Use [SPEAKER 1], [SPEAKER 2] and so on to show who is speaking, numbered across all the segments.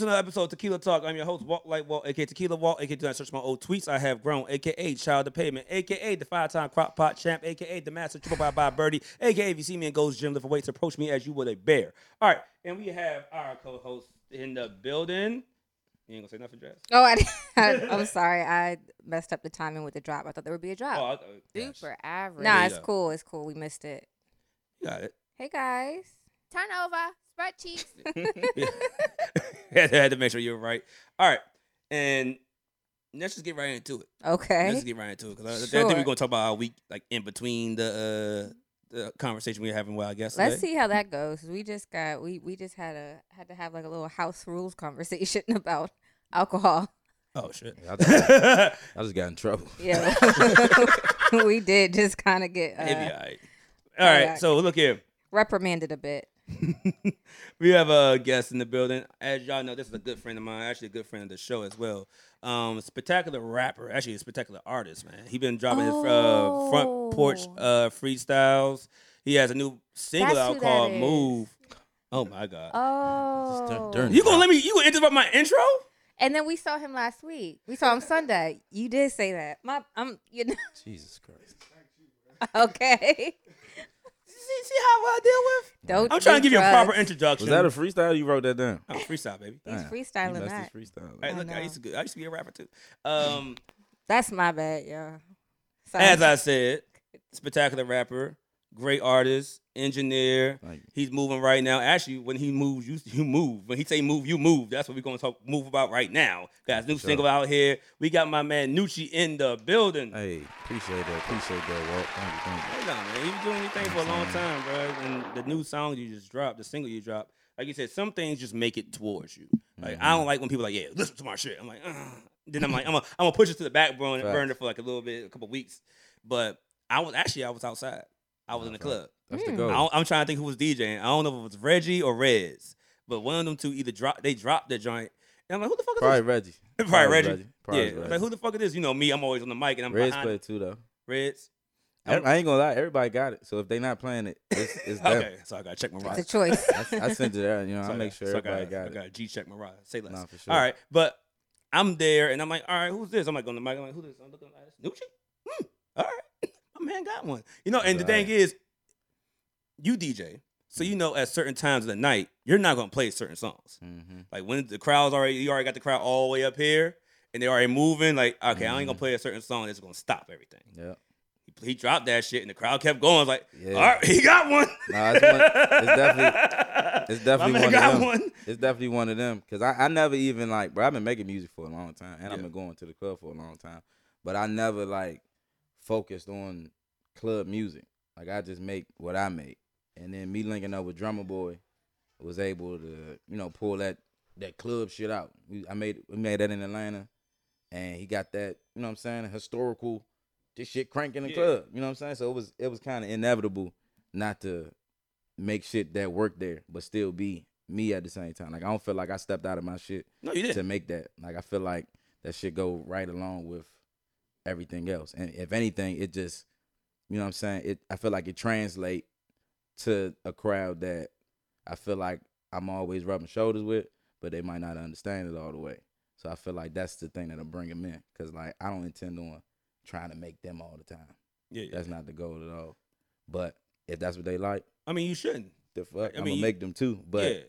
[SPEAKER 1] another episode of Tequila Talk. I'm your host, Walt Light Walt, aka Tequila Walt, aka Do I Search My Old Tweets. I have grown, aka Child of Payment, aka the five time crop pot champ, aka the master triple by by birdie, aka if you see me in Ghost Gym, lift weights, approach me as you would a bear. All right, and we have our co host in the building. You ain't gonna say nothing, Jazz?
[SPEAKER 2] Oh, I, I, I'm sorry. I messed up the timing with the drop. I thought there would be a drop.
[SPEAKER 1] Oh, I- oh, gosh.
[SPEAKER 3] Super average.
[SPEAKER 2] nah,
[SPEAKER 1] yeah,
[SPEAKER 2] it's
[SPEAKER 1] yeah.
[SPEAKER 2] cool. It's cool. We missed it.
[SPEAKER 1] You got it.
[SPEAKER 2] Hey guys.
[SPEAKER 3] Turn over. Spread cheeks.
[SPEAKER 1] had, to, had to make sure you were right. All right, and let's just get right into it. Let's
[SPEAKER 2] Okay.
[SPEAKER 1] get right into it because I, I think we're
[SPEAKER 2] Sure.
[SPEAKER 1] gonna talk about our week, like in between the uh, the conversation we were having with our guests.
[SPEAKER 2] Let's
[SPEAKER 1] today.
[SPEAKER 2] see how that goes. We just got we we just had a had to have like a little house rules conversation about alcohol.
[SPEAKER 1] Oh shit!
[SPEAKER 4] Yeah, I, just,
[SPEAKER 1] It'd
[SPEAKER 4] I just got in trouble.
[SPEAKER 2] Yeah. we did just kind of get
[SPEAKER 1] be all
[SPEAKER 2] uh,
[SPEAKER 1] right. All right,
[SPEAKER 2] back.
[SPEAKER 1] so look here.
[SPEAKER 2] reprimanded a bit.
[SPEAKER 1] we have a guest in the building. As y'all know, this is a good friend of mine, actually a good friend of the show as well. Um, spectacular rapper, actually a spectacular artist, man. He been dropping his uh, front porch
[SPEAKER 3] Oh.
[SPEAKER 1] uh, freestyles. He has a new single
[SPEAKER 3] That's
[SPEAKER 1] out
[SPEAKER 3] who that
[SPEAKER 1] called
[SPEAKER 3] is.
[SPEAKER 1] "Move." Oh my god!
[SPEAKER 3] oh.
[SPEAKER 4] during-
[SPEAKER 1] you gonna let me? You gonna interrupt my intro?
[SPEAKER 2] And then we saw him last week. We saw him Sunday. You did say that. My I'm you know
[SPEAKER 4] Jesus Christ.
[SPEAKER 2] okay.
[SPEAKER 1] See, see how I deal with?
[SPEAKER 2] Don't
[SPEAKER 1] I'm trying to
[SPEAKER 2] do
[SPEAKER 1] give you a proper
[SPEAKER 2] drugs.
[SPEAKER 1] introduction.
[SPEAKER 4] Was that a freestyle? You wrote that down.
[SPEAKER 1] I'm freestyle, baby.
[SPEAKER 2] He's
[SPEAKER 4] Damn,
[SPEAKER 2] freestyling
[SPEAKER 4] That's
[SPEAKER 2] that.
[SPEAKER 4] his freestyle.
[SPEAKER 1] Hey,
[SPEAKER 2] I
[SPEAKER 1] look, I
[SPEAKER 2] know.
[SPEAKER 1] used to go, I used to be a rapper too. Um,
[SPEAKER 2] That's my bad, y'all. Sorry.
[SPEAKER 1] as I said, spectacular rapper, great artist, engineer.
[SPEAKER 4] Thank you.
[SPEAKER 1] He's moving right now. Actually, when he moves, you you move. When he say move, you move. That's what we're gonna talk move about right now. Guys, new
[SPEAKER 4] Sure.
[SPEAKER 1] single out here. We got my man Nucci in the building. Hey.
[SPEAKER 4] Hey, appreciate that. Appreciate that, Walt. Thank you. Thank you.
[SPEAKER 1] on, man. You've been doing your thing for a long time, bro. And the new song you just dropped, the single you dropped, like you said, some things just make it towards you. Like I
[SPEAKER 4] Mm-hmm.
[SPEAKER 1] don't like when people like, yeah, listen to my shit. I'm like, Ugh. then I'm like, I'm gonna I'm gonna push it to the back burner,
[SPEAKER 4] Facts.
[SPEAKER 1] burner for like a little bit, a couple weeks. But I was actually I was outside. I was in the
[SPEAKER 4] That's right.
[SPEAKER 1] club.
[SPEAKER 4] That's the
[SPEAKER 2] Mm.
[SPEAKER 4] goal.
[SPEAKER 1] I don't, I'm trying to think who was DJing. I don't know if it was Reggie or Reds, but one of them two either dropped they dropped their joint. And I'm like, who the fuck is
[SPEAKER 4] Probably
[SPEAKER 1] this?
[SPEAKER 4] Reggie.
[SPEAKER 1] Probably, Reggie.
[SPEAKER 4] Probably
[SPEAKER 1] yeah,
[SPEAKER 4] Reggie.
[SPEAKER 1] like who the fuck it is? You know me. I'm always on the mic and I'm
[SPEAKER 4] Reds
[SPEAKER 1] behind
[SPEAKER 4] played too, though.
[SPEAKER 1] Reds.
[SPEAKER 4] I, I ain't gonna lie. Everybody got it. So if they not playing it, it's, it's them.
[SPEAKER 1] Okay, so I gotta check my
[SPEAKER 2] it's a
[SPEAKER 1] roster.
[SPEAKER 2] choice.
[SPEAKER 4] I, I sent it out. You know,
[SPEAKER 1] So
[SPEAKER 4] I make
[SPEAKER 1] got-
[SPEAKER 4] sure
[SPEAKER 1] so
[SPEAKER 4] everybody
[SPEAKER 1] I got,
[SPEAKER 4] got,
[SPEAKER 1] I
[SPEAKER 4] it.
[SPEAKER 1] got G check my ride. Say less.
[SPEAKER 4] Nah, for sure.
[SPEAKER 1] All right, but I'm there and I'm like, all right, who's this? I'm like on the mic. I'm like, who this? I'm looking like this. Nucci. Hmm. All right, my man got one. You know, and the thing
[SPEAKER 4] Right.
[SPEAKER 1] is, you DJ, so you know at certain times of the night, you're not gonna play certain songs.
[SPEAKER 4] Mm-hmm.
[SPEAKER 1] Like when the crowd's already, you already got the crowd all the way up here. And they're already moving. Like, okay, I ain't gonna
[SPEAKER 4] Mhm.
[SPEAKER 1] play a certain song that's gonna stop everything.
[SPEAKER 4] Yeah.
[SPEAKER 1] He, he dropped that shit, and the crowd kept going. I was like,
[SPEAKER 4] Yeah.
[SPEAKER 1] all right, he got one.
[SPEAKER 4] Nah, it's one-
[SPEAKER 1] definitely,
[SPEAKER 4] it's definitely
[SPEAKER 1] my man
[SPEAKER 4] one of
[SPEAKER 1] got
[SPEAKER 4] them.
[SPEAKER 1] one.
[SPEAKER 4] It's definitely one of them because I, I never even like, bro. I've been making music for a long time, and I've
[SPEAKER 1] Yeah.
[SPEAKER 4] been going to the club for a long time, but I never like focused on club music. Like I just make what I make, and then me linking up with Drummer Boy was able to, you know, pull that that club shit out. We, I made we made that in Atlanta, and he got that, you know, what I'm saying historical, this shit cranking the
[SPEAKER 1] Yeah.
[SPEAKER 4] club. You know what I'm saying? So it was it was kind of inevitable not to make shit that work there, but still be me at the same time. Like I don't feel like I stepped out of my shit
[SPEAKER 1] No, you
[SPEAKER 4] to
[SPEAKER 1] didn't.
[SPEAKER 4] make that. Like I feel like that should go right along with everything else. And if anything, it just you know what I'm saying? It I feel like it translate to a crowd that I feel like I'm always rubbing shoulders with, but they might not understand it all the way. So I feel like that's the thing that I'm bringing in cuz like I don't intend on trying to make them all the time.
[SPEAKER 1] Yeah, yeah.
[SPEAKER 4] That's not the goal at all. But if that's what they like,
[SPEAKER 1] I mean, you shouldn't.
[SPEAKER 4] the fuck,
[SPEAKER 1] I
[SPEAKER 4] I am
[SPEAKER 1] mean, you-
[SPEAKER 4] gonna make them too. But
[SPEAKER 1] yeah.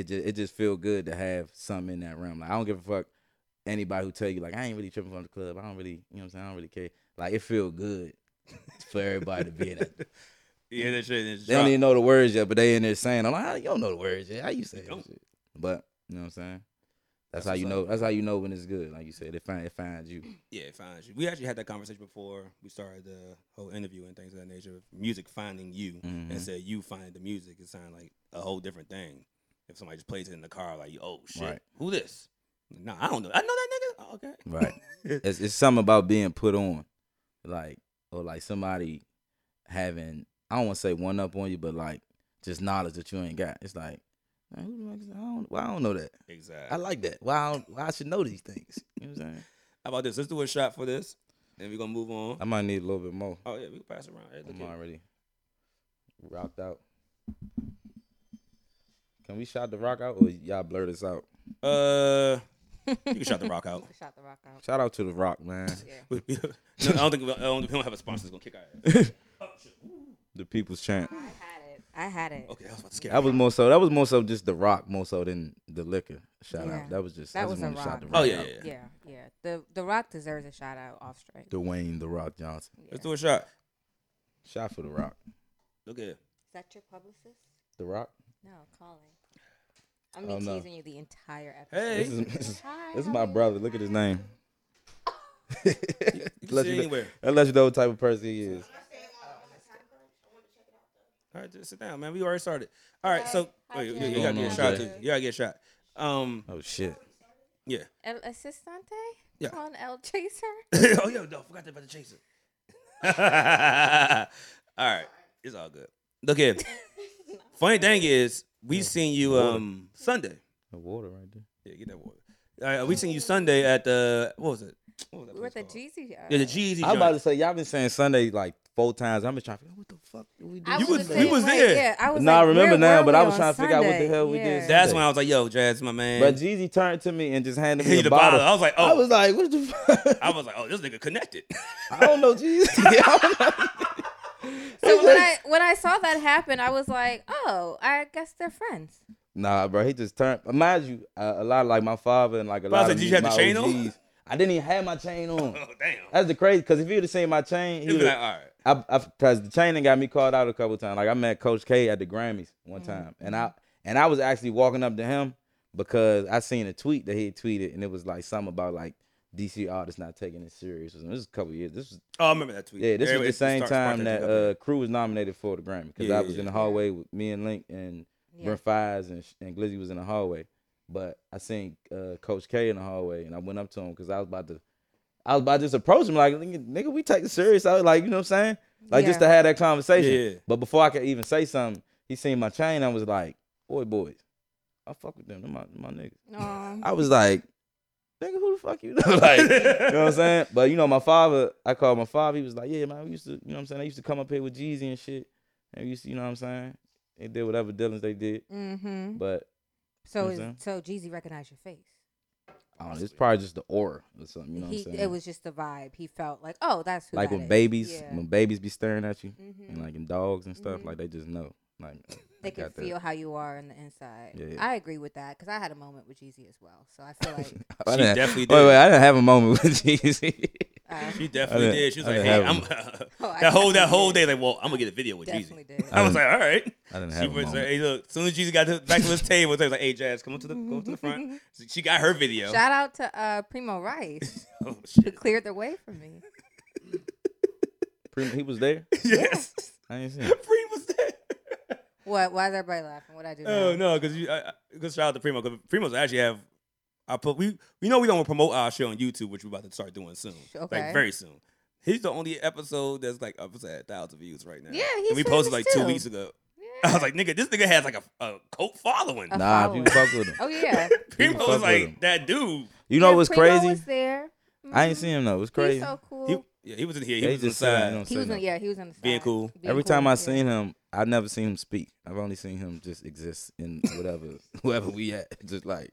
[SPEAKER 4] it just it just feel good to have something in that realm. Like I don't give a fuck anybody who tell you like I ain't really tripping from the club. I don't really, you know what I'm saying? I don't really care. Like it feel good for everybody to be in it.
[SPEAKER 1] Yeah, that shit is
[SPEAKER 4] They don't
[SPEAKER 1] drop.
[SPEAKER 4] even know the words yet, but they in there saying, "I'm like, "How- you don't know the words yet. How you say
[SPEAKER 1] don't.
[SPEAKER 4] that shit?" But you know what I'm saying?
[SPEAKER 1] That's
[SPEAKER 4] That's, how
[SPEAKER 1] what's
[SPEAKER 4] you
[SPEAKER 1] up.
[SPEAKER 4] know. That's how you know when it's good. Like you said, it find it finds you.
[SPEAKER 1] Yeah, it finds you. We actually had that conversation before we started the whole interview and things of that nature. of Music finding you
[SPEAKER 4] Mhm.
[SPEAKER 1] instead of you finding the music. It sounds like a whole different thing. If somebody just plays it in the car, like, oh shit,
[SPEAKER 4] Right.
[SPEAKER 1] who this? No, I don't know. I know that nigga. Oh, okay.
[SPEAKER 4] Right. it's it's something about being put on, like or like somebody having I don't want to say one up on you, but like just knowledge that you ain't got. It's like, man, who the fuck is I don't, why I don't know that.
[SPEAKER 1] Exactly.
[SPEAKER 4] I like that. Why I, don't, why I should know these things. You know what I'm saying?
[SPEAKER 1] How about this? Let's do a shot for this, and we're gonna move on.
[SPEAKER 4] I might need a little bit more.
[SPEAKER 1] oh yeah, we can pass it around. Hey, look
[SPEAKER 4] I'm
[SPEAKER 1] here.
[SPEAKER 4] already rocked out. Can we shout the rock out or y'all blur this out?
[SPEAKER 1] Uh, you can shout the rock out.
[SPEAKER 2] Shout the rock out.
[SPEAKER 4] Shout out to The Rock, man.
[SPEAKER 1] no, I don't think we, I don't, we don't have a sponsor that's gonna kick our ass.
[SPEAKER 4] The people's champ.
[SPEAKER 2] I had it. I had it.
[SPEAKER 1] Okay, I was about to scare.
[SPEAKER 4] That was more so. That was more so just The Rock, more so than the liquor. Shout
[SPEAKER 2] Yeah.
[SPEAKER 4] out. That was just.
[SPEAKER 2] That
[SPEAKER 4] I just
[SPEAKER 2] was a
[SPEAKER 4] wanted to shout
[SPEAKER 2] rock.
[SPEAKER 4] The Rock
[SPEAKER 1] Oh yeah,
[SPEAKER 4] out.
[SPEAKER 1] yeah, yeah.
[SPEAKER 2] Yeah, yeah. The The Rock deserves a shout out off straight.
[SPEAKER 4] Dwayne The Rock Johnson.
[SPEAKER 2] Yeah.
[SPEAKER 1] Let's do a shot.
[SPEAKER 4] Shout for The Rock.
[SPEAKER 1] Look at it.
[SPEAKER 2] Is that your publicist?
[SPEAKER 4] The Rock.
[SPEAKER 2] No, Colin. I'm gonna
[SPEAKER 4] Oh,
[SPEAKER 2] be
[SPEAKER 4] no.
[SPEAKER 2] teasing you the entire episode.
[SPEAKER 1] Hey,
[SPEAKER 4] This
[SPEAKER 1] you
[SPEAKER 4] is, this is,
[SPEAKER 2] Hi,
[SPEAKER 4] this is
[SPEAKER 2] how
[SPEAKER 4] my
[SPEAKER 2] are you?
[SPEAKER 4] brother. Look at his name.
[SPEAKER 1] can
[SPEAKER 4] Let
[SPEAKER 1] sit
[SPEAKER 4] you know-
[SPEAKER 1] anywhere.
[SPEAKER 4] That lets you know what type of person he is.
[SPEAKER 1] All right, just sit down, man. We already started. All right, so
[SPEAKER 2] Hi,
[SPEAKER 1] wait, you,
[SPEAKER 2] Jay.
[SPEAKER 1] you gotta get a
[SPEAKER 4] What's
[SPEAKER 1] shot
[SPEAKER 4] going
[SPEAKER 1] too.
[SPEAKER 4] on,
[SPEAKER 1] You gotta get a shot. Um,
[SPEAKER 4] Oh shit.
[SPEAKER 1] yeah.
[SPEAKER 2] El Assistante?
[SPEAKER 1] Yeah.
[SPEAKER 2] Colin El Chaser?
[SPEAKER 1] oh yo, no, forgot about the chaser. all right, it's all good. Look here. Funny thing is, we seen you um Sunday.
[SPEAKER 4] The water right there.
[SPEAKER 1] Yeah, get that water. All right, we seen you Sunday at the what was it? What was that
[SPEAKER 2] We were at the
[SPEAKER 1] place called?
[SPEAKER 2] Jeezy. Uh,
[SPEAKER 1] Yeah, the Jeezy.
[SPEAKER 4] I'm
[SPEAKER 1] joint.
[SPEAKER 4] about to say y'all been saying Sunday like four times. I'm been trying to figure out what the fuck did we do.
[SPEAKER 2] I
[SPEAKER 1] You was-
[SPEAKER 2] the
[SPEAKER 1] we
[SPEAKER 2] same
[SPEAKER 1] was
[SPEAKER 2] way.
[SPEAKER 1] there.
[SPEAKER 2] Yeah, I was
[SPEAKER 4] Nah, I
[SPEAKER 2] like,
[SPEAKER 4] remember
[SPEAKER 2] where
[SPEAKER 4] now,
[SPEAKER 2] were
[SPEAKER 4] but I
[SPEAKER 2] we
[SPEAKER 4] was
[SPEAKER 2] on
[SPEAKER 4] trying to figure out what the
[SPEAKER 2] Sunday?
[SPEAKER 4] hell we did.
[SPEAKER 2] Yeah.
[SPEAKER 4] That-
[SPEAKER 1] That's when I was like, yo, Jazz, my man.
[SPEAKER 4] But Jeezy turned to me and just handed me
[SPEAKER 1] Hit
[SPEAKER 4] the
[SPEAKER 1] the
[SPEAKER 4] bottle.
[SPEAKER 1] bottle. I was like, oh.
[SPEAKER 4] I was like, what the fuck?
[SPEAKER 1] I was like, oh, this nigga connected.
[SPEAKER 4] I don't know Jeezy. I don't know.
[SPEAKER 2] So when I when I saw that happen, I was like, oh, I guess they're friends.
[SPEAKER 4] Nah, bro, he just turned. Mind you, uh, a lot of like my father and like a
[SPEAKER 1] But I
[SPEAKER 4] lot
[SPEAKER 1] said,
[SPEAKER 4] of
[SPEAKER 1] did you
[SPEAKER 4] my
[SPEAKER 1] have the chain on?
[SPEAKER 4] OGs. I didn't even have my chain on.
[SPEAKER 1] oh, damn.
[SPEAKER 4] That's the crazy. Cause if you would have seen my chain,
[SPEAKER 1] He
[SPEAKER 4] he
[SPEAKER 1] was
[SPEAKER 4] would.
[SPEAKER 1] like, all right.
[SPEAKER 4] I, I, cause the chain done got me called out a couple times. Like I met Coach K at the Grammys one time, and I and I was actually walking up to him because I seen a tweet that he had tweeted, and it was like something about like DC artists not taking it serious. This was a couple years. This was
[SPEAKER 1] Oh, I remember that tweet.
[SPEAKER 4] yeah. This
[SPEAKER 1] Everybody
[SPEAKER 4] was the same
[SPEAKER 1] start- sparked
[SPEAKER 4] time that
[SPEAKER 1] tweet up.
[SPEAKER 4] uh, Crew was nominated for the Grammy because
[SPEAKER 1] Yeah,
[SPEAKER 4] I
[SPEAKER 1] yeah,
[SPEAKER 4] was in
[SPEAKER 1] yeah.
[SPEAKER 4] the hallway with me and Link and
[SPEAKER 2] Yeah.
[SPEAKER 4] Brent Fires and, sh- and Glizzy was in the hallway. But I seen uh, Coach K in the hallway, and I went up to him because I was about to, I was about to just approach him like, "Nigga, nigga, we take it serious." I was like, you know what I'm saying? Like just to
[SPEAKER 2] Yeah.
[SPEAKER 4] have that conversation.
[SPEAKER 1] Yeah.
[SPEAKER 4] But before I could even say something, he seen my chain. I was like, "Boy, boys, I fuck with them. Them my, my niggas."
[SPEAKER 2] Um,
[SPEAKER 4] I was like, "Nigga, who the fuck you know?" uh, like, you know what I'm saying? But you know, my father, I called my father. He was like, "Yeah, man, we used to, you know what I'm saying? They used to come up here with Jeezy and shit, and we used to, you know what I'm saying? They did whatever dealings they did,
[SPEAKER 2] mm-hmm.
[SPEAKER 4] but."
[SPEAKER 2] So
[SPEAKER 4] Who's
[SPEAKER 2] is,
[SPEAKER 4] that?
[SPEAKER 2] so Jeezy recognized your face.
[SPEAKER 4] I don't know, it's probably just the aura or something. You know
[SPEAKER 2] he
[SPEAKER 4] what I'm saying?
[SPEAKER 2] it was just the vibe. He felt like, oh, that's who
[SPEAKER 4] like
[SPEAKER 2] that
[SPEAKER 4] when
[SPEAKER 2] is.
[SPEAKER 4] babies,
[SPEAKER 2] Yeah.
[SPEAKER 4] when babies be staring at you,
[SPEAKER 2] Mhm.
[SPEAKER 4] and like in dogs and stuff,
[SPEAKER 2] Mhm.
[SPEAKER 4] like they just know. Like I
[SPEAKER 2] they can
[SPEAKER 4] got that.
[SPEAKER 2] feel how you are on the inside.
[SPEAKER 4] Yeah, yeah.
[SPEAKER 2] I agree with that because I had a moment with Jeezy as well. So I feel like
[SPEAKER 4] I
[SPEAKER 1] She
[SPEAKER 4] didn't-
[SPEAKER 1] definitely
[SPEAKER 4] Wait,
[SPEAKER 1] did.
[SPEAKER 4] wait, I didn't have a moment with Jeezy.
[SPEAKER 2] uh,
[SPEAKER 1] She
[SPEAKER 4] I
[SPEAKER 1] definitely
[SPEAKER 4] didn't-
[SPEAKER 1] did. She was
[SPEAKER 4] I
[SPEAKER 1] like, hey, I'm.
[SPEAKER 4] didn't
[SPEAKER 2] Oh, I
[SPEAKER 1] that whole that
[SPEAKER 2] definitely
[SPEAKER 1] whole
[SPEAKER 2] did.
[SPEAKER 1] day, like, well, I'm gonna get a video with
[SPEAKER 2] definitely
[SPEAKER 1] Jeezy.
[SPEAKER 2] did.
[SPEAKER 1] I was
[SPEAKER 4] I
[SPEAKER 1] like, all right.
[SPEAKER 4] I didn't
[SPEAKER 1] She
[SPEAKER 4] have a
[SPEAKER 1] was
[SPEAKER 4] moment.
[SPEAKER 1] like, hey, look. Soon as Jeezy got to, back to his table, they was like, hey, Jazz, come up to the go up to the front. So She got her video.
[SPEAKER 2] Shout out to uh, Primo Rice
[SPEAKER 1] Oh,
[SPEAKER 2] who
[SPEAKER 1] shit.
[SPEAKER 2] cleared the way for me.
[SPEAKER 4] Prim- he was there.
[SPEAKER 1] yes,
[SPEAKER 4] I didn't see him.
[SPEAKER 1] Primo was there.
[SPEAKER 2] What? Why is everybody laughing? What I do?
[SPEAKER 1] Oh
[SPEAKER 2] now?
[SPEAKER 1] no, because you I, I- good shout out to Primo. Because Primos actually have I put we we know we don't promote our show on YouTube, which we're about to start doing soon, like
[SPEAKER 2] Okay.
[SPEAKER 1] very soon. He's the only episode that's like up to a thousand views right now.
[SPEAKER 2] Yeah, he's
[SPEAKER 1] and we posted like
[SPEAKER 2] famous
[SPEAKER 1] two
[SPEAKER 2] too.
[SPEAKER 1] weeks ago.
[SPEAKER 2] Yeah.
[SPEAKER 1] I was like, nigga, this nigga has like a, a cult following.
[SPEAKER 2] A
[SPEAKER 4] Nah,
[SPEAKER 2] follower.
[SPEAKER 4] people fuck with him.
[SPEAKER 2] oh yeah.
[SPEAKER 4] people
[SPEAKER 1] Primo
[SPEAKER 4] fuck
[SPEAKER 1] was
[SPEAKER 4] with him.
[SPEAKER 1] like that dude.
[SPEAKER 4] You know
[SPEAKER 2] Yeah,
[SPEAKER 4] what's
[SPEAKER 2] Primo
[SPEAKER 4] crazy?
[SPEAKER 2] Was there.
[SPEAKER 4] I ain't
[SPEAKER 2] Mhm.
[SPEAKER 4] seen him though. It's
[SPEAKER 2] He's
[SPEAKER 4] crazy.
[SPEAKER 2] so cool.
[SPEAKER 1] He, yeah, he was in here. He
[SPEAKER 4] They
[SPEAKER 1] was
[SPEAKER 4] just sitting there,
[SPEAKER 1] inside.
[SPEAKER 4] they don't
[SPEAKER 2] He
[SPEAKER 4] say
[SPEAKER 2] was on,
[SPEAKER 4] nothing.
[SPEAKER 2] yeah, he was on the side.
[SPEAKER 1] Being cool.
[SPEAKER 2] Being
[SPEAKER 4] Every
[SPEAKER 2] cool,
[SPEAKER 4] time I
[SPEAKER 2] yeah.
[SPEAKER 4] seen him, I never seen him speak. I've only seen him just exist in whatever, whoever we at. Just like,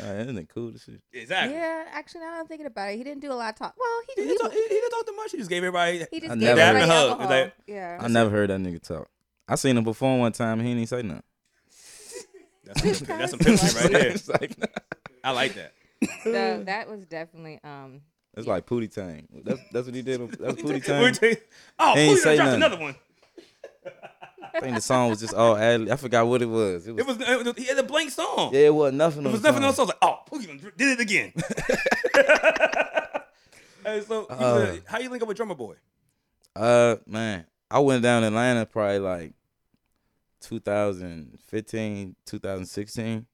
[SPEAKER 4] all right, isn't it cool to see?
[SPEAKER 1] exactly.
[SPEAKER 2] Yeah, actually, now that I'm thinking about it, he didn't do a lot of talk. Well, he
[SPEAKER 1] He,
[SPEAKER 2] did.
[SPEAKER 1] didn't
[SPEAKER 2] He,
[SPEAKER 1] talk, he, he didn't talk too much. He just gave everybody.
[SPEAKER 2] he
[SPEAKER 4] I
[SPEAKER 2] just
[SPEAKER 4] never
[SPEAKER 2] gave everybody
[SPEAKER 1] heard- Dab and hug,
[SPEAKER 2] alcohol.
[SPEAKER 1] like-
[SPEAKER 2] yeah.
[SPEAKER 4] I never heard that nigga talk. I seen him perform one time and he didn't say nothing.
[SPEAKER 1] That's some, that's some
[SPEAKER 2] He
[SPEAKER 1] pimp shit right there.
[SPEAKER 4] it's like,
[SPEAKER 1] I like that.
[SPEAKER 2] So that was definitely um.
[SPEAKER 4] it's like Pootie Tang. That's that's what he did. on- That's Pootie
[SPEAKER 1] We're
[SPEAKER 4] Tang.
[SPEAKER 1] t- oh,
[SPEAKER 4] He ain't
[SPEAKER 1] Pootie
[SPEAKER 4] say
[SPEAKER 1] dropped
[SPEAKER 4] nothing.
[SPEAKER 1] another one.
[SPEAKER 4] I think the song was just all ad. I forgot what it was. It was,
[SPEAKER 1] It was, it was he had a blank song.
[SPEAKER 4] yeah, it was nothing.
[SPEAKER 1] It
[SPEAKER 4] on
[SPEAKER 1] was
[SPEAKER 4] the
[SPEAKER 1] nothing
[SPEAKER 4] song.
[SPEAKER 1] else. I was like, oh, Pookie done dr- did it again. Hey, so, you
[SPEAKER 4] Uh.
[SPEAKER 1] said- how you link up with Drummer Boy?
[SPEAKER 4] Uh, man, I went down to Atlanta probably like 2015, 2016,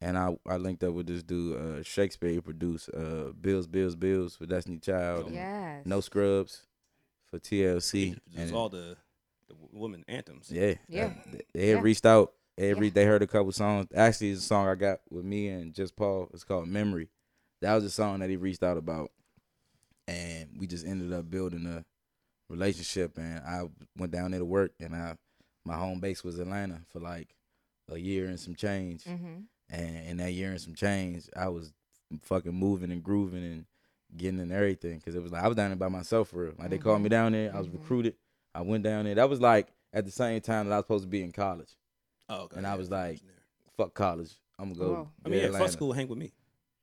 [SPEAKER 4] and I I linked up with this dude, uh, Shakespeare. He produced uh, Bills, Bills, Bills for Destiny Child, and
[SPEAKER 2] Yes.
[SPEAKER 4] No Scrubs for TLC, and
[SPEAKER 1] It's all the, the w- women anthems.
[SPEAKER 4] yeah,
[SPEAKER 2] Yeah.
[SPEAKER 4] uh, th- they had
[SPEAKER 2] Yeah.
[SPEAKER 4] reached out. Every
[SPEAKER 2] Yeah.
[SPEAKER 4] they heard a couple songs. Actually, it's a song I got with me and just Paul. It's called Memory. That was a song that he reached out about, and we just ended up building a relationship. And I went down there to work, and I my home base was Atlanta for like a year and some change.
[SPEAKER 2] Mm-hmm.
[SPEAKER 4] And in that year and some change, I was fucking moving and grooving and getting in everything because it was like I was down there by myself for real. Like they called me down there. I was
[SPEAKER 2] Mhm.
[SPEAKER 4] recruited. I went down there. That was like at the same time that I was supposed to be in college.
[SPEAKER 1] Oh, okay.
[SPEAKER 4] And I
[SPEAKER 1] yeah,
[SPEAKER 4] was
[SPEAKER 1] that's
[SPEAKER 4] like-
[SPEAKER 1] legendary.
[SPEAKER 4] Fuck college. I'm gonna go.
[SPEAKER 2] Whoa.
[SPEAKER 1] I mean,
[SPEAKER 4] to
[SPEAKER 1] yeah, fuck
[SPEAKER 4] Atlanta.
[SPEAKER 1] school, hang with me.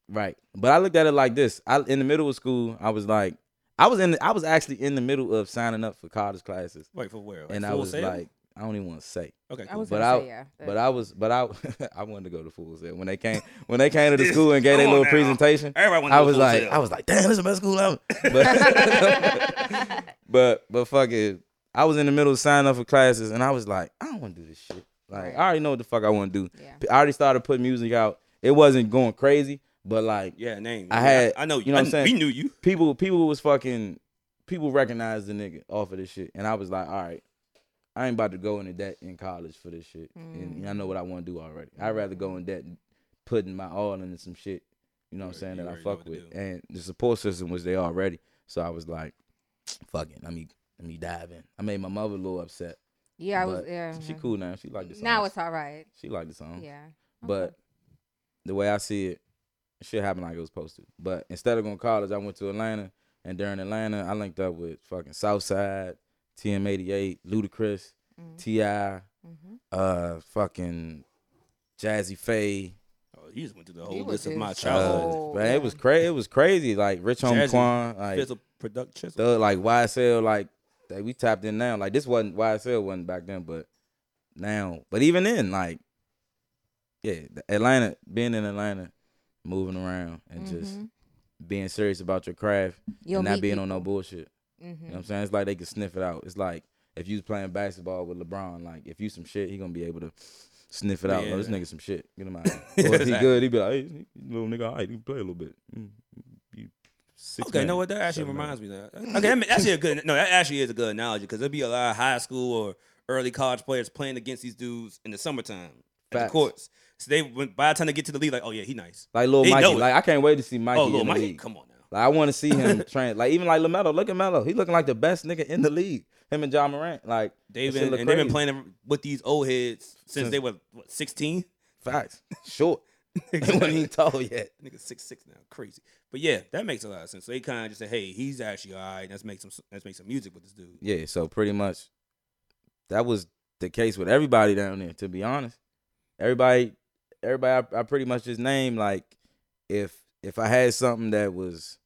[SPEAKER 4] Right. But I looked at it like this. I in the middle of school, I was like, I was in, the, I was actually in the middle of signing up for college classes,
[SPEAKER 1] Like for where? Like
[SPEAKER 4] and I
[SPEAKER 1] Full
[SPEAKER 4] was
[SPEAKER 1] Sail?
[SPEAKER 4] like, I don't even want to say.
[SPEAKER 1] okay,
[SPEAKER 2] I
[SPEAKER 1] cool.
[SPEAKER 2] was
[SPEAKER 4] But
[SPEAKER 2] gonna
[SPEAKER 4] I-
[SPEAKER 2] say yeah.
[SPEAKER 4] But I was, but I, I wanted to go to Fool's Sale when they came, when they came to the
[SPEAKER 1] This-
[SPEAKER 4] school and gave their
[SPEAKER 1] come on
[SPEAKER 4] little
[SPEAKER 1] now.
[SPEAKER 4] presentation.
[SPEAKER 1] Everybody wanna
[SPEAKER 4] I
[SPEAKER 1] go to
[SPEAKER 4] was
[SPEAKER 1] Full
[SPEAKER 4] like,
[SPEAKER 1] Sail.
[SPEAKER 4] I was like, damn, this is the best school ever. But, but, but fuck it. I was in the middle of signing up for classes, and I was like, I don't want to do this shit. Like,
[SPEAKER 2] Right.
[SPEAKER 4] I already know what the fuck I want to do.
[SPEAKER 2] yeah.
[SPEAKER 4] I already started putting music out. It wasn't going crazy, but like
[SPEAKER 1] yeah, name.
[SPEAKER 4] I
[SPEAKER 1] Yeah,
[SPEAKER 4] had-
[SPEAKER 1] I, know you.
[SPEAKER 4] you know
[SPEAKER 1] I
[SPEAKER 4] what I'm
[SPEAKER 1] kn-
[SPEAKER 4] saying?
[SPEAKER 1] We knew you.
[SPEAKER 4] people people was fucking people recognized the nigga off of this shit and i was like all right i ain't about to go into debt in college for this shit and
[SPEAKER 2] Mm.
[SPEAKER 4] i know what i want to do already i'd rather go in debt and putting my all into some shit you know what i'm
[SPEAKER 1] Right,
[SPEAKER 4] saying
[SPEAKER 1] you
[SPEAKER 4] that i
[SPEAKER 1] already know
[SPEAKER 4] fuck
[SPEAKER 1] what to
[SPEAKER 4] with
[SPEAKER 1] do.
[SPEAKER 4] and the support system was there already so i was like fuck it let me let me dive in i made my mother a little upset
[SPEAKER 2] Yeah, I was
[SPEAKER 4] but
[SPEAKER 2] yeah.
[SPEAKER 4] she
[SPEAKER 2] mhm.
[SPEAKER 4] cool now she liked the song
[SPEAKER 2] Now it's all right.
[SPEAKER 4] she liked the song
[SPEAKER 2] Yeah. Okay.
[SPEAKER 4] but the way I see it, shit happened like it was supposed to. But instead of going to college, I went to Atlanta, and during Atlanta, I linked up with fucking Southside, TM88, Ludacris,
[SPEAKER 2] Mhm.
[SPEAKER 4] Ti,
[SPEAKER 2] Mhm.
[SPEAKER 4] uh, fucking Jazzy Faye.
[SPEAKER 1] Oh, you just went through the
[SPEAKER 2] You
[SPEAKER 1] whole
[SPEAKER 2] was
[SPEAKER 1] list of my
[SPEAKER 2] just-
[SPEAKER 1] childhood.
[SPEAKER 2] Oh,
[SPEAKER 4] Uh, man,
[SPEAKER 2] yeah.
[SPEAKER 4] it was crazy. It was crazy. Like Rich Homie
[SPEAKER 1] Jazzy,
[SPEAKER 4] Quan, like
[SPEAKER 1] Fizzle product chisel.
[SPEAKER 4] thug, like YSL, like that we tapped in now. Like this wasn't YSL wasn't back then, but now, but even then, like yeah, the Atlanta, being in Atlanta, moving around and just
[SPEAKER 2] Mhm.
[SPEAKER 4] being serious about your craft
[SPEAKER 2] You'll
[SPEAKER 4] and not
[SPEAKER 2] meet
[SPEAKER 4] being on no
[SPEAKER 2] people.
[SPEAKER 4] bullshit.
[SPEAKER 2] Mhm.
[SPEAKER 4] You know what I'm saying? It's like they can sniff it out. It's like if you was playing basketball with LeBron, like if you some shit, he gonna be able to sniff it out. Oh, this
[SPEAKER 1] Yeah.
[SPEAKER 4] nigga some shit. Get him out. Or if he
[SPEAKER 1] Exactly.
[SPEAKER 4] good, he be like, hey, he- little nigga, all right, he can play a little bit. Mm, you six
[SPEAKER 1] Okay, you know
[SPEAKER 4] man,
[SPEAKER 1] what? That actually
[SPEAKER 4] seven man.
[SPEAKER 1] reminds me of that. Okay, that ma- actually a good. No, that actually is a good analogy because there'd be a lot of high school or early college players playing against these dudes in the summertime at the
[SPEAKER 4] Facts.
[SPEAKER 1] courts. So they went by the time they get to the league, like, oh yeah, he nice.
[SPEAKER 4] Like little
[SPEAKER 1] They know
[SPEAKER 4] Mikey.
[SPEAKER 1] it.
[SPEAKER 4] Like I can't wait to see Mikey
[SPEAKER 1] oh,
[SPEAKER 4] in
[SPEAKER 1] little
[SPEAKER 4] the
[SPEAKER 1] Mikey,
[SPEAKER 4] league.
[SPEAKER 1] come on now.
[SPEAKER 4] Like I want to see him train. Like even like Lamelo. Look at Melo. He looking like the best nigga in the league. Him and John Morant. Like
[SPEAKER 1] They've
[SPEAKER 4] that shit
[SPEAKER 1] been
[SPEAKER 4] look
[SPEAKER 1] and they've been
[SPEAKER 4] crazy.
[SPEAKER 1] playing with these old heads since,
[SPEAKER 4] Since-
[SPEAKER 1] they were what sixteen.
[SPEAKER 4] facts. Short. They wasn't even tall yet.
[SPEAKER 1] Nigga six six now, crazy. But yeah, that makes a lot of sense. So they kind of just say, hey, he's actually all right. Let's make some let's make some music with this dude.
[SPEAKER 4] Yeah. So pretty much, that was the case with everybody down there. To be honest, everybody, everybody, I, I pretty much just named like if if I had something that was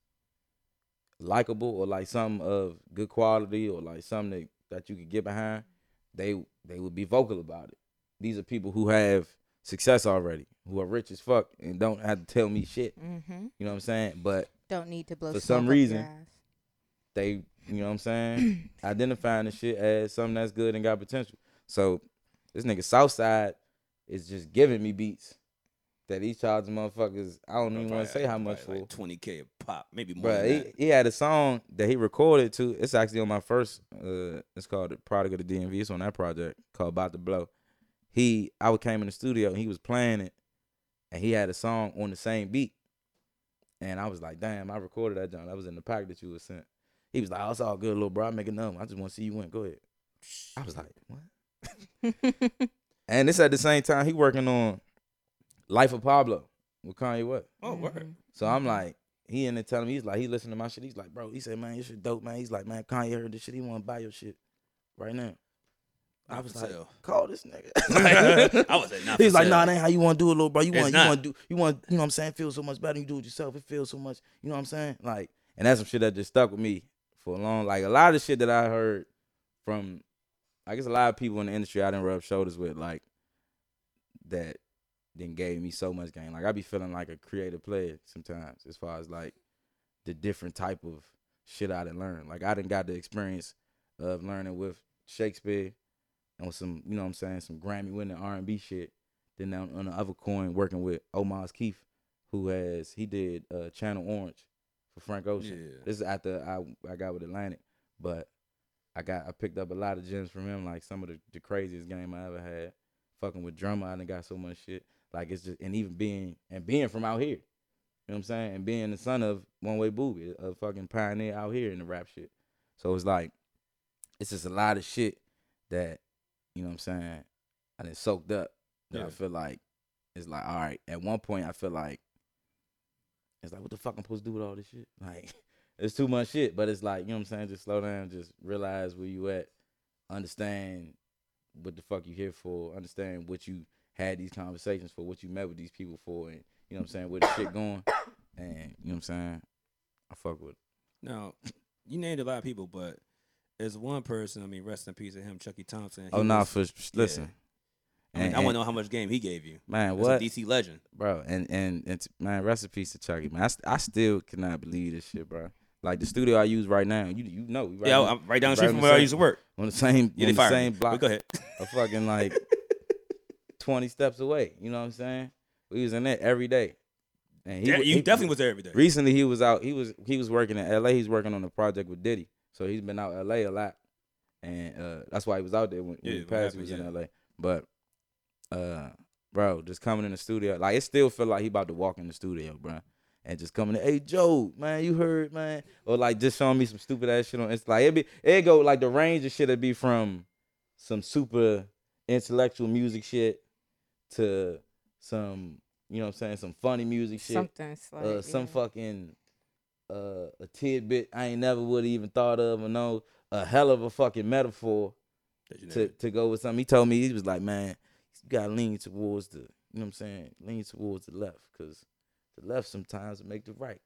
[SPEAKER 4] likable or like something of good quality or like something that, that you could get behind, they they would be vocal about it. These are people who have success already, who are rich as fuck and don't have to tell me shit.
[SPEAKER 2] Mhm.
[SPEAKER 4] You know what I'm saying? But
[SPEAKER 2] Don't need to blow
[SPEAKER 4] For
[SPEAKER 2] smoke
[SPEAKER 4] some
[SPEAKER 2] up your
[SPEAKER 4] reason,
[SPEAKER 2] ass.
[SPEAKER 4] they, you know what I'm saying, identifying the shit as something that's good and got potential. So this nigga Southside is just giving me beats that these child's motherfuckers. I don't even want to say how much for.
[SPEAKER 1] like twenty k a pop, maybe more.
[SPEAKER 4] But
[SPEAKER 1] than that.
[SPEAKER 4] he, he had a song that he recorded to. It's actually on my first. Uh, it's called "The Product of the DMV." It's on that project called "About to Blow." He, I would came in the studio and he was playing it, and he had a song on the same beat, and I was like, "Damn, I recorded that John. That was in the pack that you was sent." He was like, "Oh, it's all good, little bro. I'm making number. I just want to see you win. Go ahead." I was like, "What?" And it's at the same time he working on "Life of Pablo" with Kanye West.
[SPEAKER 1] oh, word.
[SPEAKER 2] Mhm.
[SPEAKER 4] So I'm like, he in there telling me, he's like, he listened to my shit. He's like, bro, he said, man, your shit dope, man. He's like, man, Kanye heard this shit. He want to buy your shit right now. I
[SPEAKER 1] Not
[SPEAKER 4] was
[SPEAKER 1] for
[SPEAKER 4] like,
[SPEAKER 1] sale.
[SPEAKER 4] call this nigga.
[SPEAKER 1] I was like, not
[SPEAKER 4] He's
[SPEAKER 1] for
[SPEAKER 4] like, nah,
[SPEAKER 1] sale.
[SPEAKER 4] that ain't how you want to do it, little bro. You
[SPEAKER 1] It's
[SPEAKER 4] want, you
[SPEAKER 1] not.
[SPEAKER 4] want to do, you want, you know what I'm saying? Feel so much better. You do it yourself. It feels so much. You know what I'm saying? Like, and that's some shit that just stuck with me for a long. Like a lot of shit that I heard from, I guess a lot of people in the industry I didn't rub shoulders with, like that then gave me so much game. Like I be feeling like a creative player sometimes, as far as like the different type of shit I done learned. Like I didn't got the experience of learning with Shakespeare on some, you know what I'm saying, some Grammy winning R and B shit. Then on, on the other coin, working with Omar's Keith, who has he did uh, Channel Orange for Frank Ocean.
[SPEAKER 1] Yeah.
[SPEAKER 4] This is after I I got with Atlantic, but I got I picked up a lot of gems from him. Like some of the, the craziest game I ever had. Fucking with drummer, I done got so much shit. Like it's just and even being and being from out here, you know what I'm saying, and being the son of One Way Booby, a fucking pioneer out here in the rap shit. So it's like it's just a lot of shit that you know what I'm saying. I done soaked up that I
[SPEAKER 1] Yeah.
[SPEAKER 4] feel like it's like, all right. At one point, I feel like it's like, what the fuck I'm supposed to do with all this shit? Like, it's too much shit. But it's like, you know what I'm saying? Just slow down. Just realize where you at. Understand what the fuck you here for. Understand what you had these conversations for. What you met with these people for. And you know what I'm saying? Where the shit going? And you know what I'm saying? I fuck with. it.
[SPEAKER 1] Now, you named a lot of people, but there's one person. I mean, rest in peace to him, Chucky Thompson. He
[SPEAKER 4] Oh nah,
[SPEAKER 1] was-
[SPEAKER 4] for listen.
[SPEAKER 1] I, mean,
[SPEAKER 4] And-
[SPEAKER 1] I want
[SPEAKER 4] and-
[SPEAKER 1] to know how much game he gave you.
[SPEAKER 4] man,
[SPEAKER 1] That's
[SPEAKER 4] what?
[SPEAKER 1] a DC legend.
[SPEAKER 4] bro. And and it's man, rest in peace to Chucky, man. I, st- I still cannot believe this shit, bro. Like the studio I use right now, you you know, we right
[SPEAKER 1] yeah,
[SPEAKER 4] on-
[SPEAKER 1] I'm right down the street
[SPEAKER 4] right on
[SPEAKER 1] from
[SPEAKER 4] the
[SPEAKER 1] where I
[SPEAKER 4] same-
[SPEAKER 1] used to work.
[SPEAKER 4] on the same
[SPEAKER 1] Yeah, they
[SPEAKER 4] on the
[SPEAKER 1] fired. me.
[SPEAKER 4] same
[SPEAKER 1] But
[SPEAKER 4] block,
[SPEAKER 1] Go ahead.
[SPEAKER 4] a fucking like twenty steps away. You know what I'm saying? We was in there every day, and
[SPEAKER 1] yeah,
[SPEAKER 4] wa-
[SPEAKER 1] you definitely was there every day.
[SPEAKER 4] Recently, he was out. He was he was working in L.A. He's working on a project with Diddy, so he's been out L.A. a lot, and uh, that's why he was out there when, when
[SPEAKER 1] Yeah,
[SPEAKER 4] he
[SPEAKER 1] what
[SPEAKER 4] passed.
[SPEAKER 1] happened,
[SPEAKER 4] He was
[SPEAKER 1] yeah.
[SPEAKER 4] in L.A. But, uh, bro, just coming in the studio, like it still feel like he about to walk in the studio, bro, and just coming, in, hey Joe, man, you heard, man, or like just showing me some stupid ass shit on. It's like it be it go like the range of shit it be from some super intellectual music shit to some you know what I'm saying some funny music shit
[SPEAKER 2] Something slight.
[SPEAKER 4] uh, some
[SPEAKER 2] yeah.
[SPEAKER 4] fucking uh, a tidbit I ain't never would even thought of or know. A hell of a fucking metaphor
[SPEAKER 1] That you
[SPEAKER 4] to,
[SPEAKER 1] named.
[SPEAKER 4] to go with something. He told me he was like, man, you gotta lean towards the, you know what I'm saying, lean towards the left, cause the left sometimes will make the right.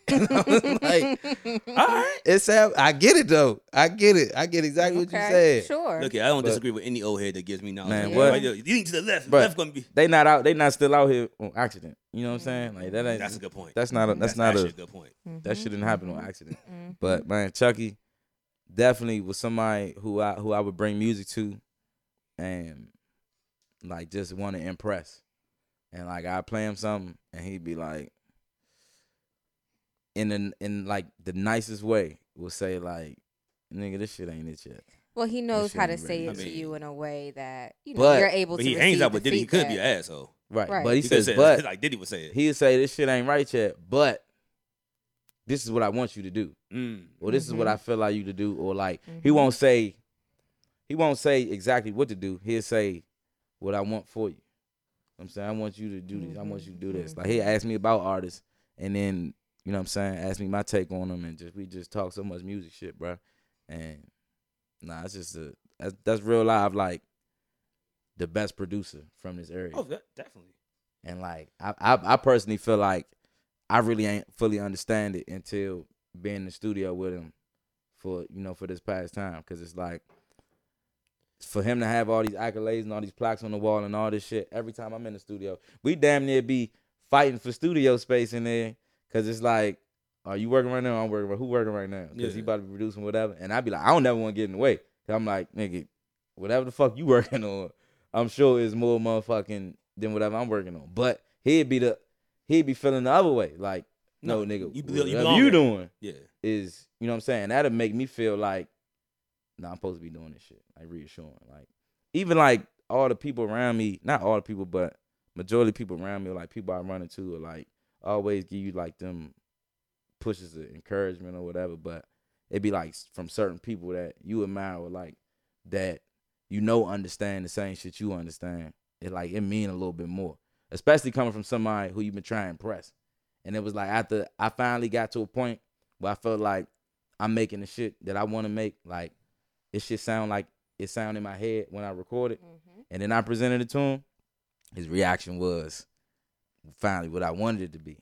[SPEAKER 2] Mm-hmm.
[SPEAKER 1] All right.
[SPEAKER 4] It's hap- I get it though. I get it. I get exactly what you said.
[SPEAKER 2] Sure.
[SPEAKER 1] Look, I don't
[SPEAKER 4] But-
[SPEAKER 1] disagree with any old head that gives me knowledge.
[SPEAKER 4] Man,
[SPEAKER 1] Like,
[SPEAKER 2] what?
[SPEAKER 1] right there, You need to the left.
[SPEAKER 4] Bruh.
[SPEAKER 1] left gonna be.
[SPEAKER 4] They not out. They not still out here on accident. You know what I'm saying? Like that ain't.
[SPEAKER 1] That's
[SPEAKER 4] That's,
[SPEAKER 1] a good point.
[SPEAKER 4] not. A, that's, not
[SPEAKER 1] actually
[SPEAKER 4] a.
[SPEAKER 1] good point.
[SPEAKER 2] Mm-hmm.
[SPEAKER 4] That shit didn't happen on accident.
[SPEAKER 2] accident.
[SPEAKER 4] But man, Chucky definitely was somebody who I who I would bring music to, and like just want to impress, and like I play him something, and he'd be like, in an in like the nicest way, will say like, nigga, this shit ain't it yet.
[SPEAKER 2] Well, he knows how to
[SPEAKER 4] shouldn't
[SPEAKER 2] say
[SPEAKER 4] really-
[SPEAKER 2] it
[SPEAKER 1] I
[SPEAKER 2] to
[SPEAKER 1] mean-
[SPEAKER 2] you in a way that you know
[SPEAKER 4] But-
[SPEAKER 2] you're able
[SPEAKER 1] But
[SPEAKER 2] to.
[SPEAKER 1] he hangs
[SPEAKER 2] receive
[SPEAKER 1] out
[SPEAKER 2] the
[SPEAKER 1] with Diddy. He could be an
[SPEAKER 2] feedback.
[SPEAKER 1] asshole.
[SPEAKER 4] Right,
[SPEAKER 2] Right.
[SPEAKER 4] but he,
[SPEAKER 1] He, could
[SPEAKER 4] says,
[SPEAKER 1] say
[SPEAKER 4] but
[SPEAKER 1] like Diddy would say it.
[SPEAKER 4] he would say this shit ain't right yet, but this is what I want you to do.
[SPEAKER 1] Mm.
[SPEAKER 4] or this is what
[SPEAKER 2] Mhm.
[SPEAKER 4] I feel like you to do, or like he
[SPEAKER 2] Mhm.
[SPEAKER 4] won't say, he won't say exactly what to do. He'll say what I want for you. I'm saying I want you to do this. I want you to do this. Like he asked me about artists, and then you know what I'm saying, asked me my take on them, and just we just talk so much music shit, bro. And nah, it's just a that's, that's real live like the best producer from this area.
[SPEAKER 1] Oh, that, definitely.
[SPEAKER 4] And like I, I I personally feel like I really ain't fully understand it until being in the studio with him for you know for this past time because it's like for him to have all these accolades and all these plaques on the wall and all this shit every time I'm in the studio we damn near be fighting for studio space in there because it's like are you working right now I'm working right who working right now because he
[SPEAKER 1] Yeah.
[SPEAKER 4] about to be producing whatever and I'd be like I don't ever want to get in the way 'Cause I'm like nigga whatever the fuck you working on I'm sure is more motherfucking than whatever I'm working on. But he'd be the he'd be feeling the other way. Like, no, nigga,
[SPEAKER 1] you,
[SPEAKER 4] you,
[SPEAKER 1] be- you
[SPEAKER 4] whatever
[SPEAKER 1] belong
[SPEAKER 4] you
[SPEAKER 1] there.
[SPEAKER 4] doing
[SPEAKER 1] Yeah,
[SPEAKER 4] is, you know what I'm saying? That'll make me feel like, nah, I'm supposed to be doing this shit. Like reassuring. Like even like all the people around me, not all the people, but majority of people around me, like people I run into are like always give you like them pushes of encouragement or whatever, but it'd be like from certain people that you admire or like that you know understand the same shit you understand. It like it mean a little bit more. Especially coming from somebody who you've been trying to impress. And it was like after I finally got to a point where I felt like I'm making the shit that I want to make. Like this shit sound like it sound in my head when I recorded.
[SPEAKER 2] Mhm.
[SPEAKER 4] And then I presented it to him. His reaction was finally what I wanted it to be.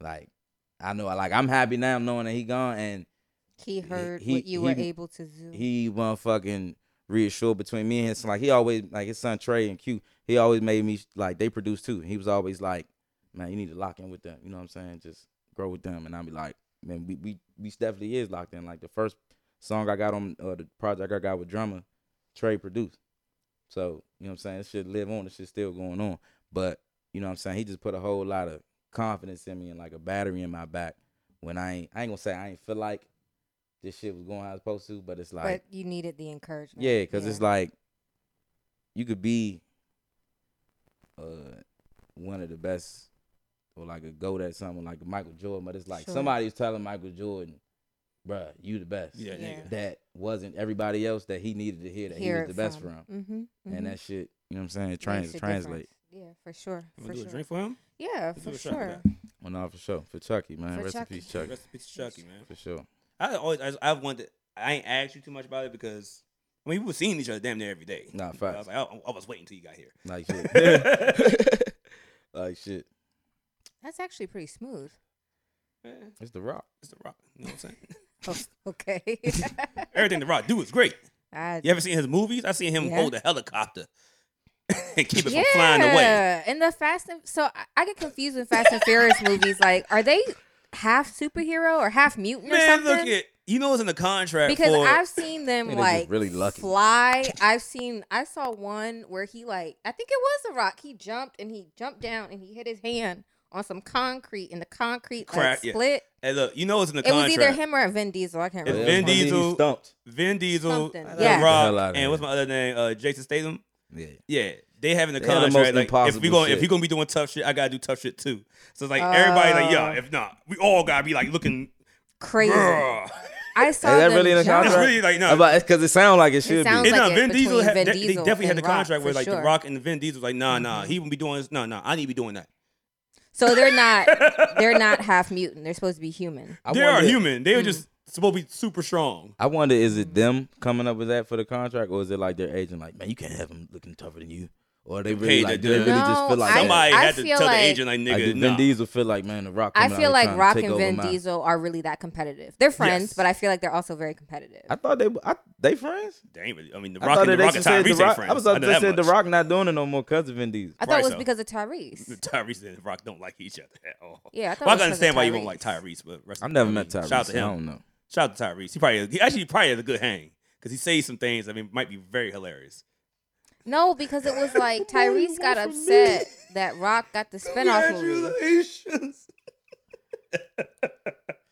[SPEAKER 4] Like I know, like I'm happy now knowing that he gone and
[SPEAKER 2] He heard
[SPEAKER 4] he-
[SPEAKER 2] what you were
[SPEAKER 4] he-
[SPEAKER 2] able to do.
[SPEAKER 4] he motherfucking reassured between me and his son. Like he always like his son Trey and Q. He always made me like they produced too. He was always like, man, you need to lock in with them. You know what I'm saying? Just grow with them. And I'd be like, man, we we we definitely is locked in. Like the first song I got on uh, the project I got with drummer, Trey produced. So you know what I'm saying? This shit live on. This shit still going on. But you know what I'm saying? He just put a whole lot of confidence in me and like a battery in my back when I ain't I ain't gonna say I ain't feel like this shit was going how it's supposed to, but it's like
[SPEAKER 2] but you needed the encouragement.
[SPEAKER 4] yeah, because it's like you could be uh one of the best or like a goat at something like Michael Jordan, but it's like
[SPEAKER 2] Sure.
[SPEAKER 4] somebody's telling Michael Jordan, bruh, you the best.
[SPEAKER 1] yeah,
[SPEAKER 2] Yeah.
[SPEAKER 1] nigga.
[SPEAKER 4] That wasn't everybody else that he needed to hear that he was the best from.
[SPEAKER 2] Mm-hmm,
[SPEAKER 4] And that shit, you know what I'm saying? It trans- translate.
[SPEAKER 2] Yeah, for sure.
[SPEAKER 1] I'm
[SPEAKER 2] For
[SPEAKER 1] gonna do
[SPEAKER 2] sure.
[SPEAKER 1] a drink for him.
[SPEAKER 2] Yeah,
[SPEAKER 1] Let's
[SPEAKER 2] for
[SPEAKER 1] do a shot for
[SPEAKER 2] sure.
[SPEAKER 4] Well, no, for sure. For Chucky, man.
[SPEAKER 2] For
[SPEAKER 4] Rest
[SPEAKER 2] Chucky.
[SPEAKER 4] in peace, Chucky.
[SPEAKER 1] Rest in peace, to Chucky, man.
[SPEAKER 4] For sure.
[SPEAKER 1] I always, I, I've wanted. I ain't asked you too much about it because I mean we were seeing each other damn near every day.
[SPEAKER 4] Nah,
[SPEAKER 1] I was
[SPEAKER 4] facts.
[SPEAKER 1] like, I, I was waiting until you got here.
[SPEAKER 4] Like shit. like shit.
[SPEAKER 2] That's actually pretty smooth.
[SPEAKER 1] Eh,
[SPEAKER 4] It's the rock.
[SPEAKER 1] It's the Rock. You know what I'm saying?
[SPEAKER 2] Oh, okay.
[SPEAKER 1] Everything the Rock do is great.
[SPEAKER 2] I,
[SPEAKER 1] You ever seen his movies? I seen him
[SPEAKER 2] Yeah.
[SPEAKER 1] hold a helicopter and keep it from flying away.
[SPEAKER 2] Yeah, And the Fast and so I, I get confused with Fast and Furious movies. Like, are they half superhero or half mutant or
[SPEAKER 1] Man,
[SPEAKER 2] something?
[SPEAKER 1] look at you know it's in the contract
[SPEAKER 2] because
[SPEAKER 1] for
[SPEAKER 2] I've seen them
[SPEAKER 4] They just
[SPEAKER 2] like
[SPEAKER 4] really lucky.
[SPEAKER 2] fly. I've seen I saw one where he like I think it was a rock. He jumped and he jumped down and he hit his hand on some concrete and the concrete
[SPEAKER 1] Crack, yeah.
[SPEAKER 2] like, split.
[SPEAKER 1] hey, look, you know it's in the
[SPEAKER 2] It was
[SPEAKER 1] contract.
[SPEAKER 2] either him or Vin Diesel. I can't
[SPEAKER 1] It's
[SPEAKER 2] remember.
[SPEAKER 1] Vin
[SPEAKER 4] Vin Diesel
[SPEAKER 1] Diesel-
[SPEAKER 4] stumped.
[SPEAKER 1] Vin Diesel,
[SPEAKER 2] Something,
[SPEAKER 1] The
[SPEAKER 2] yeah.
[SPEAKER 1] Rock,
[SPEAKER 4] Hell outta
[SPEAKER 1] and what's
[SPEAKER 4] here.
[SPEAKER 1] my other name? Uh, Jason Statham.
[SPEAKER 4] Yeah.
[SPEAKER 1] Yeah, they having the
[SPEAKER 4] They had the
[SPEAKER 1] contract.
[SPEAKER 4] most
[SPEAKER 1] like, if we
[SPEAKER 4] impossible
[SPEAKER 1] going if
[SPEAKER 4] shit.
[SPEAKER 1] you gonna be doing tough shit, I gotta do tough shit too. So it's like everybody like, yeah,
[SPEAKER 2] Oh.
[SPEAKER 1] if not, we all gotta be like looking.
[SPEAKER 2] Crazy.
[SPEAKER 1] "Bruh."
[SPEAKER 2] I saw
[SPEAKER 4] that
[SPEAKER 2] them
[SPEAKER 4] really in the
[SPEAKER 2] jump.
[SPEAKER 1] It's
[SPEAKER 4] contract?
[SPEAKER 1] really like no.
[SPEAKER 4] About it's because it sounds like it should
[SPEAKER 2] sounds
[SPEAKER 4] be.
[SPEAKER 1] It,
[SPEAKER 2] like
[SPEAKER 1] nah,
[SPEAKER 2] it
[SPEAKER 1] Vin
[SPEAKER 2] between
[SPEAKER 1] Diesel had
[SPEAKER 2] Vin
[SPEAKER 1] they- they,
[SPEAKER 2] Diesel
[SPEAKER 1] definitely had
[SPEAKER 2] and
[SPEAKER 1] the
[SPEAKER 2] Rock,
[SPEAKER 1] contract where
[SPEAKER 2] for
[SPEAKER 1] like the
[SPEAKER 2] sure.
[SPEAKER 1] Rock and the Vin Diesel was like, nah, nah, he wouldn't be doing this. Nah, nah, I need to be doing that.
[SPEAKER 2] So they're not they're not half mutant. They're supposed to be human. Mm-hmm.
[SPEAKER 4] I
[SPEAKER 1] they are
[SPEAKER 4] wonder-
[SPEAKER 1] human. They are just supposed to be super strong.
[SPEAKER 4] I wonder, is it them coming up with that for the contract, or is it like their agent, like, man, you can't have him looking tougher than you, or they
[SPEAKER 1] paid
[SPEAKER 4] really
[SPEAKER 1] that
[SPEAKER 4] like, do they
[SPEAKER 1] dude.
[SPEAKER 4] really just feel
[SPEAKER 2] No,
[SPEAKER 4] like
[SPEAKER 2] I-
[SPEAKER 1] Somebody
[SPEAKER 2] I
[SPEAKER 1] had to
[SPEAKER 2] feel
[SPEAKER 1] tell
[SPEAKER 2] like-
[SPEAKER 1] the agent like,
[SPEAKER 4] that? Like,
[SPEAKER 1] nigga,
[SPEAKER 4] did Vin
[SPEAKER 1] nah.
[SPEAKER 4] Diesel feel like, man, the Rock.
[SPEAKER 2] I
[SPEAKER 4] coming out
[SPEAKER 2] feel
[SPEAKER 4] here
[SPEAKER 2] like
[SPEAKER 4] trying to
[SPEAKER 2] Rock
[SPEAKER 4] take
[SPEAKER 2] and
[SPEAKER 4] over
[SPEAKER 2] Vin
[SPEAKER 4] my-
[SPEAKER 2] Diesel are really that competitive. They're friends,
[SPEAKER 1] Yes.
[SPEAKER 2] but I feel like they're also very competitive.
[SPEAKER 4] I thought they, I, they friends.
[SPEAKER 1] They ain't really. I mean, the
[SPEAKER 4] I
[SPEAKER 1] Rock
[SPEAKER 4] thought
[SPEAKER 1] and the
[SPEAKER 4] that
[SPEAKER 1] Rock
[SPEAKER 4] they
[SPEAKER 1] and
[SPEAKER 4] said
[SPEAKER 1] Tyrese
[SPEAKER 4] the
[SPEAKER 1] ain't
[SPEAKER 4] Rock.
[SPEAKER 1] friends.
[SPEAKER 4] I was about
[SPEAKER 1] know
[SPEAKER 4] to
[SPEAKER 1] that
[SPEAKER 4] say the
[SPEAKER 1] much.
[SPEAKER 4] Rock not doing it no more because of Vin Diesel.
[SPEAKER 2] I thought it was
[SPEAKER 1] Right, so-
[SPEAKER 2] because of Tyrese.
[SPEAKER 1] Tyrese and the Rock don't like each other at all.
[SPEAKER 2] Yeah, I thought
[SPEAKER 1] Well, I
[SPEAKER 2] it was
[SPEAKER 1] can understand
[SPEAKER 2] because of
[SPEAKER 1] why you won't
[SPEAKER 2] Tyrese.
[SPEAKER 1] like Tyrese, but rest
[SPEAKER 4] I've
[SPEAKER 1] in
[SPEAKER 4] never
[SPEAKER 1] peace.
[SPEAKER 4] met Tyrese.
[SPEAKER 1] Mm-hmm. Shout out to
[SPEAKER 4] so I
[SPEAKER 1] him.
[SPEAKER 4] don't know.
[SPEAKER 1] Shout out to Tyrese. He probably he actually probably has a good hang because he says some things. I mean, might be very hilarious.
[SPEAKER 2] No, because it was like Tyrese got upset that Rock got the spinoff movie.
[SPEAKER 1] Congratulations.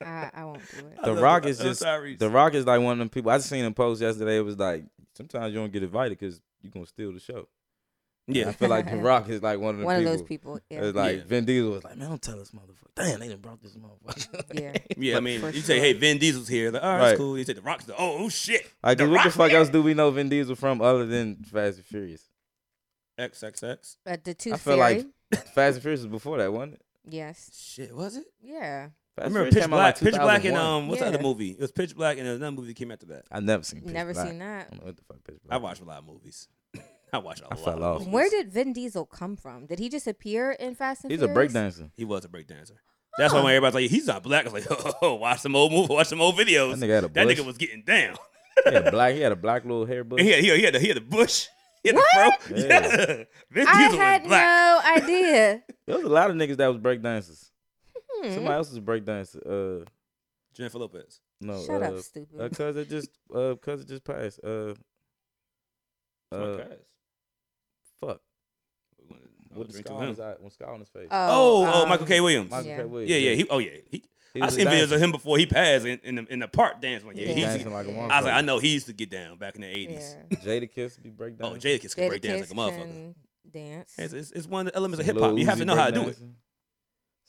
[SPEAKER 2] I, I won't do it.
[SPEAKER 1] I
[SPEAKER 4] The
[SPEAKER 1] love-
[SPEAKER 4] Rock
[SPEAKER 1] I
[SPEAKER 4] is
[SPEAKER 1] love
[SPEAKER 4] just
[SPEAKER 1] Tyrese.
[SPEAKER 4] The Rock is like one of them people. I just seen him post yesterday. It was like sometimes you don't get invited because you gonna steal the show.
[SPEAKER 1] Yeah,
[SPEAKER 4] I feel like The Rock is like one of the
[SPEAKER 2] One of
[SPEAKER 4] people.
[SPEAKER 2] those people. Yeah.
[SPEAKER 4] It's like
[SPEAKER 1] Yeah.
[SPEAKER 4] Vin Diesel was like, man, don't tell this motherfucker. Damn, they done brought this motherfucker.
[SPEAKER 2] yeah.
[SPEAKER 1] yeah. I mean,
[SPEAKER 2] For
[SPEAKER 1] you say,
[SPEAKER 2] sure.
[SPEAKER 1] "Hey, Vin Diesel's here." Like, all right, it's
[SPEAKER 4] Right.
[SPEAKER 1] cool. You say, "The Rock's the oh shit."
[SPEAKER 4] Like,
[SPEAKER 1] the
[SPEAKER 4] dude, what the
[SPEAKER 1] Rock's
[SPEAKER 4] fuck
[SPEAKER 1] here.
[SPEAKER 4] else do we know Vin Diesel from other than Fast and Furious?
[SPEAKER 1] XXX.
[SPEAKER 2] But the two
[SPEAKER 4] I feel
[SPEAKER 2] Fury.
[SPEAKER 4] like Fast and Furious was before that, wasn't it?
[SPEAKER 2] yes.
[SPEAKER 1] Shit, was it?
[SPEAKER 2] Yeah.
[SPEAKER 1] I
[SPEAKER 4] Fast
[SPEAKER 1] remember
[SPEAKER 4] Furious
[SPEAKER 1] Pitch
[SPEAKER 4] came out like
[SPEAKER 1] Black. Pitch Black and
[SPEAKER 4] 2001.
[SPEAKER 1] um, what's the
[SPEAKER 2] Yeah.
[SPEAKER 1] other movie? It was Pitch Black and there was another movie that came after that.
[SPEAKER 4] I never seen. Pitch
[SPEAKER 2] Never
[SPEAKER 4] Black.
[SPEAKER 2] seen
[SPEAKER 4] I
[SPEAKER 2] that.
[SPEAKER 4] don't know what the fuck Pitch
[SPEAKER 1] I
[SPEAKER 4] Black.
[SPEAKER 1] watched a lot of movies. I watched a
[SPEAKER 4] I
[SPEAKER 1] lot.
[SPEAKER 4] fell
[SPEAKER 1] of
[SPEAKER 4] off.
[SPEAKER 1] movies.
[SPEAKER 2] Where did Vin Diesel come from? Did he just appear in Fast and
[SPEAKER 4] He's a
[SPEAKER 2] Furious?
[SPEAKER 4] breakdancer.
[SPEAKER 1] He was a breakdancer. That's why when everybody's like, he's not black. I was like, oh, watch some old movie, watch some old videos.
[SPEAKER 4] That nigga had a
[SPEAKER 1] That
[SPEAKER 4] bush.
[SPEAKER 1] nigga was getting down.
[SPEAKER 4] He had a black. He had a black little hair bush.
[SPEAKER 1] And he had, he had, he had, the, he had the bush. He had the fro.
[SPEAKER 4] Yeah.
[SPEAKER 1] Yeah. Vin
[SPEAKER 2] I
[SPEAKER 1] Diesel was
[SPEAKER 2] had
[SPEAKER 1] black.
[SPEAKER 2] no idea.
[SPEAKER 4] There was a lot of niggas that was breakdancers.
[SPEAKER 2] Hmm.
[SPEAKER 4] Somebody else was a breakdancer. Uh,
[SPEAKER 1] Jennifer Lopez.
[SPEAKER 4] no.
[SPEAKER 2] Shut
[SPEAKER 4] uh,
[SPEAKER 2] up, stupid.
[SPEAKER 4] Uh, cause it just, uh, cause it just passed. Uh, uh,
[SPEAKER 1] Okay.
[SPEAKER 4] fuck.
[SPEAKER 1] What
[SPEAKER 4] With the scar on his eye, with scar on his face.
[SPEAKER 1] Oh, oh, Michael K.
[SPEAKER 2] um,
[SPEAKER 1] Williams.
[SPEAKER 4] Michael
[SPEAKER 2] yeah.
[SPEAKER 4] K. Williams.
[SPEAKER 1] yeah, yeah. He, oh, yeah. He,
[SPEAKER 4] He
[SPEAKER 1] I
[SPEAKER 4] was a
[SPEAKER 1] seen videos
[SPEAKER 4] dancer.
[SPEAKER 1] of him before he passed in, in, the, in the park dancing. Like, yeah,
[SPEAKER 2] Yeah.
[SPEAKER 1] he used
[SPEAKER 4] dancing
[SPEAKER 1] to-
[SPEAKER 4] like a
[SPEAKER 2] I was
[SPEAKER 1] I was like, I
[SPEAKER 4] motherfucker.
[SPEAKER 1] know he used to get down back in the 80s.
[SPEAKER 2] yeah.
[SPEAKER 4] Jada Kiss be breakdancing.
[SPEAKER 1] Oh, Jada Kiss can break dance like a
[SPEAKER 2] Jadakiss
[SPEAKER 1] motherfucker.
[SPEAKER 2] can Dance.
[SPEAKER 1] It's, it's, it's one of the elements of
[SPEAKER 4] Seen
[SPEAKER 1] hip hop.
[SPEAKER 4] Lil
[SPEAKER 1] You have to
[SPEAKER 4] Uzi
[SPEAKER 1] know how to do it.
[SPEAKER 4] breakdancing.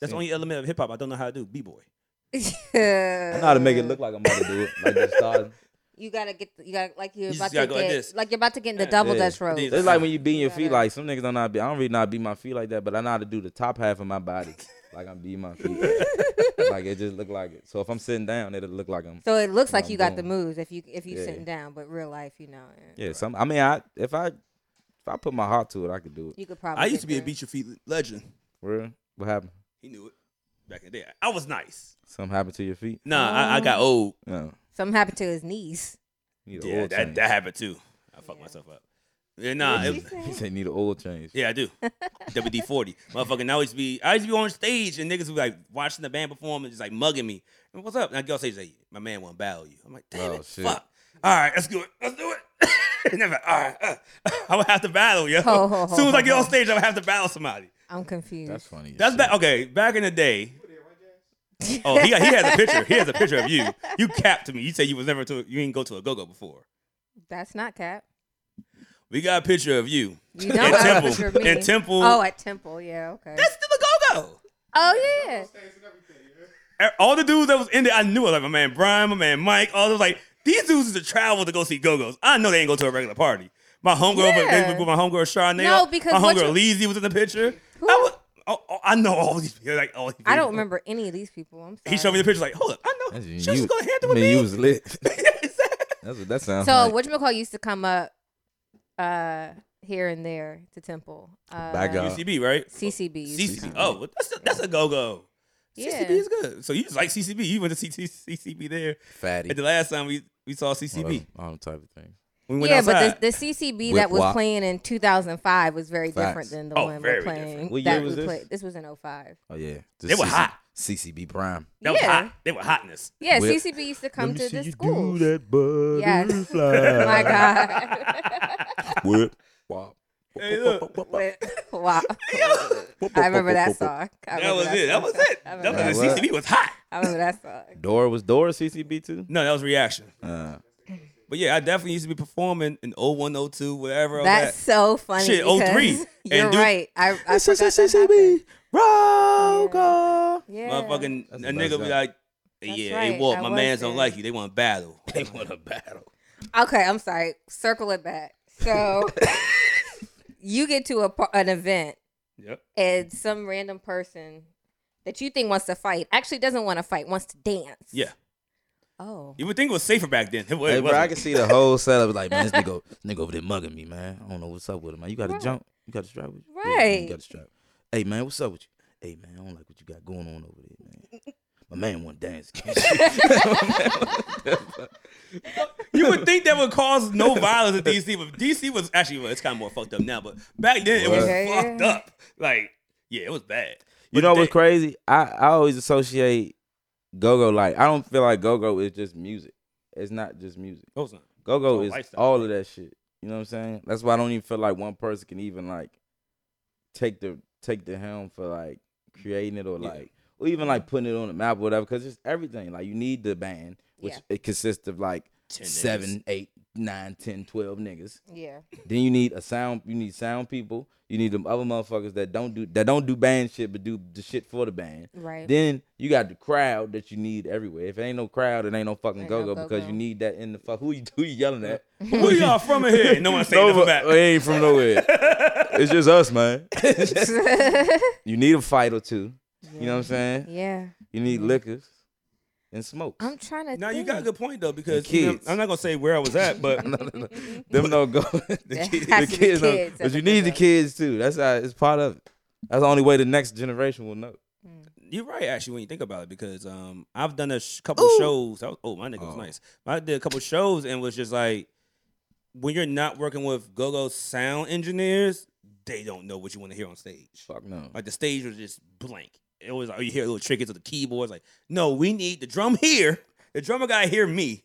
[SPEAKER 1] That's the
[SPEAKER 4] Seen-
[SPEAKER 1] only element of hip hop I don't know how to do. B boy.
[SPEAKER 4] I know how to make it look like I'm about to do it. Like just starting.
[SPEAKER 2] You gotta get, you gotta like
[SPEAKER 1] You
[SPEAKER 2] you're
[SPEAKER 1] just
[SPEAKER 2] about to
[SPEAKER 1] gotta
[SPEAKER 2] get,
[SPEAKER 1] go like this.
[SPEAKER 2] like you're about to get in the
[SPEAKER 1] Yeah.
[SPEAKER 2] double
[SPEAKER 4] Yeah.
[SPEAKER 2] dutch roll.
[SPEAKER 1] These-
[SPEAKER 4] It's like when you beating your feet.
[SPEAKER 2] Gotta-
[SPEAKER 4] Like some niggas don't know how to be. I don't really know how to beat my feet like that, but I know how to do the top half of my body. Like I'm beating my feet. like it just look like it. So if I'm sitting down, it'll look like I'm.
[SPEAKER 2] So it looks like
[SPEAKER 4] I'm
[SPEAKER 2] you got the
[SPEAKER 4] doing.
[SPEAKER 2] moves if you if you
[SPEAKER 4] Yeah.
[SPEAKER 2] sitting down, but real life, you know, eh,
[SPEAKER 4] Yeah. Some. I mean, I if I if I put my heart to it, I could do it.
[SPEAKER 2] you could probably.
[SPEAKER 1] I used
[SPEAKER 2] get
[SPEAKER 1] to be a
[SPEAKER 2] there.
[SPEAKER 1] beat your feet legend.
[SPEAKER 4] For real? What happened?
[SPEAKER 1] He knew it back in the day. I was nice.
[SPEAKER 4] Something happened to your feet?
[SPEAKER 1] Nah, I, I got old.
[SPEAKER 4] No.
[SPEAKER 2] Something happened to his knees.
[SPEAKER 4] Need an
[SPEAKER 1] Yeah,
[SPEAKER 4] oil
[SPEAKER 1] that,
[SPEAKER 4] change.
[SPEAKER 1] that happened too. I fucked
[SPEAKER 2] Yeah.
[SPEAKER 1] myself up. Yeah, nah,
[SPEAKER 2] What'd
[SPEAKER 1] it-
[SPEAKER 2] you say?
[SPEAKER 4] He said need an oil change.
[SPEAKER 1] yeah, I do. WD forty, motherfucker. Now I used to be, I used to be on stage and niggas would be like watching the band perform and just like mugging me. And what's up? And I go on stage like, my man won't bow you. I'm like, damn
[SPEAKER 4] Oh,
[SPEAKER 1] it,
[SPEAKER 4] shit.
[SPEAKER 1] fuck. All right, let's do it. Let's do it. and I'm like, all right, uh, I would have to battle, yo.
[SPEAKER 2] Ho, ho, ho,
[SPEAKER 1] as soon as I
[SPEAKER 2] ho,
[SPEAKER 1] get on
[SPEAKER 2] ho.
[SPEAKER 1] stage, I would have to battle somebody.
[SPEAKER 2] I'm confused.
[SPEAKER 4] That's funny. as
[SPEAKER 1] That's
[SPEAKER 4] shit.
[SPEAKER 1] back. Okay, back in the day. Oh, he, he has a picture. He has a picture of you. You capped me. You said you was never to. You didn't go to a go go before.
[SPEAKER 2] That's not cap.
[SPEAKER 1] We got a picture of you.
[SPEAKER 2] You
[SPEAKER 1] In
[SPEAKER 2] don't have a
[SPEAKER 1] Temple.
[SPEAKER 2] picture of me.
[SPEAKER 1] In Temple.
[SPEAKER 2] Oh, at Temple, yeah, okay.
[SPEAKER 1] That's still a go go.
[SPEAKER 2] Oh yeah.
[SPEAKER 1] All the dudes that was in there, I knew. I was like my man Brian, my man Mike. All those like these dudes is a travel to go see go go's. I know they ain't go to a regular party. My homegirl,
[SPEAKER 2] Yeah.
[SPEAKER 1] with my homegirl Charnay.
[SPEAKER 2] No, because
[SPEAKER 1] my
[SPEAKER 2] what
[SPEAKER 1] homegirl Leezy was in the picture.
[SPEAKER 2] Who-
[SPEAKER 1] I, was, oh, oh, I know all these people. Like all these
[SPEAKER 2] I don't
[SPEAKER 1] people.
[SPEAKER 2] remember any of these people. I'm sorry.
[SPEAKER 1] He showed me the picture. Like, hold up, I know.
[SPEAKER 4] That's-
[SPEAKER 1] She was
[SPEAKER 4] you-
[SPEAKER 1] gonna handle
[SPEAKER 4] I
[SPEAKER 1] with
[SPEAKER 4] mean, you
[SPEAKER 1] me.
[SPEAKER 4] was lit.
[SPEAKER 1] Exactly.
[SPEAKER 4] That's what that sounds
[SPEAKER 2] So
[SPEAKER 4] like.
[SPEAKER 2] what you call used to come up uh here and there to Temple. Uh,
[SPEAKER 4] By God.
[SPEAKER 1] UCB, right?
[SPEAKER 2] CCB. used to
[SPEAKER 1] CCB.
[SPEAKER 2] come.
[SPEAKER 1] Oh, that's a, that's a go go.
[SPEAKER 2] Yeah.
[SPEAKER 1] CCB is good. So you just like CCB. You went to CT CCB there.
[SPEAKER 4] fatty.
[SPEAKER 1] And the last time we, we saw CCB,
[SPEAKER 4] All those- all them type of things.
[SPEAKER 1] we went
[SPEAKER 2] yeah,
[SPEAKER 1] outside.
[SPEAKER 2] but the, the CCB
[SPEAKER 4] With
[SPEAKER 2] that was
[SPEAKER 4] WAP.
[SPEAKER 2] playing in 2005 was very different
[SPEAKER 4] Facts.
[SPEAKER 2] than the
[SPEAKER 1] Oh,
[SPEAKER 2] one
[SPEAKER 1] very
[SPEAKER 2] we're
[SPEAKER 1] different.
[SPEAKER 2] playing.
[SPEAKER 4] What
[SPEAKER 2] that
[SPEAKER 4] year was
[SPEAKER 2] we
[SPEAKER 4] this?
[SPEAKER 2] played- This was in 05.
[SPEAKER 4] Oh yeah,
[SPEAKER 1] They were hot.
[SPEAKER 4] CCB Prime.
[SPEAKER 1] that was
[SPEAKER 2] yeah,
[SPEAKER 1] hot. They were hotness.
[SPEAKER 2] yeah.
[SPEAKER 4] Whip.
[SPEAKER 2] CCB used to come
[SPEAKER 4] Let me
[SPEAKER 2] to
[SPEAKER 4] see
[SPEAKER 2] the
[SPEAKER 4] you do
[SPEAKER 2] schools.
[SPEAKER 4] that
[SPEAKER 2] Oh
[SPEAKER 4] butterfly.
[SPEAKER 2] my God.
[SPEAKER 4] Whip. Wop.
[SPEAKER 1] Hey, look.
[SPEAKER 2] Whip. wow.
[SPEAKER 4] Wop,
[SPEAKER 2] I
[SPEAKER 4] wop,
[SPEAKER 2] remember
[SPEAKER 4] wop,
[SPEAKER 2] that
[SPEAKER 4] wop, wop.
[SPEAKER 2] song. I
[SPEAKER 1] That
[SPEAKER 2] remember
[SPEAKER 1] was it. That
[SPEAKER 2] song.
[SPEAKER 1] was it.
[SPEAKER 2] I
[SPEAKER 1] That
[SPEAKER 2] remember
[SPEAKER 1] was
[SPEAKER 2] that
[SPEAKER 1] it.
[SPEAKER 4] song.
[SPEAKER 2] song.
[SPEAKER 1] CCB was hot.
[SPEAKER 2] I remember that song.
[SPEAKER 4] Dora was Dora CCB too.
[SPEAKER 1] No, that was reaction.
[SPEAKER 4] Uh,
[SPEAKER 1] But yeah, I definitely used to be performing in 01, 02, whatever. all
[SPEAKER 2] That's
[SPEAKER 1] that.
[SPEAKER 2] so funny.
[SPEAKER 1] Shit,
[SPEAKER 2] because
[SPEAKER 1] 03.
[SPEAKER 2] You're
[SPEAKER 1] And dude-
[SPEAKER 2] right. I, I forgot that happened.
[SPEAKER 4] roll
[SPEAKER 2] Yeah.
[SPEAKER 1] Motherfucking
[SPEAKER 4] That's
[SPEAKER 1] a
[SPEAKER 4] a nice
[SPEAKER 1] nigga be
[SPEAKER 4] guy.
[SPEAKER 1] like,
[SPEAKER 2] That's
[SPEAKER 1] yeah, hey
[SPEAKER 2] right,
[SPEAKER 1] Walt,
[SPEAKER 2] I
[SPEAKER 1] my
[SPEAKER 2] was
[SPEAKER 1] mans don't
[SPEAKER 2] there.
[SPEAKER 1] like you. They want to battle. They want to battle.
[SPEAKER 2] Okay, I'm sorry. Circle it back. So you get to a par- an event
[SPEAKER 1] Yep.
[SPEAKER 2] and some random person that you think wants to fight actually doesn't want to fight, wants to dance.
[SPEAKER 1] Yeah.
[SPEAKER 2] Oh.
[SPEAKER 1] You would think it was safer back then. It was,
[SPEAKER 4] Hey, bro, I can see the whole setup. Like, man, this nigga, nigga over there mugging me, man. I don't know what's up with him. Man, you got to
[SPEAKER 2] Right.
[SPEAKER 4] jump. You got to strap with you. Yeah, man,
[SPEAKER 2] Right.
[SPEAKER 4] you got to strap. Hey, man, what's up with you? Hey, man, I don't like what you got going on over there, man. My man want to dance.
[SPEAKER 1] you would think that would cause no violence in DC, but DC was actually well, it's kind of more fucked up now. But back then it was
[SPEAKER 2] Okay,
[SPEAKER 1] fucked
[SPEAKER 2] yeah.
[SPEAKER 1] up. Like, yeah, it was bad.
[SPEAKER 4] You
[SPEAKER 1] But
[SPEAKER 4] know
[SPEAKER 1] they-
[SPEAKER 4] what's crazy? I, I always associate go go like I don't feel like go go is just music. It's not just music.
[SPEAKER 1] Oh, it's not.
[SPEAKER 4] Go go
[SPEAKER 1] It's
[SPEAKER 4] is
[SPEAKER 1] a lifestyle,
[SPEAKER 4] all
[SPEAKER 1] right?
[SPEAKER 4] of that shit. You know what I'm saying? That's why I don't even feel like one person can even like take the take the helm for like creating it or
[SPEAKER 1] Yeah.
[SPEAKER 4] like or even like putting it on the map or whatever. Because it's everything. Like you need the band, which
[SPEAKER 2] Yeah.
[SPEAKER 4] it consists of like
[SPEAKER 1] Ten niggas.
[SPEAKER 4] seven, eight, nine, ten, twelve niggas.
[SPEAKER 2] Yeah.
[SPEAKER 4] Then you need a sound. You need sound people. You need them other motherfuckers that don't do that don't do band shit, but do the shit for the band.
[SPEAKER 2] Right.
[SPEAKER 4] Then you got the crowd that you need everywhere. If it ain't no crowd, it ain't no fucking
[SPEAKER 2] Ain't
[SPEAKER 4] go
[SPEAKER 2] no
[SPEAKER 4] go because
[SPEAKER 2] go-go.
[SPEAKER 4] you need that in the fuck. Who you who you yelling at?
[SPEAKER 1] Who y'all from in here? No one saying
[SPEAKER 4] Nova-
[SPEAKER 1] nothing back.
[SPEAKER 4] oh, It ain't from nowhere. it's just us, man. you need a fight or two. You know what I'm saying?
[SPEAKER 2] yeah. Mm-hmm.
[SPEAKER 4] You need liquors and smokes.
[SPEAKER 2] I'm trying to
[SPEAKER 1] Now
[SPEAKER 2] think.
[SPEAKER 1] you got a good point though, because
[SPEAKER 4] The
[SPEAKER 1] you know,
[SPEAKER 4] kids.
[SPEAKER 1] I'm not gonna say where I was at, but
[SPEAKER 4] Them no go. the,
[SPEAKER 2] It
[SPEAKER 4] kid-
[SPEAKER 2] has to
[SPEAKER 4] the
[SPEAKER 2] be
[SPEAKER 4] kids, don't-
[SPEAKER 2] kids at
[SPEAKER 4] but
[SPEAKER 2] the
[SPEAKER 4] you need the
[SPEAKER 2] go-go.
[SPEAKER 4] kids too. That's how it's part of it. That's the only way the next generation will know.
[SPEAKER 1] You're right, actually, when you think about it, because um, I've done a sh- couple shows. I was, oh, my nigga was
[SPEAKER 4] Oh.
[SPEAKER 1] nice. I did a couple shows and was just like, when you're not working with go-go sound engineers, they don't know what you want to hear on stage.
[SPEAKER 4] Fuck no.
[SPEAKER 1] Like the stage was just blank. It was like, oh, you hear little trinkets of the keyboards. Like, no, we need the drum here. The drummer gotta hear me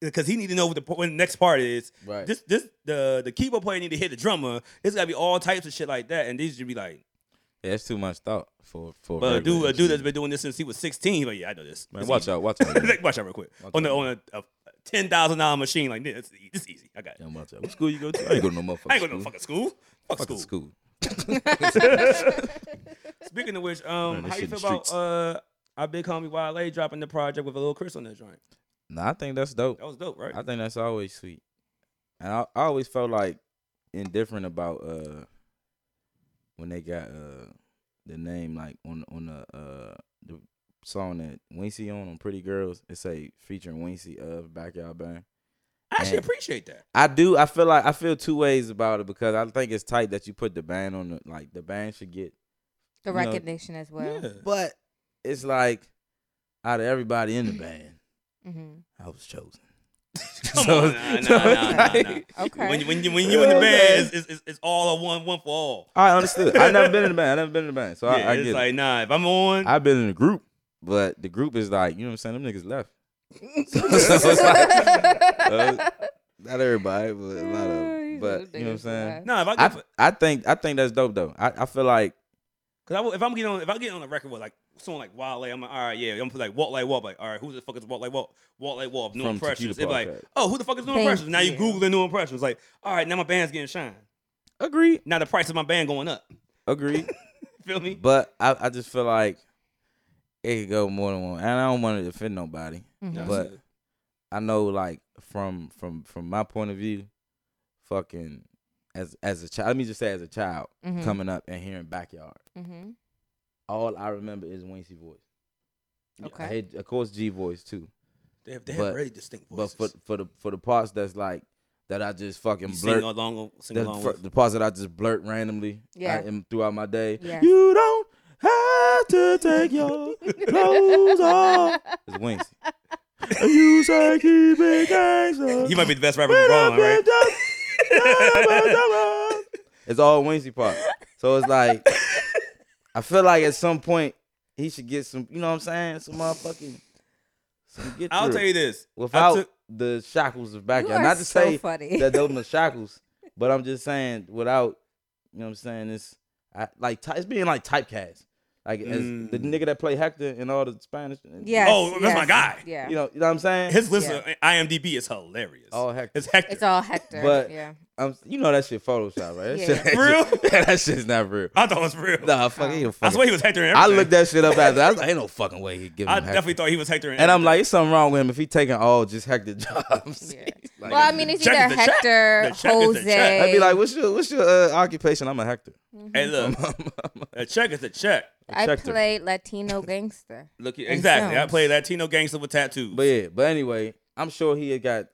[SPEAKER 1] because he need to know what the, po- when the next part is.
[SPEAKER 4] Right.
[SPEAKER 1] This, this, the the keyboard player need to hit the drummer. It's gotta be all types of shit like that. And these should be like,
[SPEAKER 4] Yeah, that's too much thought for for.
[SPEAKER 1] but a
[SPEAKER 4] regular
[SPEAKER 1] dude, a dude that's
[SPEAKER 4] shit.
[SPEAKER 1] been doing this since he was 16. He's Like, yeah, I know this.
[SPEAKER 4] man,
[SPEAKER 1] It's
[SPEAKER 4] watch
[SPEAKER 1] easy.
[SPEAKER 4] out, watch out. man.
[SPEAKER 1] Like, watch out real quick.
[SPEAKER 4] Watch
[SPEAKER 1] on the,
[SPEAKER 4] out.
[SPEAKER 1] on a, a ten thousand dollar machine like this, it's e- this is easy. I got it.
[SPEAKER 4] Yeah, watch out. What school you go to? I ain't go to no motherfucking
[SPEAKER 1] I ain't going to no
[SPEAKER 4] school.
[SPEAKER 1] fucking school. Fuck
[SPEAKER 4] Fucking
[SPEAKER 1] school.
[SPEAKER 4] school.
[SPEAKER 1] Speaking of which, um,
[SPEAKER 4] Learn this
[SPEAKER 1] how you
[SPEAKER 4] shit
[SPEAKER 1] feel
[SPEAKER 4] in
[SPEAKER 1] about
[SPEAKER 4] the
[SPEAKER 1] uh, our big homie Wale dropping the project with a little Chris on that joint?
[SPEAKER 4] Nah, I think that's dope.
[SPEAKER 1] That was dope, right?
[SPEAKER 4] I think that's always sweet. And I, I always felt like indifferent about uh when they got uh the name like on on the uh the song that Wincy on on Pretty Girls. It say featuring Wincy of Backyard Band.
[SPEAKER 1] I actually
[SPEAKER 4] and-
[SPEAKER 1] appreciate that.
[SPEAKER 4] I do. I feel like I feel two ways about it because I think it's tight that you put the band on the like the band should get
[SPEAKER 2] the
[SPEAKER 4] you know,
[SPEAKER 2] recognition as well.
[SPEAKER 1] yeah.
[SPEAKER 4] But it's like out of everybody in the band,
[SPEAKER 2] Mm-hmm.
[SPEAKER 4] I was chosen.
[SPEAKER 1] Come
[SPEAKER 4] So-
[SPEAKER 1] on, nah, nah,
[SPEAKER 4] so
[SPEAKER 1] nah,
[SPEAKER 4] it's
[SPEAKER 1] nah, nah.
[SPEAKER 4] like-
[SPEAKER 2] Okay.
[SPEAKER 1] When you when you when you in the
[SPEAKER 4] Okay.
[SPEAKER 1] band, it's, it's, it's all a one one for all.
[SPEAKER 4] I understood. I never been in the band. I never been in the band, so
[SPEAKER 1] yeah,
[SPEAKER 4] I, I
[SPEAKER 1] it's
[SPEAKER 4] get.
[SPEAKER 1] like nah. If I'm on,
[SPEAKER 4] it. I've been in a group, but the group is like you know what I'm saying. Them niggas left. so it's like, uh, not everybody, but a lot of. them. But you know what I'm saying.
[SPEAKER 1] nah. If I,
[SPEAKER 4] I,
[SPEAKER 1] get,
[SPEAKER 4] I think I think that's dope though. I, I feel like
[SPEAKER 1] Cause I, will- if I'm getting on, if I get on a record with like someone like Wale, I'm like, all right, yeah, I'm gonna put like Walk Like Walk, like, all right, who the fuck is Walk Like Walk? Walk Like Walk, New
[SPEAKER 4] From
[SPEAKER 1] Impressions.
[SPEAKER 4] Tequila
[SPEAKER 1] They're like,
[SPEAKER 4] Podcast.
[SPEAKER 1] oh, who the fuck is New
[SPEAKER 2] Thank
[SPEAKER 1] Impressions? Now you
[SPEAKER 2] you.
[SPEAKER 1] googling New Impressions, like, all right, now my band's getting shine.
[SPEAKER 4] agreed,
[SPEAKER 1] Now the price of my band going up.
[SPEAKER 4] agreed.
[SPEAKER 1] Feel me?
[SPEAKER 4] but I, I just feel like it could go more than one. And I don't want to offend nobody.
[SPEAKER 2] Mm-hmm.
[SPEAKER 1] No,
[SPEAKER 4] But-
[SPEAKER 1] it's-
[SPEAKER 4] I know like from from from my point of view, fucking as as a child. Let me just say, as a child
[SPEAKER 2] Mhm.
[SPEAKER 4] coming up and hearing backyard,
[SPEAKER 2] Mm-hmm.
[SPEAKER 4] all I remember is Wincy voice. I
[SPEAKER 2] Okay.
[SPEAKER 4] had, of course, G voice too.
[SPEAKER 1] They have, they have
[SPEAKER 4] But-
[SPEAKER 1] very distinct
[SPEAKER 4] But
[SPEAKER 1] voices.
[SPEAKER 4] for for the for the parts that's like that, I just fucking
[SPEAKER 1] you sing
[SPEAKER 4] blurt.
[SPEAKER 1] along, sing
[SPEAKER 4] The,
[SPEAKER 1] along
[SPEAKER 4] fir-
[SPEAKER 1] with.
[SPEAKER 4] the parts that I just blurt randomly
[SPEAKER 2] Yeah.
[SPEAKER 4] yeah. throughout my day.
[SPEAKER 2] Yes.
[SPEAKER 4] You don't have to take your clothes off. It's Wincy. you say keep it gangster.
[SPEAKER 1] You might be the best rapper in the world, right?
[SPEAKER 4] It's all Wednesday part. So it's like I feel like at some point he should get some, you know what I'm saying? Some motherfucking some get
[SPEAKER 1] I'll
[SPEAKER 4] through
[SPEAKER 1] tell you this.
[SPEAKER 4] without
[SPEAKER 1] I took-
[SPEAKER 4] the shackles of
[SPEAKER 2] You
[SPEAKER 4] backyard.
[SPEAKER 2] are
[SPEAKER 4] Not to
[SPEAKER 2] so
[SPEAKER 4] say
[SPEAKER 2] funny.
[SPEAKER 4] that those are shackles, but I'm just saying without, you know what I'm saying, it's I, like ty- it's being like typecast. Like as the
[SPEAKER 1] Mm.
[SPEAKER 4] nigga that play Hector in all the Spanish
[SPEAKER 2] Yes,
[SPEAKER 1] Oh, that's my
[SPEAKER 2] yes,
[SPEAKER 1] guy.
[SPEAKER 2] Yeah.
[SPEAKER 4] You know, you know what I'm saying?
[SPEAKER 1] His list of IMDb is hilarious.
[SPEAKER 4] all Hector.
[SPEAKER 1] it's Hector.
[SPEAKER 2] It's all Hector.
[SPEAKER 4] But-
[SPEAKER 2] yeah.
[SPEAKER 4] I'm, you know that shit Photoshop, right? That
[SPEAKER 2] Yeah.
[SPEAKER 4] shit-
[SPEAKER 1] Real?
[SPEAKER 4] that shit's not real.
[SPEAKER 1] I thought it was real.
[SPEAKER 4] Nah, fuck, he a
[SPEAKER 1] I
[SPEAKER 4] fucking.
[SPEAKER 1] swear he was Hector. And
[SPEAKER 4] I looked that shit up after. I was like, ain't no fucking way he give him.
[SPEAKER 1] I
[SPEAKER 4] Hector.
[SPEAKER 1] definitely thought he was Hector. And,
[SPEAKER 4] And I'm like, it's something wrong with him if he taking all just hectic jobs.
[SPEAKER 2] Yeah.
[SPEAKER 4] Like,
[SPEAKER 2] well, I mean, it's
[SPEAKER 1] check
[SPEAKER 2] either
[SPEAKER 1] is the check.
[SPEAKER 2] Hector,
[SPEAKER 1] The check is the
[SPEAKER 2] Jose.
[SPEAKER 1] check.
[SPEAKER 4] I'd be like, what's your what's your uh, occupation? I'm a Hector.
[SPEAKER 1] hey, look,
[SPEAKER 4] I'm, I'm- I'm a
[SPEAKER 1] a check is a check.
[SPEAKER 2] I
[SPEAKER 4] checker.
[SPEAKER 2] played Latino gangster.
[SPEAKER 1] Look,
[SPEAKER 2] And
[SPEAKER 1] exactly. I
[SPEAKER 2] films.
[SPEAKER 1] played Latino gangster with tattoos.
[SPEAKER 4] But yeah, but anyway, I'm sure he had got.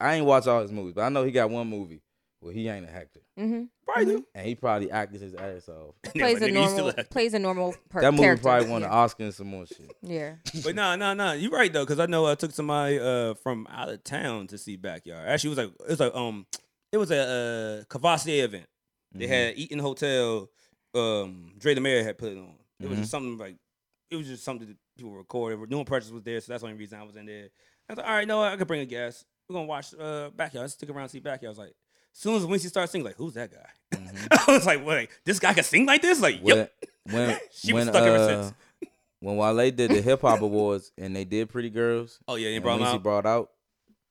[SPEAKER 4] I ain't watch all his movies, but I know he got one movie where he ain't a Hector,
[SPEAKER 2] Mm-hmm.
[SPEAKER 1] probably do.
[SPEAKER 4] and he probably acted his ass off.
[SPEAKER 1] And they was
[SPEAKER 2] Plays
[SPEAKER 1] like,
[SPEAKER 2] a
[SPEAKER 1] "Nigga, you still
[SPEAKER 2] normal.
[SPEAKER 1] a Hector."
[SPEAKER 2] Plays a normal per-
[SPEAKER 4] That movie
[SPEAKER 2] character.
[SPEAKER 4] probably won an
[SPEAKER 2] yeah.
[SPEAKER 4] Oscar and some more shit.
[SPEAKER 2] yeah.
[SPEAKER 1] But no, no, no. You're right though, because I know I took somebody uh, from out of town to see Backyard. Actually, it was like it was like um, it was a uh, Cavassier event. They
[SPEAKER 4] Mhm.
[SPEAKER 1] had Eaton Hotel. Um, Dre the Mayor had put it on. It was
[SPEAKER 4] Mhm.
[SPEAKER 1] just something like it was just something that people recorded. Doing Precious was there, so that's the only reason I was in there. I was like, all right, no, I could bring a guest. We're gonna watch uh, Backyard. Let's stick around and see Backyard. I was like, as soon as Wincy started singing, like, who's that guy?
[SPEAKER 4] Mm-hmm.
[SPEAKER 1] I was like, wait, this guy can sing like this? Like,
[SPEAKER 4] When,
[SPEAKER 1] yep.
[SPEAKER 4] when
[SPEAKER 1] She was
[SPEAKER 4] when,
[SPEAKER 1] stuck ever
[SPEAKER 4] uh,
[SPEAKER 1] since.
[SPEAKER 4] When Wale did the hip hop awards and they did Pretty Girls,
[SPEAKER 1] Oh yeah, they
[SPEAKER 4] and
[SPEAKER 1] brought him
[SPEAKER 4] Weezy
[SPEAKER 1] out.
[SPEAKER 4] brought out.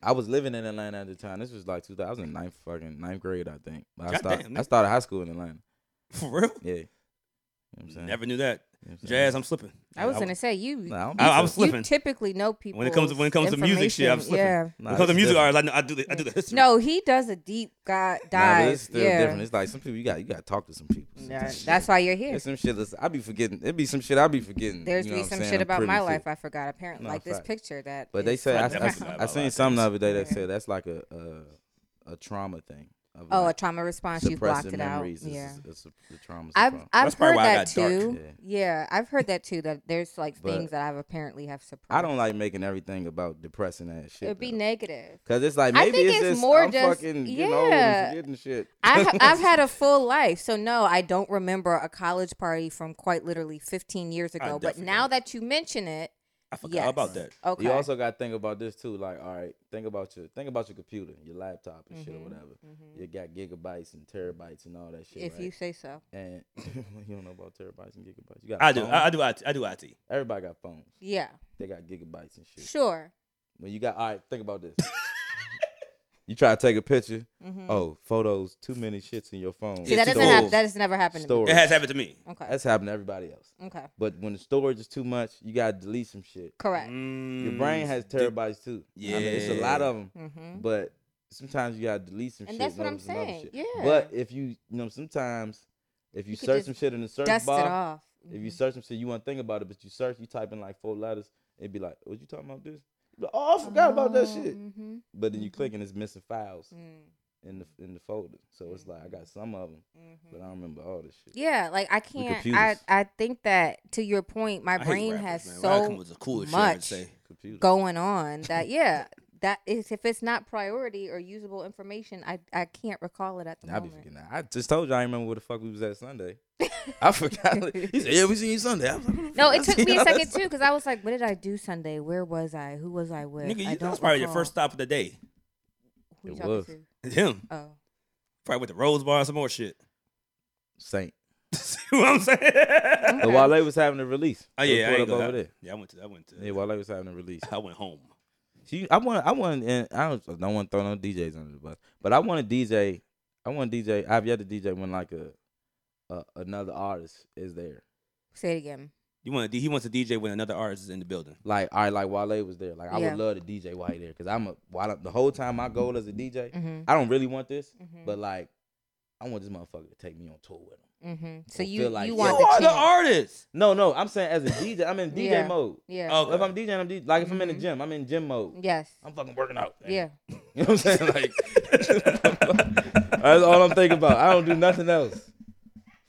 [SPEAKER 4] I was living in Atlanta at the time. This was like 2000, ninth fucking ninth grade, I think. But I
[SPEAKER 1] God
[SPEAKER 4] started,
[SPEAKER 1] damn,
[SPEAKER 4] I
[SPEAKER 1] nigga.
[SPEAKER 4] started high school in Atlanta.
[SPEAKER 1] For real?
[SPEAKER 4] Yeah, you know what I'm saying.
[SPEAKER 1] Never knew that.
[SPEAKER 4] You know what I'm saying?
[SPEAKER 1] Jazz, I'm slipping.
[SPEAKER 2] I was
[SPEAKER 1] I-
[SPEAKER 2] gonna say you.
[SPEAKER 4] Nah, I don't
[SPEAKER 1] I, I
[SPEAKER 4] think
[SPEAKER 1] was
[SPEAKER 4] so.
[SPEAKER 1] slipping.
[SPEAKER 2] You typically know people
[SPEAKER 1] When it comes to- when it comes to music shit, I'm slipping.
[SPEAKER 2] Yeah.
[SPEAKER 4] Nah,
[SPEAKER 1] because the
[SPEAKER 4] it's
[SPEAKER 1] music
[SPEAKER 4] different.
[SPEAKER 1] artist, I, know, I do the I do the history.
[SPEAKER 2] No, he does a deep guy
[SPEAKER 4] Nah,
[SPEAKER 2] dive.
[SPEAKER 4] but it's still
[SPEAKER 2] yeah.
[SPEAKER 4] different. It's like some people you got you got to talk to some people.
[SPEAKER 2] Yeah,
[SPEAKER 4] Sometimes.
[SPEAKER 2] That's why you're here.
[SPEAKER 4] There's some shit. That's, I be forgetting. It be some shit I be forgetting.
[SPEAKER 2] There's
[SPEAKER 4] you know
[SPEAKER 2] be
[SPEAKER 4] what I'm
[SPEAKER 2] some
[SPEAKER 4] saying?
[SPEAKER 2] shit
[SPEAKER 4] I'm
[SPEAKER 2] about
[SPEAKER 4] privy
[SPEAKER 2] my
[SPEAKER 4] to.
[SPEAKER 2] life I forgot apparently,
[SPEAKER 4] No,
[SPEAKER 2] like this
[SPEAKER 4] fact.
[SPEAKER 2] picture that.
[SPEAKER 4] But they
[SPEAKER 2] is-
[SPEAKER 4] say I,
[SPEAKER 1] I
[SPEAKER 4] I,
[SPEAKER 1] never forgot
[SPEAKER 4] I,
[SPEAKER 1] about
[SPEAKER 4] seen
[SPEAKER 1] that.
[SPEAKER 4] something the other day that
[SPEAKER 2] Yeah.
[SPEAKER 4] said that's like a a, a trauma thing. Of
[SPEAKER 2] oh, a
[SPEAKER 4] like
[SPEAKER 2] trauma response. You blocked
[SPEAKER 4] suppressing
[SPEAKER 2] it out.
[SPEAKER 4] memories. It's-
[SPEAKER 2] Yeah.
[SPEAKER 4] it's- it's a- the trauma.
[SPEAKER 2] I've I've
[SPEAKER 1] That's probably
[SPEAKER 2] heard
[SPEAKER 1] why I
[SPEAKER 2] that
[SPEAKER 1] got dark.
[SPEAKER 2] too. Yeah. I've heard that too. That there's like
[SPEAKER 4] But
[SPEAKER 2] things that I've apparently have suppressed.
[SPEAKER 4] I don't like making everything about depressing ass shit.
[SPEAKER 2] It'd be negative.
[SPEAKER 4] because it's like
[SPEAKER 2] I
[SPEAKER 4] maybe
[SPEAKER 2] think
[SPEAKER 4] it's,
[SPEAKER 2] it's
[SPEAKER 4] just
[SPEAKER 2] more
[SPEAKER 4] I'm
[SPEAKER 2] just-
[SPEAKER 4] fucking you know
[SPEAKER 2] yeah.
[SPEAKER 4] forgetting shit.
[SPEAKER 2] I ha- I've had a full life, so no, I don't remember a college party from quite literally 15 years ago. But
[SPEAKER 1] definitely
[SPEAKER 2] now
[SPEAKER 1] don't.
[SPEAKER 2] that you mention it,
[SPEAKER 1] I forgot
[SPEAKER 2] yes.
[SPEAKER 1] about that.
[SPEAKER 2] Okay.
[SPEAKER 4] You also got to think about this too. Like, all right, think about your think about your computer, your laptop and shit or
[SPEAKER 2] Mhm,
[SPEAKER 4] whatever.
[SPEAKER 2] mhm.
[SPEAKER 4] You got gigabytes and terabytes and all that shit.
[SPEAKER 2] if
[SPEAKER 4] right?
[SPEAKER 2] you say so.
[SPEAKER 4] and you don't know about terabytes and gigabytes. You got
[SPEAKER 1] I do.
[SPEAKER 4] phones.
[SPEAKER 1] I, I do. I, I do. It.
[SPEAKER 4] Everybody got phones.
[SPEAKER 2] Yeah.
[SPEAKER 4] They got gigabytes and shit.
[SPEAKER 2] Sure.
[SPEAKER 4] When you got all right, think about this. you try to take a picture. Oh, photos, too many shits in your phone.
[SPEAKER 2] Mm. Mm-hmm. See, that
[SPEAKER 1] It's
[SPEAKER 2] doesn't
[SPEAKER 1] storage.
[SPEAKER 2] happen. That has never happened. To me.
[SPEAKER 4] Storage.
[SPEAKER 1] It has happened to me.
[SPEAKER 2] Okay.
[SPEAKER 4] That's happened to everybody else.
[SPEAKER 2] okay.
[SPEAKER 4] But when the storage is too much, you gotta delete some shit.
[SPEAKER 2] Correct.
[SPEAKER 1] Mm,
[SPEAKER 4] Your brain has terabytes too. I mean, it's a lot
[SPEAKER 1] Yeah.
[SPEAKER 4] of them.
[SPEAKER 2] Mm-hmm.
[SPEAKER 4] But sometimes you gotta delete some
[SPEAKER 2] And
[SPEAKER 4] shit.
[SPEAKER 2] that's what I'm
[SPEAKER 4] notice another
[SPEAKER 2] saying,
[SPEAKER 4] shit.
[SPEAKER 2] yeah.
[SPEAKER 4] But if you, you know, sometimes if you,
[SPEAKER 2] You could
[SPEAKER 4] search
[SPEAKER 2] just
[SPEAKER 4] some shit in the search
[SPEAKER 2] Dust
[SPEAKER 4] bar,
[SPEAKER 2] it off.
[SPEAKER 4] If you search some shit, you want to think about it, but you search, you type in like four letters, it'd be like, "What you talking about this?" You be like, oh, I forgot about that shit.
[SPEAKER 2] Mm-hmm.
[SPEAKER 4] But then you
[SPEAKER 2] mhm.
[SPEAKER 4] click and it's missing files
[SPEAKER 2] Mm-hmm.
[SPEAKER 4] in the in the folder. So it's like I got some of them, but I don't remember all this shit.
[SPEAKER 2] Yeah, like I can't. I
[SPEAKER 4] computers.
[SPEAKER 2] I think that to your point, my
[SPEAKER 1] I hate
[SPEAKER 2] brain
[SPEAKER 1] rappers, man.
[SPEAKER 2] has
[SPEAKER 1] When I come
[SPEAKER 2] so
[SPEAKER 1] with the coolest shit, I would
[SPEAKER 2] much
[SPEAKER 1] say.
[SPEAKER 4] Computer.
[SPEAKER 2] going on that yeah, that is if it's not priority or usable information, I I can't recall it at the
[SPEAKER 4] I'll be
[SPEAKER 2] moment.
[SPEAKER 4] forgetting that. I just told you I ain't remember where the fuck we was at Sunday. I forgot. He said, "Yeah, we seen you Sunday." I was like, "What the
[SPEAKER 2] No,
[SPEAKER 4] fuck?"
[SPEAKER 2] it took
[SPEAKER 4] You
[SPEAKER 2] me a
[SPEAKER 4] know,
[SPEAKER 2] second
[SPEAKER 4] it's
[SPEAKER 2] too because I was like, "What did I do Sunday? Where was I? Who was I with?"
[SPEAKER 1] Nigga,
[SPEAKER 2] I
[SPEAKER 1] you, that's probably your
[SPEAKER 2] recall.
[SPEAKER 1] first stop of the day.
[SPEAKER 2] Who you
[SPEAKER 4] It
[SPEAKER 2] talking
[SPEAKER 4] was.
[SPEAKER 2] to?
[SPEAKER 1] It's him.
[SPEAKER 2] Oh,
[SPEAKER 1] Probably with the Rose Bar and some more shit.
[SPEAKER 4] Saint.
[SPEAKER 1] See what I'm saying?
[SPEAKER 4] But while they was having a release,
[SPEAKER 1] Oh
[SPEAKER 4] It was
[SPEAKER 1] yeah, I
[SPEAKER 4] pulled
[SPEAKER 1] ain't
[SPEAKER 4] up
[SPEAKER 1] go
[SPEAKER 4] over there.
[SPEAKER 1] Yeah, I went to. I went to.
[SPEAKER 4] Yeah, while they was having a release.
[SPEAKER 1] I went home.
[SPEAKER 4] She, I want, I want, and I don't, I don't want to throw no DJs under the bus, but I want to DJ. I want to DJ. I've yet to DJ when like a, a another artist is there.
[SPEAKER 2] say it again.
[SPEAKER 1] You want? He wants to DJ when another artist is in the building.
[SPEAKER 4] Like, all right, like Wale was there. Like, I
[SPEAKER 2] Yeah.
[SPEAKER 4] would love to DJ while he there because I'm a while the whole time my goal as a DJ.
[SPEAKER 2] Mm-hmm.
[SPEAKER 4] I don't really want this,
[SPEAKER 2] Mhm.
[SPEAKER 4] but like I want this motherfucker to take me on tour with him.
[SPEAKER 2] Mm-hmm. So
[SPEAKER 4] Don't
[SPEAKER 2] you
[SPEAKER 4] feel like
[SPEAKER 2] you
[SPEAKER 4] it.
[SPEAKER 1] You
[SPEAKER 2] want
[SPEAKER 4] the
[SPEAKER 1] are the
[SPEAKER 2] chance.
[SPEAKER 1] artist. Oh,
[SPEAKER 4] No, no, I'm saying as a DJ, I'm in DJ
[SPEAKER 2] Yeah.
[SPEAKER 4] mode.
[SPEAKER 2] Yeah.
[SPEAKER 1] Okay.
[SPEAKER 4] If I'm DJing, I'm DJ. Like if I'm in the
[SPEAKER 2] Mhm.
[SPEAKER 4] gym, I'm in gym mode.
[SPEAKER 2] Yes.
[SPEAKER 4] I'm fucking working out. man.
[SPEAKER 2] Yeah.
[SPEAKER 4] You know what I'm saying? Like that's all I'm thinking about. I don't do nothing else.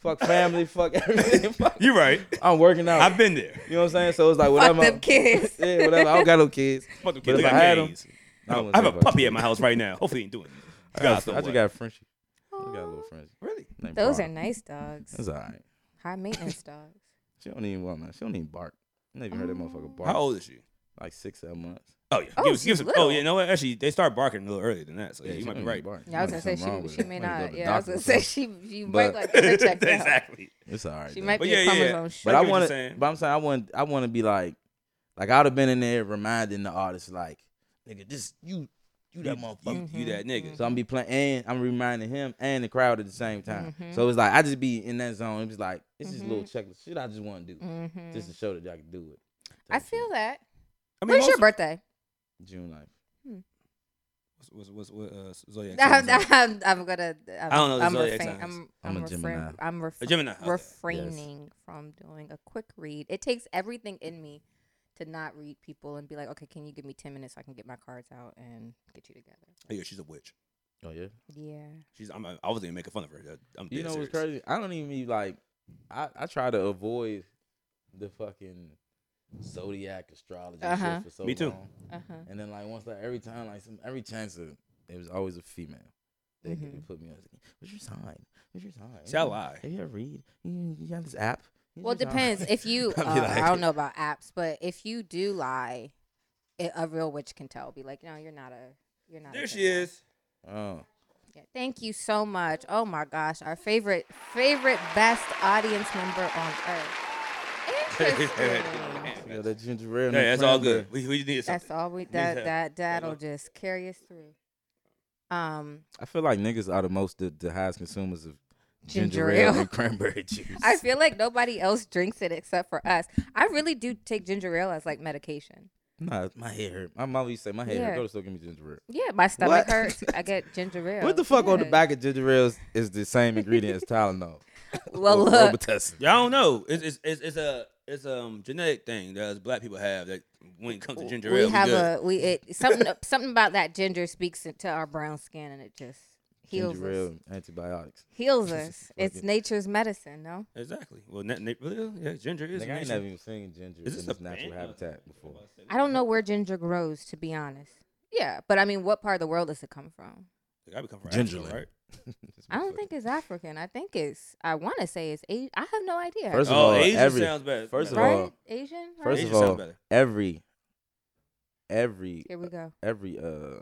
[SPEAKER 4] Fuck family, fuck everything. Fuck.
[SPEAKER 1] You're right.
[SPEAKER 4] I'm working out.
[SPEAKER 1] I've been there.
[SPEAKER 4] you know what I'm saying? So it's like
[SPEAKER 2] Fuck
[SPEAKER 4] whatever.
[SPEAKER 2] them kids.
[SPEAKER 4] Yeah, whatever. I don't got no kids.
[SPEAKER 1] Fuck them
[SPEAKER 4] But
[SPEAKER 1] kids. They
[SPEAKER 4] if I had
[SPEAKER 1] got
[SPEAKER 4] 'em,
[SPEAKER 1] gays.
[SPEAKER 4] I wouldn't
[SPEAKER 1] I have
[SPEAKER 4] say
[SPEAKER 1] a
[SPEAKER 4] about
[SPEAKER 1] puppy
[SPEAKER 4] you.
[SPEAKER 1] at my house right now. Hopefully, he ain't doing it.
[SPEAKER 4] I
[SPEAKER 1] God,
[SPEAKER 4] just,
[SPEAKER 1] so
[SPEAKER 4] I just
[SPEAKER 1] what?
[SPEAKER 4] got a Frenchie. I just got a little Frenchie.
[SPEAKER 1] Really?
[SPEAKER 4] Named
[SPEAKER 2] Those
[SPEAKER 4] Prada.
[SPEAKER 2] are nice dogs.
[SPEAKER 4] That's all right.
[SPEAKER 2] High maintenance dogs.
[SPEAKER 4] She don't even well, man. She don't even bark. I never even heard that motherfucker bark.
[SPEAKER 1] How old is she?
[SPEAKER 4] Like six, seven months.
[SPEAKER 1] Oh yeah.
[SPEAKER 2] Oh,
[SPEAKER 1] give, us- give
[SPEAKER 2] she's
[SPEAKER 1] us a-
[SPEAKER 2] little.
[SPEAKER 1] oh yeah. You know what? Actually, they start barking a little earlier than that. So yeah,
[SPEAKER 4] she
[SPEAKER 1] you might
[SPEAKER 4] don't
[SPEAKER 1] be
[SPEAKER 4] even
[SPEAKER 1] right.
[SPEAKER 4] bark.
[SPEAKER 2] Yeah, I was gonna
[SPEAKER 4] Might
[SPEAKER 2] say
[SPEAKER 4] be something wrong
[SPEAKER 2] she
[SPEAKER 4] with
[SPEAKER 2] she
[SPEAKER 4] it.
[SPEAKER 2] may
[SPEAKER 4] Might go to
[SPEAKER 2] not.
[SPEAKER 4] the
[SPEAKER 2] Yeah, I was
[SPEAKER 4] doctor or
[SPEAKER 2] gonna say
[SPEAKER 4] something.
[SPEAKER 2] she you might
[SPEAKER 4] But-
[SPEAKER 2] like get checked out.
[SPEAKER 1] exactly.
[SPEAKER 4] It's all right.
[SPEAKER 2] She
[SPEAKER 4] though.
[SPEAKER 2] might
[SPEAKER 1] But
[SPEAKER 2] be
[SPEAKER 1] yeah,
[SPEAKER 2] a
[SPEAKER 1] yeah, yeah.
[SPEAKER 2] chromosome
[SPEAKER 4] But
[SPEAKER 1] I
[SPEAKER 4] I,
[SPEAKER 1] get what you're
[SPEAKER 4] want
[SPEAKER 1] saying.
[SPEAKER 4] to. But I'm saying I want. I want to be like, like I would have been in there reminding the artist, like, nigga, this you, you that motherfucker.
[SPEAKER 1] You, you that
[SPEAKER 2] Mm-hmm.
[SPEAKER 1] nigga.
[SPEAKER 4] So I'm be playing, and I'm reminding him and the crowd at the same time.
[SPEAKER 2] Mhm.
[SPEAKER 4] So it's like I just be in that zone. It was like it's just little checklist shit I just want to do,
[SPEAKER 2] Mm-hmm.
[SPEAKER 4] just to show that y'all can do it.
[SPEAKER 2] I feel that.
[SPEAKER 1] I
[SPEAKER 2] When's your
[SPEAKER 1] most-
[SPEAKER 2] birthday?
[SPEAKER 4] June like
[SPEAKER 1] What's what's what? Uh, zodiac.
[SPEAKER 2] I'm,
[SPEAKER 1] sign is that?
[SPEAKER 2] I'm, I'm gonna. I'm,
[SPEAKER 1] I don't know the
[SPEAKER 2] I'm,
[SPEAKER 1] zodiac
[SPEAKER 2] refrain,
[SPEAKER 1] signs.
[SPEAKER 2] I'm,
[SPEAKER 4] I'm
[SPEAKER 2] I'm,
[SPEAKER 4] a
[SPEAKER 2] refrain,
[SPEAKER 4] Gemini.
[SPEAKER 2] I'm ref-
[SPEAKER 1] A Gemini. Okay.
[SPEAKER 2] refraining from doing a quick read. It takes everything in me to not read people and be like, okay, can you give me ten minutes so I can get my cards out and get you together?
[SPEAKER 1] Oh, yeah, she's a witch.
[SPEAKER 4] Oh yeah.
[SPEAKER 2] Yeah.
[SPEAKER 1] She's. I'm, I wasn't even making fun of her. I'm
[SPEAKER 4] You
[SPEAKER 1] dead
[SPEAKER 4] know what's
[SPEAKER 1] serious.
[SPEAKER 4] crazy? I don't even be like. I I try to avoid the fucking zodiac astrology
[SPEAKER 2] Uh-huh.
[SPEAKER 4] shit for so
[SPEAKER 1] Me too.
[SPEAKER 4] long.
[SPEAKER 2] Uh huh.
[SPEAKER 4] And then like once like every time like some every chance of, it was always a female. They g-
[SPEAKER 2] Mhm.
[SPEAKER 4] put me on. What's your sign? What's your sign?
[SPEAKER 1] See, I
[SPEAKER 4] Have you-
[SPEAKER 1] lie.
[SPEAKER 4] Have you ever read? You, you have this app. What's
[SPEAKER 2] Well, it
[SPEAKER 4] your
[SPEAKER 2] depends.
[SPEAKER 4] sign?
[SPEAKER 2] If you,
[SPEAKER 4] I'd be
[SPEAKER 2] uh, I
[SPEAKER 4] like-
[SPEAKER 2] don't know about apps, but if you do lie, it, a real witch can tell. Be like, no, you're not a, you're not. a
[SPEAKER 1] There she
[SPEAKER 2] Gemini."
[SPEAKER 1] is.
[SPEAKER 4] Oh,
[SPEAKER 2] Yeah, thank you so much. Oh my gosh, our favorite, favorite, best audience member on earth. Interesting.
[SPEAKER 4] yeah, that ginger ale.
[SPEAKER 1] Yeah, that's all good. We, we need
[SPEAKER 2] That's
[SPEAKER 1] something.
[SPEAKER 2] all we
[SPEAKER 1] to-
[SPEAKER 2] that that that'll
[SPEAKER 1] look.
[SPEAKER 2] just carry us through. Um,
[SPEAKER 4] I feel like niggas are the most the, the highest consumers of
[SPEAKER 2] Ginger
[SPEAKER 4] ginger ale
[SPEAKER 2] ale.
[SPEAKER 4] and cranberry juice.
[SPEAKER 2] I feel like nobody else drinks it except for us. I really do take ginger ale as like medication.
[SPEAKER 4] nah, my hair hurt. My mom used to say my hair
[SPEAKER 2] Yeah.
[SPEAKER 4] hurt. Go to store, give me ginger ale.
[SPEAKER 2] Yeah, my stomach
[SPEAKER 4] What?
[SPEAKER 2] hurts. I get ginger ale.
[SPEAKER 4] What the fuck on the
[SPEAKER 2] Yeah.
[SPEAKER 4] back of ginger ale is- is the same ingredient as Tylenol?
[SPEAKER 2] Well,
[SPEAKER 4] Or
[SPEAKER 2] look.
[SPEAKER 4] Robitussin.
[SPEAKER 1] Yeah, I don't know. It's it's it's, it's a it's um genetic thing that us black people have that when it comes to ginger ale,
[SPEAKER 2] we have
[SPEAKER 1] good.
[SPEAKER 2] a we it, something something about that ginger speaks to our brown skin and it just heals
[SPEAKER 4] Ginger
[SPEAKER 2] us.
[SPEAKER 4] ale, antibiotics.
[SPEAKER 2] Heals us. It's
[SPEAKER 4] Fucking-
[SPEAKER 2] nature's medicine, no?
[SPEAKER 1] exactly. Well, na- na- really, yeah, ginger is.
[SPEAKER 4] Nigga, I ain't
[SPEAKER 1] amazing.
[SPEAKER 4] never even seen ginger
[SPEAKER 1] Is
[SPEAKER 4] in
[SPEAKER 1] this
[SPEAKER 4] its
[SPEAKER 1] a
[SPEAKER 4] natural
[SPEAKER 1] band?
[SPEAKER 4] habitat before.
[SPEAKER 2] I don't know where ginger grows, to be honest. Yeah, but I mean, what part of the world does it come from?
[SPEAKER 1] It gotta be come from
[SPEAKER 4] Ginger
[SPEAKER 1] Africa,
[SPEAKER 4] ale.
[SPEAKER 1] right?
[SPEAKER 2] I don't think it's African. I think it's. I want to say it's. A- I have no idea.
[SPEAKER 4] First of
[SPEAKER 1] oh,
[SPEAKER 4] all,
[SPEAKER 1] Asian
[SPEAKER 4] every-
[SPEAKER 1] sounds better.
[SPEAKER 4] first of
[SPEAKER 1] Right?
[SPEAKER 2] right?
[SPEAKER 4] all-
[SPEAKER 2] Asian. Right?
[SPEAKER 4] First
[SPEAKER 1] Asian
[SPEAKER 4] of all,
[SPEAKER 1] sounds better.
[SPEAKER 4] every, every,
[SPEAKER 2] Here we go.
[SPEAKER 4] every, uh,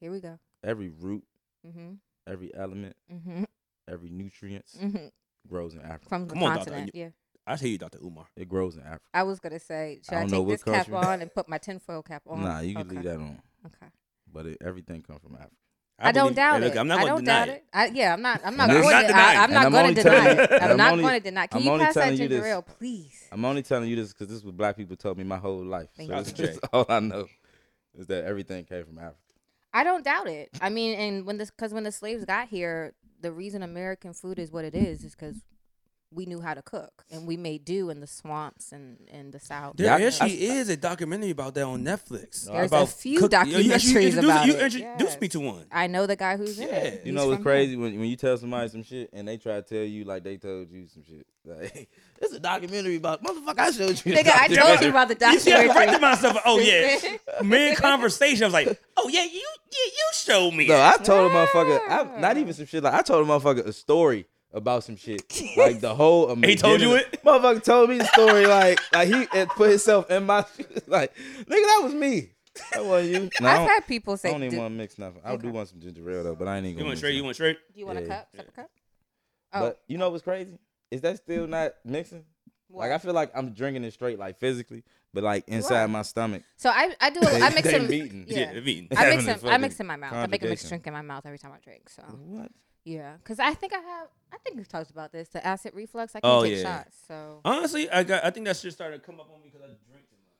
[SPEAKER 2] Here we go.
[SPEAKER 4] every root,
[SPEAKER 2] Mhm.
[SPEAKER 4] every element,
[SPEAKER 2] Mhm.
[SPEAKER 4] every nutrients
[SPEAKER 2] Mhm.
[SPEAKER 4] grows in Africa.
[SPEAKER 2] From the
[SPEAKER 1] Come on, Dr.
[SPEAKER 2] continent. yeah.
[SPEAKER 1] I tell you, Dr. Umar.
[SPEAKER 4] It grows in Africa.
[SPEAKER 2] I was gonna say, should I,
[SPEAKER 4] don't know
[SPEAKER 2] take
[SPEAKER 4] what
[SPEAKER 2] this cap
[SPEAKER 4] country.
[SPEAKER 2] on and put my tinfoil cap on?
[SPEAKER 4] nah, you can
[SPEAKER 2] okay.
[SPEAKER 4] leave that on,
[SPEAKER 2] Okay.
[SPEAKER 4] but it, everything comes from Africa.
[SPEAKER 2] I, don't
[SPEAKER 1] believe-
[SPEAKER 2] doubt
[SPEAKER 1] hey, look,
[SPEAKER 2] it.
[SPEAKER 1] I'm not
[SPEAKER 2] I
[SPEAKER 1] gonna
[SPEAKER 2] don't
[SPEAKER 1] deny
[SPEAKER 2] doubt it. I, yeah, I'm not. I'm not
[SPEAKER 4] And
[SPEAKER 2] going
[SPEAKER 4] it's-
[SPEAKER 2] to.
[SPEAKER 1] Not denying.
[SPEAKER 2] I, I'm
[SPEAKER 1] And
[SPEAKER 2] not
[SPEAKER 4] I'm
[SPEAKER 2] going
[SPEAKER 4] only
[SPEAKER 2] to deny
[SPEAKER 4] telling you-
[SPEAKER 2] it. I'm,
[SPEAKER 4] I'm
[SPEAKER 2] not
[SPEAKER 4] only-
[SPEAKER 2] going to deny. Can
[SPEAKER 4] I'm
[SPEAKER 2] you
[SPEAKER 4] only
[SPEAKER 2] pass that
[SPEAKER 4] telling you
[SPEAKER 2] ginger
[SPEAKER 4] this.
[SPEAKER 2] ale, please?
[SPEAKER 4] I'm only telling you this because this is what black people told me my whole life.
[SPEAKER 2] Thank
[SPEAKER 4] so
[SPEAKER 2] you.
[SPEAKER 4] this
[SPEAKER 1] Dr. J.
[SPEAKER 4] is all I know is that everything came from Africa.
[SPEAKER 2] I don't doubt it. I mean, and when this because when the slaves got here, the reason American food is what it is is because we knew how to cook and we made do in the swamps and and the south.
[SPEAKER 1] There
[SPEAKER 4] Yeah, I-
[SPEAKER 1] actually is a documentary about that on Netflix.
[SPEAKER 4] There's a
[SPEAKER 1] about
[SPEAKER 2] few
[SPEAKER 1] cook- you- you actually
[SPEAKER 2] documentaries
[SPEAKER 1] introduced-
[SPEAKER 2] about
[SPEAKER 1] you
[SPEAKER 2] it,
[SPEAKER 1] introduced
[SPEAKER 2] yes.
[SPEAKER 1] me to one.
[SPEAKER 2] I know the guy who's in
[SPEAKER 1] Yeah.
[SPEAKER 2] it.
[SPEAKER 1] You
[SPEAKER 4] You
[SPEAKER 2] He's
[SPEAKER 4] know what's
[SPEAKER 2] from
[SPEAKER 4] crazy when, when you tell somebody some shit and they try to tell you like they told you some shit. Like it's a documentary about motherfucker. I showed you.
[SPEAKER 2] here. Nigga, I told you about the
[SPEAKER 1] You see, I corrected
[SPEAKER 2] documentary.
[SPEAKER 1] myself. Oh yeah, mid conversation, I was like, "Oh yeah, you you, you show me."
[SPEAKER 4] No, I told a motherfucker.
[SPEAKER 2] Yeah.
[SPEAKER 4] I, not even some shit. Like I told a motherfucker a story about some shit. Like the whole.
[SPEAKER 1] He told you it?
[SPEAKER 4] Motherfucker told me the story. Like like he had put himself in my shoes. Like nigga, that was me. That wasn't you. No, I
[SPEAKER 2] I've
[SPEAKER 4] don't-
[SPEAKER 2] had people
[SPEAKER 4] I
[SPEAKER 2] say,
[SPEAKER 4] don't
[SPEAKER 2] "Do
[SPEAKER 4] even want to mix nothing. I do want some ginger ale though, but I ain't even
[SPEAKER 1] you
[SPEAKER 4] gonna.
[SPEAKER 1] want
[SPEAKER 4] mix
[SPEAKER 1] straight?
[SPEAKER 4] it.
[SPEAKER 1] You want straight?
[SPEAKER 2] do you want a
[SPEAKER 4] Yeah.
[SPEAKER 2] cup? Separate cup?" Oh,
[SPEAKER 4] But you know what's crazy? Is that still not mixing? Like
[SPEAKER 2] what?
[SPEAKER 4] I feel like I'm drinking it straight, like physically, but like inside
[SPEAKER 2] are.
[SPEAKER 4] my stomach.
[SPEAKER 2] so I I do a,
[SPEAKER 4] They-
[SPEAKER 2] I mix
[SPEAKER 4] they
[SPEAKER 2] them.
[SPEAKER 4] meeting.
[SPEAKER 2] Yeah.
[SPEAKER 1] I mean,
[SPEAKER 2] I
[SPEAKER 4] having
[SPEAKER 2] mix
[SPEAKER 4] a
[SPEAKER 2] them. I mix
[SPEAKER 4] fucking Mm.
[SPEAKER 2] in my mouth. I make a mixed
[SPEAKER 4] conjugation.
[SPEAKER 2] drink in my mouth every time I drink. So
[SPEAKER 4] What?
[SPEAKER 2] yeah, because I think I have. I think we've talked about this. The acid reflux. I can't
[SPEAKER 1] Oh,
[SPEAKER 2] take
[SPEAKER 1] yeah.
[SPEAKER 2] shots. So
[SPEAKER 1] honestly, I got. I think that shit started to come up on me because I drink too much.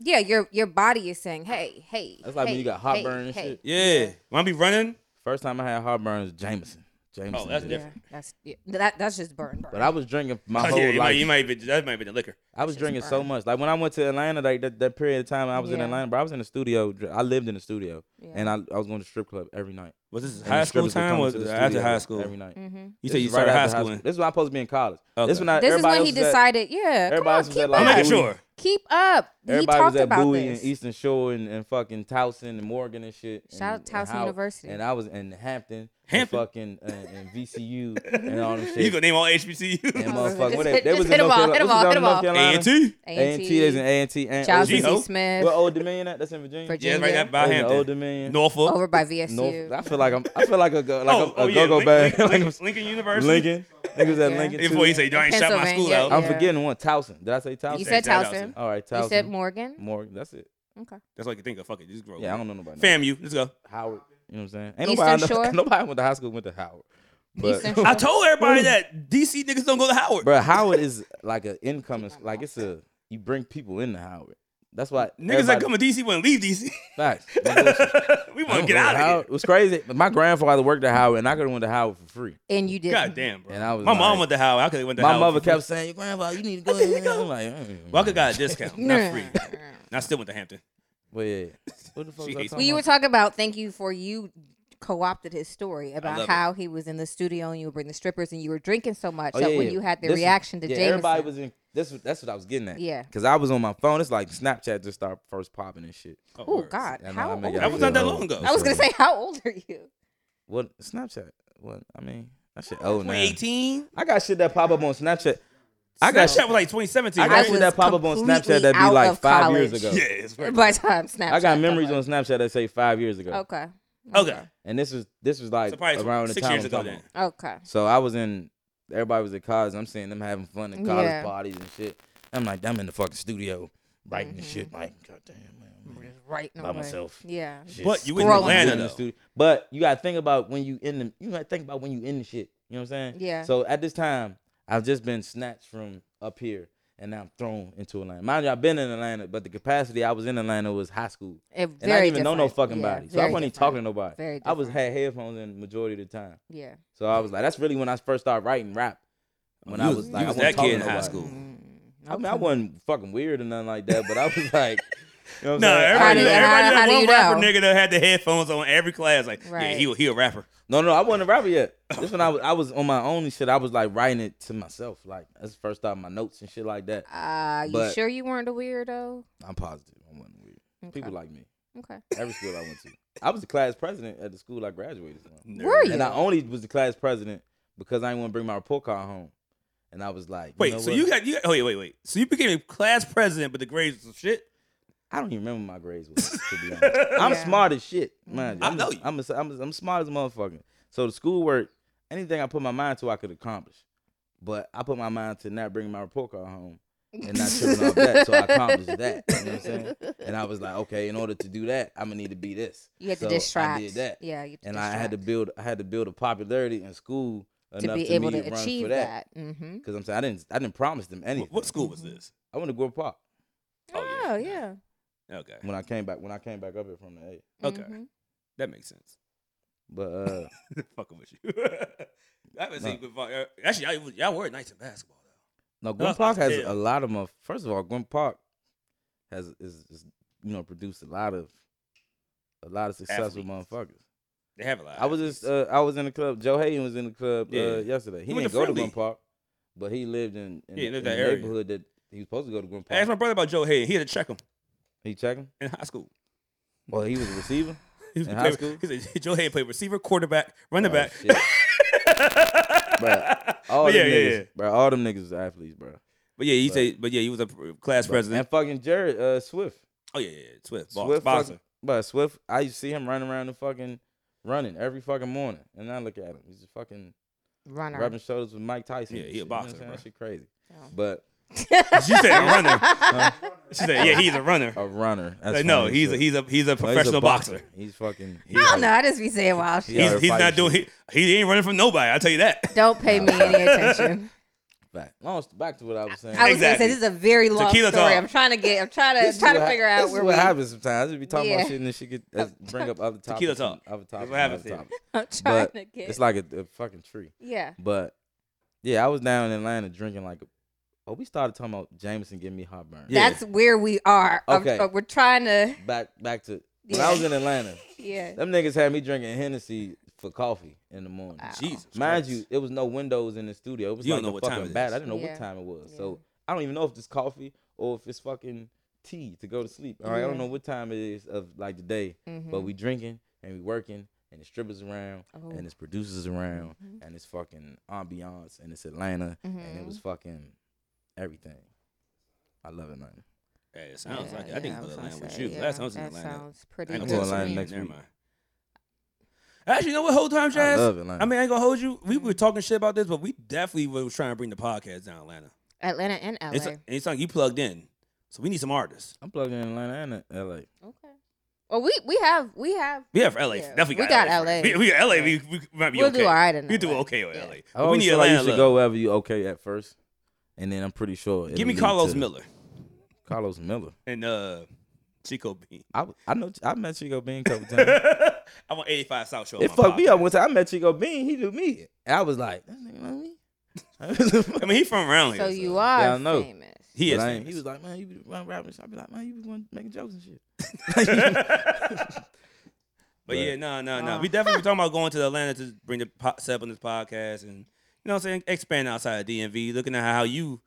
[SPEAKER 2] yeah, your your body is saying, hey, hey.
[SPEAKER 4] That's like when
[SPEAKER 2] hey,
[SPEAKER 4] you got
[SPEAKER 2] hey,
[SPEAKER 4] heartburn and
[SPEAKER 2] hey.
[SPEAKER 4] shit.
[SPEAKER 1] Yeah, when I be running,
[SPEAKER 4] First time I had heartburn was Jameson. Jameson.
[SPEAKER 1] Oh, that's
[SPEAKER 4] did.
[SPEAKER 2] Yeah,
[SPEAKER 1] different.
[SPEAKER 2] that's yeah, that that's just burn burn.
[SPEAKER 4] But I was drinking my
[SPEAKER 1] Oh,
[SPEAKER 4] whole
[SPEAKER 1] yeah, you
[SPEAKER 4] life.
[SPEAKER 1] might, you might be that might have been the liquor.
[SPEAKER 4] I was
[SPEAKER 2] Just
[SPEAKER 4] drinking so
[SPEAKER 2] burn.
[SPEAKER 4] much. Like when I went to Atlanta, like that, that period of time I was in
[SPEAKER 2] Yeah.
[SPEAKER 4] Atlanta, but I was in the studio. dr- I lived in the studio,
[SPEAKER 2] yeah.
[SPEAKER 4] and I, I was going to strip club every night.
[SPEAKER 1] Was this
[SPEAKER 4] And the
[SPEAKER 1] high school
[SPEAKER 4] strippers would
[SPEAKER 1] time
[SPEAKER 4] come
[SPEAKER 1] or was
[SPEAKER 4] to
[SPEAKER 1] it
[SPEAKER 4] the
[SPEAKER 1] after
[SPEAKER 4] studio
[SPEAKER 1] high school?
[SPEAKER 4] Every night.
[SPEAKER 2] mm-hmm.
[SPEAKER 1] You
[SPEAKER 4] This
[SPEAKER 1] said you
[SPEAKER 4] is right
[SPEAKER 1] started high
[SPEAKER 4] after
[SPEAKER 1] school. in-
[SPEAKER 4] This is when I'm supposed to be in college. This
[SPEAKER 1] Okay.
[SPEAKER 4] when I,
[SPEAKER 2] This is
[SPEAKER 4] everybody
[SPEAKER 2] when he
[SPEAKER 4] else was at-
[SPEAKER 2] decided. Yeah, come
[SPEAKER 4] everybody
[SPEAKER 2] on,
[SPEAKER 4] else was
[SPEAKER 2] keep
[SPEAKER 4] at,
[SPEAKER 2] up,
[SPEAKER 4] like,
[SPEAKER 1] I'm making
[SPEAKER 4] Bowie.
[SPEAKER 1] sure.
[SPEAKER 2] keep up. He
[SPEAKER 4] Everybody was
[SPEAKER 2] talked
[SPEAKER 4] at
[SPEAKER 2] about
[SPEAKER 4] Bowie
[SPEAKER 2] this.
[SPEAKER 4] and Eastern Shore and, and fucking Towson and Morgan and shit. and-
[SPEAKER 2] Shout out
[SPEAKER 4] and
[SPEAKER 2] to Towson
[SPEAKER 4] Howard.
[SPEAKER 2] University.
[SPEAKER 4] And I was in Hampton,
[SPEAKER 1] Hampton?
[SPEAKER 4] And fucking uh, and VCU and all them shit.
[SPEAKER 1] You gonna name all HBCUs?
[SPEAKER 4] and
[SPEAKER 2] Oh,
[SPEAKER 4] motherfucker,
[SPEAKER 2] just
[SPEAKER 4] what they,
[SPEAKER 2] hit-
[SPEAKER 4] they
[SPEAKER 2] just
[SPEAKER 4] was in
[SPEAKER 2] hit 'em
[SPEAKER 4] North
[SPEAKER 2] all,
[SPEAKER 4] Carolina.
[SPEAKER 2] hit 'em
[SPEAKER 4] This
[SPEAKER 2] all,
[SPEAKER 4] is
[SPEAKER 2] hit 'em
[SPEAKER 4] North
[SPEAKER 2] all.
[SPEAKER 1] A
[SPEAKER 4] Carolina.
[SPEAKER 1] and T.
[SPEAKER 4] A&T, there's an A&T. And
[SPEAKER 2] Charles
[SPEAKER 1] G-Ho.
[SPEAKER 2] and
[SPEAKER 4] OD.
[SPEAKER 2] C. Smith,
[SPEAKER 4] What, Old Dominion at? That's in Virginia?
[SPEAKER 2] Virginia.
[SPEAKER 1] Yeah, it's right there by
[SPEAKER 4] That was in Old
[SPEAKER 1] Hampton.
[SPEAKER 4] Dominion.
[SPEAKER 1] Norfolk.
[SPEAKER 2] over by VSU.
[SPEAKER 4] oh, North. I feel like I'm. I feel like a go, like
[SPEAKER 1] oh,
[SPEAKER 4] a, a
[SPEAKER 1] oh, yeah,
[SPEAKER 4] go-go
[SPEAKER 1] Lin-
[SPEAKER 4] bag.
[SPEAKER 1] Lin-
[SPEAKER 4] like
[SPEAKER 1] Lin- Lincoln
[SPEAKER 4] I'm,
[SPEAKER 1] University.
[SPEAKER 4] Lincoln. Niggas at
[SPEAKER 2] Yeah.
[SPEAKER 4] Lincoln. too.
[SPEAKER 1] Before you say, "Yo, I ain't shot my school
[SPEAKER 2] Pennsylvania,
[SPEAKER 1] out.
[SPEAKER 4] I'm
[SPEAKER 2] Yeah.
[SPEAKER 4] forgetting one. Towson. Did I say Towson?
[SPEAKER 2] You said
[SPEAKER 1] Towson.
[SPEAKER 2] Towson.
[SPEAKER 4] All right, Towson.
[SPEAKER 2] You said Morgan.
[SPEAKER 4] Morgan. That's it.
[SPEAKER 2] Okay.
[SPEAKER 1] That's all I can think of. Fuck it, just grow.
[SPEAKER 4] Yeah, I don't know nobody.
[SPEAKER 1] FAMU, let's go.
[SPEAKER 4] Howard. You know what I'm saying? Ain't
[SPEAKER 2] Eastern
[SPEAKER 4] nobody, I know-
[SPEAKER 2] Shore?
[SPEAKER 4] nobody went to high school went to Howard. But,
[SPEAKER 2] Eastern
[SPEAKER 1] I told everybody that DC niggas don't go to Howard.
[SPEAKER 4] Bruh, Howard is like an incoming. Like it's a you bring people into Howard. That's why
[SPEAKER 1] Niggas that
[SPEAKER 4] everybody-
[SPEAKER 1] come to DC want to leave DC.
[SPEAKER 4] Facts.
[SPEAKER 1] we want to get out of here.
[SPEAKER 4] It was crazy. My grandfather worked at Howard, and I could have went to Howard for free.
[SPEAKER 2] And you did.
[SPEAKER 1] God damn, bro.
[SPEAKER 4] And I was
[SPEAKER 1] my mom
[SPEAKER 4] like-
[SPEAKER 1] went to Howard. I could have went to
[SPEAKER 4] My
[SPEAKER 1] Howard.
[SPEAKER 4] mother
[SPEAKER 1] for free.
[SPEAKER 4] kept saying, "Your grandfather, you need to go." in." I'm like, mm,
[SPEAKER 1] Well, I could got a discount, not free. And I still went to Hampton.
[SPEAKER 4] But yeah, what the fuck?
[SPEAKER 1] She
[SPEAKER 4] Was I
[SPEAKER 1] hates
[SPEAKER 4] talking
[SPEAKER 2] Well, you were
[SPEAKER 4] about?
[SPEAKER 2] talking about thank you for you co-opted his story about
[SPEAKER 1] love
[SPEAKER 2] how he was in the studio and you would bring the strippers and you were drinking so much
[SPEAKER 4] Oh,
[SPEAKER 2] that
[SPEAKER 4] yeah,
[SPEAKER 2] when
[SPEAKER 4] yeah.
[SPEAKER 2] you had the
[SPEAKER 4] This is-
[SPEAKER 2] reaction to
[SPEAKER 4] yeah,
[SPEAKER 2] Jameson,
[SPEAKER 4] everybody was in. This was that's what I was getting at.
[SPEAKER 2] Yeah.
[SPEAKER 4] because I was on my phone. It's like Snapchat just started first popping and shit.
[SPEAKER 2] oh
[SPEAKER 1] word.
[SPEAKER 2] God,
[SPEAKER 4] And
[SPEAKER 2] how
[SPEAKER 4] I
[SPEAKER 2] old?
[SPEAKER 4] make
[SPEAKER 1] That
[SPEAKER 4] it
[SPEAKER 1] was not that
[SPEAKER 4] feel old.
[SPEAKER 1] long ago.
[SPEAKER 4] It's
[SPEAKER 2] I was gonna
[SPEAKER 4] so-
[SPEAKER 2] say, how old are you?
[SPEAKER 4] What Snapchat? What I mean, that shit
[SPEAKER 1] Oh,
[SPEAKER 4] old now.
[SPEAKER 1] 2018.
[SPEAKER 4] I got shit that pop up on Snapchat. I got
[SPEAKER 1] Snapchat was like 2017.
[SPEAKER 4] I
[SPEAKER 1] right?
[SPEAKER 4] got shit that pop up on
[SPEAKER 2] completely
[SPEAKER 4] Snapchat that be
[SPEAKER 2] out
[SPEAKER 4] like
[SPEAKER 2] of
[SPEAKER 4] five years
[SPEAKER 2] college.
[SPEAKER 4] ago.
[SPEAKER 1] Yeah, it's right.
[SPEAKER 2] By the time Snapchat,
[SPEAKER 4] I got
[SPEAKER 2] come
[SPEAKER 4] memories
[SPEAKER 2] up.
[SPEAKER 4] on Snapchat that say five years ago.
[SPEAKER 2] Okay.
[SPEAKER 1] Okay.
[SPEAKER 4] And this was this was like
[SPEAKER 1] So probably
[SPEAKER 4] around the
[SPEAKER 1] six
[SPEAKER 4] time
[SPEAKER 1] years
[SPEAKER 4] I'm
[SPEAKER 1] ago
[SPEAKER 4] talking
[SPEAKER 1] then.
[SPEAKER 4] about.
[SPEAKER 2] Okay.
[SPEAKER 4] So I was in everybody was at college. I'm seeing them having fun in college
[SPEAKER 2] Yeah.
[SPEAKER 4] parties and shit. I'm like, I'm in the fucking studio writing this
[SPEAKER 2] Mhm.
[SPEAKER 4] shit like goddamn man.
[SPEAKER 2] Right.
[SPEAKER 4] By myself.
[SPEAKER 2] Yeah.
[SPEAKER 4] Shit.
[SPEAKER 1] But you in
[SPEAKER 2] Growing.
[SPEAKER 1] Atlanta,
[SPEAKER 4] in the
[SPEAKER 1] though.
[SPEAKER 4] studio. But you gotta think about when you in the you gotta think about when you in the shit. You know what I'm saying?
[SPEAKER 2] Yeah.
[SPEAKER 4] So at this time, I've just been snatched from up here and now I'm thrown into Atlanta. Mind you, I've been in Atlanta, but the capacity I was in Atlanta was high school.
[SPEAKER 2] It
[SPEAKER 4] And I
[SPEAKER 2] very
[SPEAKER 4] didn't even know no
[SPEAKER 2] different.
[SPEAKER 4] fucking
[SPEAKER 2] Yeah,
[SPEAKER 4] body. So I
[SPEAKER 2] very
[SPEAKER 4] wasn't even
[SPEAKER 2] different.
[SPEAKER 4] talking to nobody.
[SPEAKER 2] Very
[SPEAKER 4] I was
[SPEAKER 2] different.
[SPEAKER 4] had headphones in majority of the time.
[SPEAKER 2] Yeah.
[SPEAKER 4] So I was like, that's really when I first started writing rap. When
[SPEAKER 1] You
[SPEAKER 4] I
[SPEAKER 1] was-
[SPEAKER 4] was
[SPEAKER 1] you
[SPEAKER 4] like, I
[SPEAKER 1] was
[SPEAKER 4] wasn't
[SPEAKER 1] that kid
[SPEAKER 4] talking
[SPEAKER 1] in
[SPEAKER 4] to
[SPEAKER 1] high
[SPEAKER 4] nobody.
[SPEAKER 1] school.
[SPEAKER 2] Mm,
[SPEAKER 4] I mean, I wasn't fucking weird or nothing like that, but I was like, you know what I'm
[SPEAKER 1] No,
[SPEAKER 4] saying? I
[SPEAKER 1] everybody,
[SPEAKER 4] didn't-
[SPEAKER 1] everybody
[SPEAKER 2] know- how-
[SPEAKER 1] that
[SPEAKER 2] how do
[SPEAKER 1] one
[SPEAKER 2] you
[SPEAKER 1] rapper
[SPEAKER 2] know?
[SPEAKER 1] nigga that had the headphones on every class. Like, yeah,
[SPEAKER 2] Right.
[SPEAKER 1] he, he a rapper.
[SPEAKER 4] No, no, I wasn't a rapper yet. This when I was I was on my own and shit. I was like writing it to myself. Like that's the first time my notes and shit like that.
[SPEAKER 2] Uh, you
[SPEAKER 4] But-
[SPEAKER 2] sure you weren't a weirdo?
[SPEAKER 4] I'm positive. I wasn't weird.
[SPEAKER 2] Okay.
[SPEAKER 4] People like me.
[SPEAKER 2] okay.
[SPEAKER 4] Every school I went to. I was the class president at the school I graduated from.
[SPEAKER 2] Were
[SPEAKER 1] Nerd.
[SPEAKER 2] you?
[SPEAKER 4] And I only was the class president because I didn't want to bring my report card home. And I was like,
[SPEAKER 1] Wait,
[SPEAKER 4] know
[SPEAKER 1] so
[SPEAKER 4] what?
[SPEAKER 1] you got you? Got, oh, wait, wait, wait. So you became a class president, but the grades was some shit.
[SPEAKER 4] I don't even remember my grades. Was, to be honest. I'm
[SPEAKER 2] Yeah.
[SPEAKER 4] smart as shit, mind you.
[SPEAKER 1] I
[SPEAKER 4] I'm,
[SPEAKER 1] know you.
[SPEAKER 4] I'm, a, I'm, a, I'm smart as a motherfucker. So the schoolwork, anything I put my mind to, I could accomplish. But I put my mind to not bringing my report card home and not tripping off that. So I accomplished that. You know what I'm saying? And I was like, okay, in order to do that, I'm gonna need to be this.
[SPEAKER 2] You had
[SPEAKER 4] So
[SPEAKER 2] to distract.
[SPEAKER 4] I did that,
[SPEAKER 2] Yeah. You had to
[SPEAKER 4] and I had to
[SPEAKER 2] distract
[SPEAKER 4] build. I had to build a popularity in school
[SPEAKER 2] to
[SPEAKER 4] enough
[SPEAKER 2] be
[SPEAKER 4] to
[SPEAKER 2] able
[SPEAKER 4] me
[SPEAKER 2] to
[SPEAKER 4] run for
[SPEAKER 2] achieve
[SPEAKER 4] that.
[SPEAKER 2] that. Mm-hmm.
[SPEAKER 4] Because I'm saying I didn't. I didn't promise them anything.
[SPEAKER 1] What, what school was this?
[SPEAKER 4] I went to Grove Park
[SPEAKER 1] Oh,
[SPEAKER 2] Oh,
[SPEAKER 1] yeah.
[SPEAKER 2] yeah.
[SPEAKER 1] Okay,
[SPEAKER 4] when I came back. When I came back up here from the eight,
[SPEAKER 1] Okay.
[SPEAKER 2] Mhm.
[SPEAKER 1] that makes sense.
[SPEAKER 4] but uh,
[SPEAKER 1] Fucking with you. I haven't seen good. vo- uh, Actually, y'all, y'all were nice in basketball.
[SPEAKER 4] No, Gwen
[SPEAKER 1] That's
[SPEAKER 4] Park has
[SPEAKER 1] hell.
[SPEAKER 4] a lot of my. First of all, Gwen Park has is, is you know produced a lot of a lot of successful
[SPEAKER 1] Athletes.
[SPEAKER 4] motherfuckers.
[SPEAKER 1] Though. They have a lot.
[SPEAKER 4] I was just uh, I was in the club. Joe Hayden was in the club
[SPEAKER 1] Yeah.
[SPEAKER 4] uh, yesterday. He,
[SPEAKER 1] went
[SPEAKER 4] didn't
[SPEAKER 1] to
[SPEAKER 4] go to
[SPEAKER 1] Friendly.
[SPEAKER 4] Gwen Park, but he lived in
[SPEAKER 1] Yeah,
[SPEAKER 4] in,
[SPEAKER 1] he lived
[SPEAKER 4] in
[SPEAKER 1] that
[SPEAKER 4] the
[SPEAKER 1] area.
[SPEAKER 4] neighborhood that he was supposed to go to Gwen
[SPEAKER 1] I asked my
[SPEAKER 4] Park.
[SPEAKER 1] brother about Joe Hayden. He had to check him
[SPEAKER 4] He checking?
[SPEAKER 1] in high school.
[SPEAKER 4] Well, he was a receiver.
[SPEAKER 1] He was
[SPEAKER 4] In
[SPEAKER 1] a
[SPEAKER 4] high
[SPEAKER 1] player-
[SPEAKER 4] school?
[SPEAKER 1] he said Joe Hayden played receiver, quarterback, running
[SPEAKER 4] Oh,
[SPEAKER 1] back.
[SPEAKER 4] shit.
[SPEAKER 1] but,
[SPEAKER 4] All them
[SPEAKER 1] yeah, yeah,
[SPEAKER 4] niggas,
[SPEAKER 1] yeah.
[SPEAKER 4] bro. All them niggas was athletes, bro.
[SPEAKER 1] But yeah, he
[SPEAKER 4] But-
[SPEAKER 1] said. But yeah, he was a class
[SPEAKER 4] Bro,
[SPEAKER 1] president.
[SPEAKER 4] And fucking Jared uh, Swift.
[SPEAKER 1] Oh yeah, yeah, yeah. Swift, boss,
[SPEAKER 4] Swift,
[SPEAKER 1] boxer.
[SPEAKER 4] fucking, but Swift, I used to see him running around the fucking running every fucking morning, and I look at him. He's a fucking
[SPEAKER 2] Runner.
[SPEAKER 4] rubbing shoulders with Mike Tyson.
[SPEAKER 1] Yeah,
[SPEAKER 4] and
[SPEAKER 1] he a
[SPEAKER 4] shit,
[SPEAKER 1] boxer,
[SPEAKER 4] You know what
[SPEAKER 1] bro.
[SPEAKER 4] I'm saying? That shit crazy.
[SPEAKER 2] Oh.
[SPEAKER 4] But
[SPEAKER 1] She said a runner. She said, yeah, he's a runner.
[SPEAKER 4] a runner. Oh, That's
[SPEAKER 1] Like, no,
[SPEAKER 4] funny as
[SPEAKER 1] he's a,
[SPEAKER 4] shit.
[SPEAKER 1] he's a he's a
[SPEAKER 4] No, he's
[SPEAKER 1] professional boxer.
[SPEAKER 4] He's fucking. He's
[SPEAKER 2] I don't know. I just be saying wild shit.
[SPEAKER 4] Yeah,
[SPEAKER 1] He's, he's
[SPEAKER 4] fight
[SPEAKER 1] not doing he, he ain't running from nobody. I'll tell you that.
[SPEAKER 2] Don't pay me any attention.
[SPEAKER 4] Back, long, back to what I was saying.
[SPEAKER 2] I was
[SPEAKER 1] Exactly.
[SPEAKER 2] gonna say this is a very long
[SPEAKER 1] Tequila
[SPEAKER 2] story.
[SPEAKER 1] talk.
[SPEAKER 2] I'm trying to get. I'm trying to
[SPEAKER 4] is
[SPEAKER 2] trying to
[SPEAKER 4] what hap-
[SPEAKER 2] figure out
[SPEAKER 4] this
[SPEAKER 2] where
[SPEAKER 4] is
[SPEAKER 2] we.
[SPEAKER 4] what happens sometimes. I just be talking
[SPEAKER 2] Yeah.
[SPEAKER 4] about shit and then she could uh, bring up other topics.
[SPEAKER 1] Tequila
[SPEAKER 4] and
[SPEAKER 1] talk.
[SPEAKER 4] Other topics.
[SPEAKER 1] what
[SPEAKER 4] and
[SPEAKER 1] happens
[SPEAKER 4] other
[SPEAKER 1] here.
[SPEAKER 4] topics.
[SPEAKER 2] I'm trying
[SPEAKER 4] But
[SPEAKER 2] to get.
[SPEAKER 4] it's like a, a fucking tree.
[SPEAKER 2] yeah.
[SPEAKER 4] But yeah, I was down in Atlanta drinking like. Oh, we started talking about Jameson giving me heartburn.
[SPEAKER 1] Yeah.
[SPEAKER 2] That's where we are. I'm-
[SPEAKER 4] Okay.
[SPEAKER 2] uh, we're trying to.
[SPEAKER 4] Back back to when
[SPEAKER 2] Yeah.
[SPEAKER 4] I was in Atlanta.
[SPEAKER 2] Yeah.
[SPEAKER 4] Them niggas had me drinking Hennessy for coffee in the morning.
[SPEAKER 2] Wow.
[SPEAKER 1] Jesus,
[SPEAKER 4] Mind
[SPEAKER 1] Christ.
[SPEAKER 4] you, it was no windows in the studio. It was
[SPEAKER 1] You don't
[SPEAKER 4] like
[SPEAKER 1] know
[SPEAKER 4] a
[SPEAKER 1] what time
[SPEAKER 4] fucking
[SPEAKER 1] it
[SPEAKER 4] bat.
[SPEAKER 1] is.
[SPEAKER 4] I didn't know
[SPEAKER 2] Yeah.
[SPEAKER 4] what time it was.
[SPEAKER 2] Yeah.
[SPEAKER 4] So I don't even know if it's coffee or if it's fucking tea to go to sleep. All right, I
[SPEAKER 2] Yeah.
[SPEAKER 4] don't know what time it is of like the day, but we drinking and we working and the strippers around
[SPEAKER 2] Oh.
[SPEAKER 4] and it's producers around
[SPEAKER 2] Mhm.
[SPEAKER 4] and it's fucking ambiance and it's Atlanta and it
[SPEAKER 2] Mhm.
[SPEAKER 4] was fucking everything. I love Atlanta.
[SPEAKER 1] Hey, it sounds
[SPEAKER 2] Yeah,
[SPEAKER 1] like it. I think
[SPEAKER 2] yeah,
[SPEAKER 1] it was
[SPEAKER 2] was
[SPEAKER 1] Atlanta
[SPEAKER 2] gonna
[SPEAKER 1] with
[SPEAKER 2] say,
[SPEAKER 1] you.
[SPEAKER 2] yeah,
[SPEAKER 1] Last time I was in
[SPEAKER 2] that
[SPEAKER 1] Atlanta.
[SPEAKER 2] sounds pretty
[SPEAKER 1] I ain't
[SPEAKER 2] good.
[SPEAKER 1] gonna
[SPEAKER 4] go to
[SPEAKER 2] to
[SPEAKER 4] Atlanta
[SPEAKER 2] me.
[SPEAKER 4] next
[SPEAKER 1] Never
[SPEAKER 4] week.
[SPEAKER 1] mind. Actually, you know what? Whole time,
[SPEAKER 4] I
[SPEAKER 1] Jazz.
[SPEAKER 4] love Atlanta.
[SPEAKER 1] I mean, I ain't gonna hold you. We were talking shit about this, but we definitely was trying to bring the podcast down Atlanta.
[SPEAKER 2] Atlanta and LA.
[SPEAKER 1] It's, it's like you plugged in, so we need some artists.
[SPEAKER 4] I'm plugging in Atlanta and LA.
[SPEAKER 2] okay. Well, we we have we have.
[SPEAKER 1] We have LA.
[SPEAKER 2] Yeah,
[SPEAKER 1] Definitely
[SPEAKER 2] we
[SPEAKER 1] got
[SPEAKER 2] got LA.
[SPEAKER 1] first. We, we got LA. We,
[SPEAKER 2] Yeah.
[SPEAKER 1] we might be
[SPEAKER 2] we'll
[SPEAKER 1] okay.
[SPEAKER 2] do all right in
[SPEAKER 1] We do
[SPEAKER 2] LA.
[SPEAKER 1] okay with
[SPEAKER 2] Yeah.
[SPEAKER 1] LA.
[SPEAKER 4] I
[SPEAKER 1] But we
[SPEAKER 4] always
[SPEAKER 1] need
[SPEAKER 4] feel like
[SPEAKER 1] Atlanta.
[SPEAKER 4] you should
[SPEAKER 1] love.
[SPEAKER 4] go wherever you okay at first, and then I'm pretty sure.
[SPEAKER 1] Give
[SPEAKER 4] it'll
[SPEAKER 1] me
[SPEAKER 4] lead
[SPEAKER 1] Carlos
[SPEAKER 4] to-
[SPEAKER 1] Miller
[SPEAKER 4] Carlos Miller.
[SPEAKER 1] and uh, Chico Bean.
[SPEAKER 4] I I know I met Chico Bean a couple times. Oh,
[SPEAKER 1] I want 85 South Show. on
[SPEAKER 4] it
[SPEAKER 1] my
[SPEAKER 4] fucked me
[SPEAKER 1] podcast.
[SPEAKER 4] up one time. I met Chico Bean. He knew me. And I was like, that nigga know me.
[SPEAKER 1] I mean, he from around
[SPEAKER 2] So
[SPEAKER 1] here.
[SPEAKER 2] you are
[SPEAKER 4] Yeah, I know.
[SPEAKER 2] famous.
[SPEAKER 1] He is.
[SPEAKER 4] But I ain't-
[SPEAKER 1] famous.
[SPEAKER 4] he was like, man, you be run rapping. I'd be like, man, you be going making jokes and shit.
[SPEAKER 1] but,
[SPEAKER 4] But-
[SPEAKER 1] yeah, no, no, no.
[SPEAKER 2] Oh.
[SPEAKER 1] We definitely talking about going to Atlanta to bring the po- set up on this podcast and you know what I'm saying, expand outside of DMV, looking at how you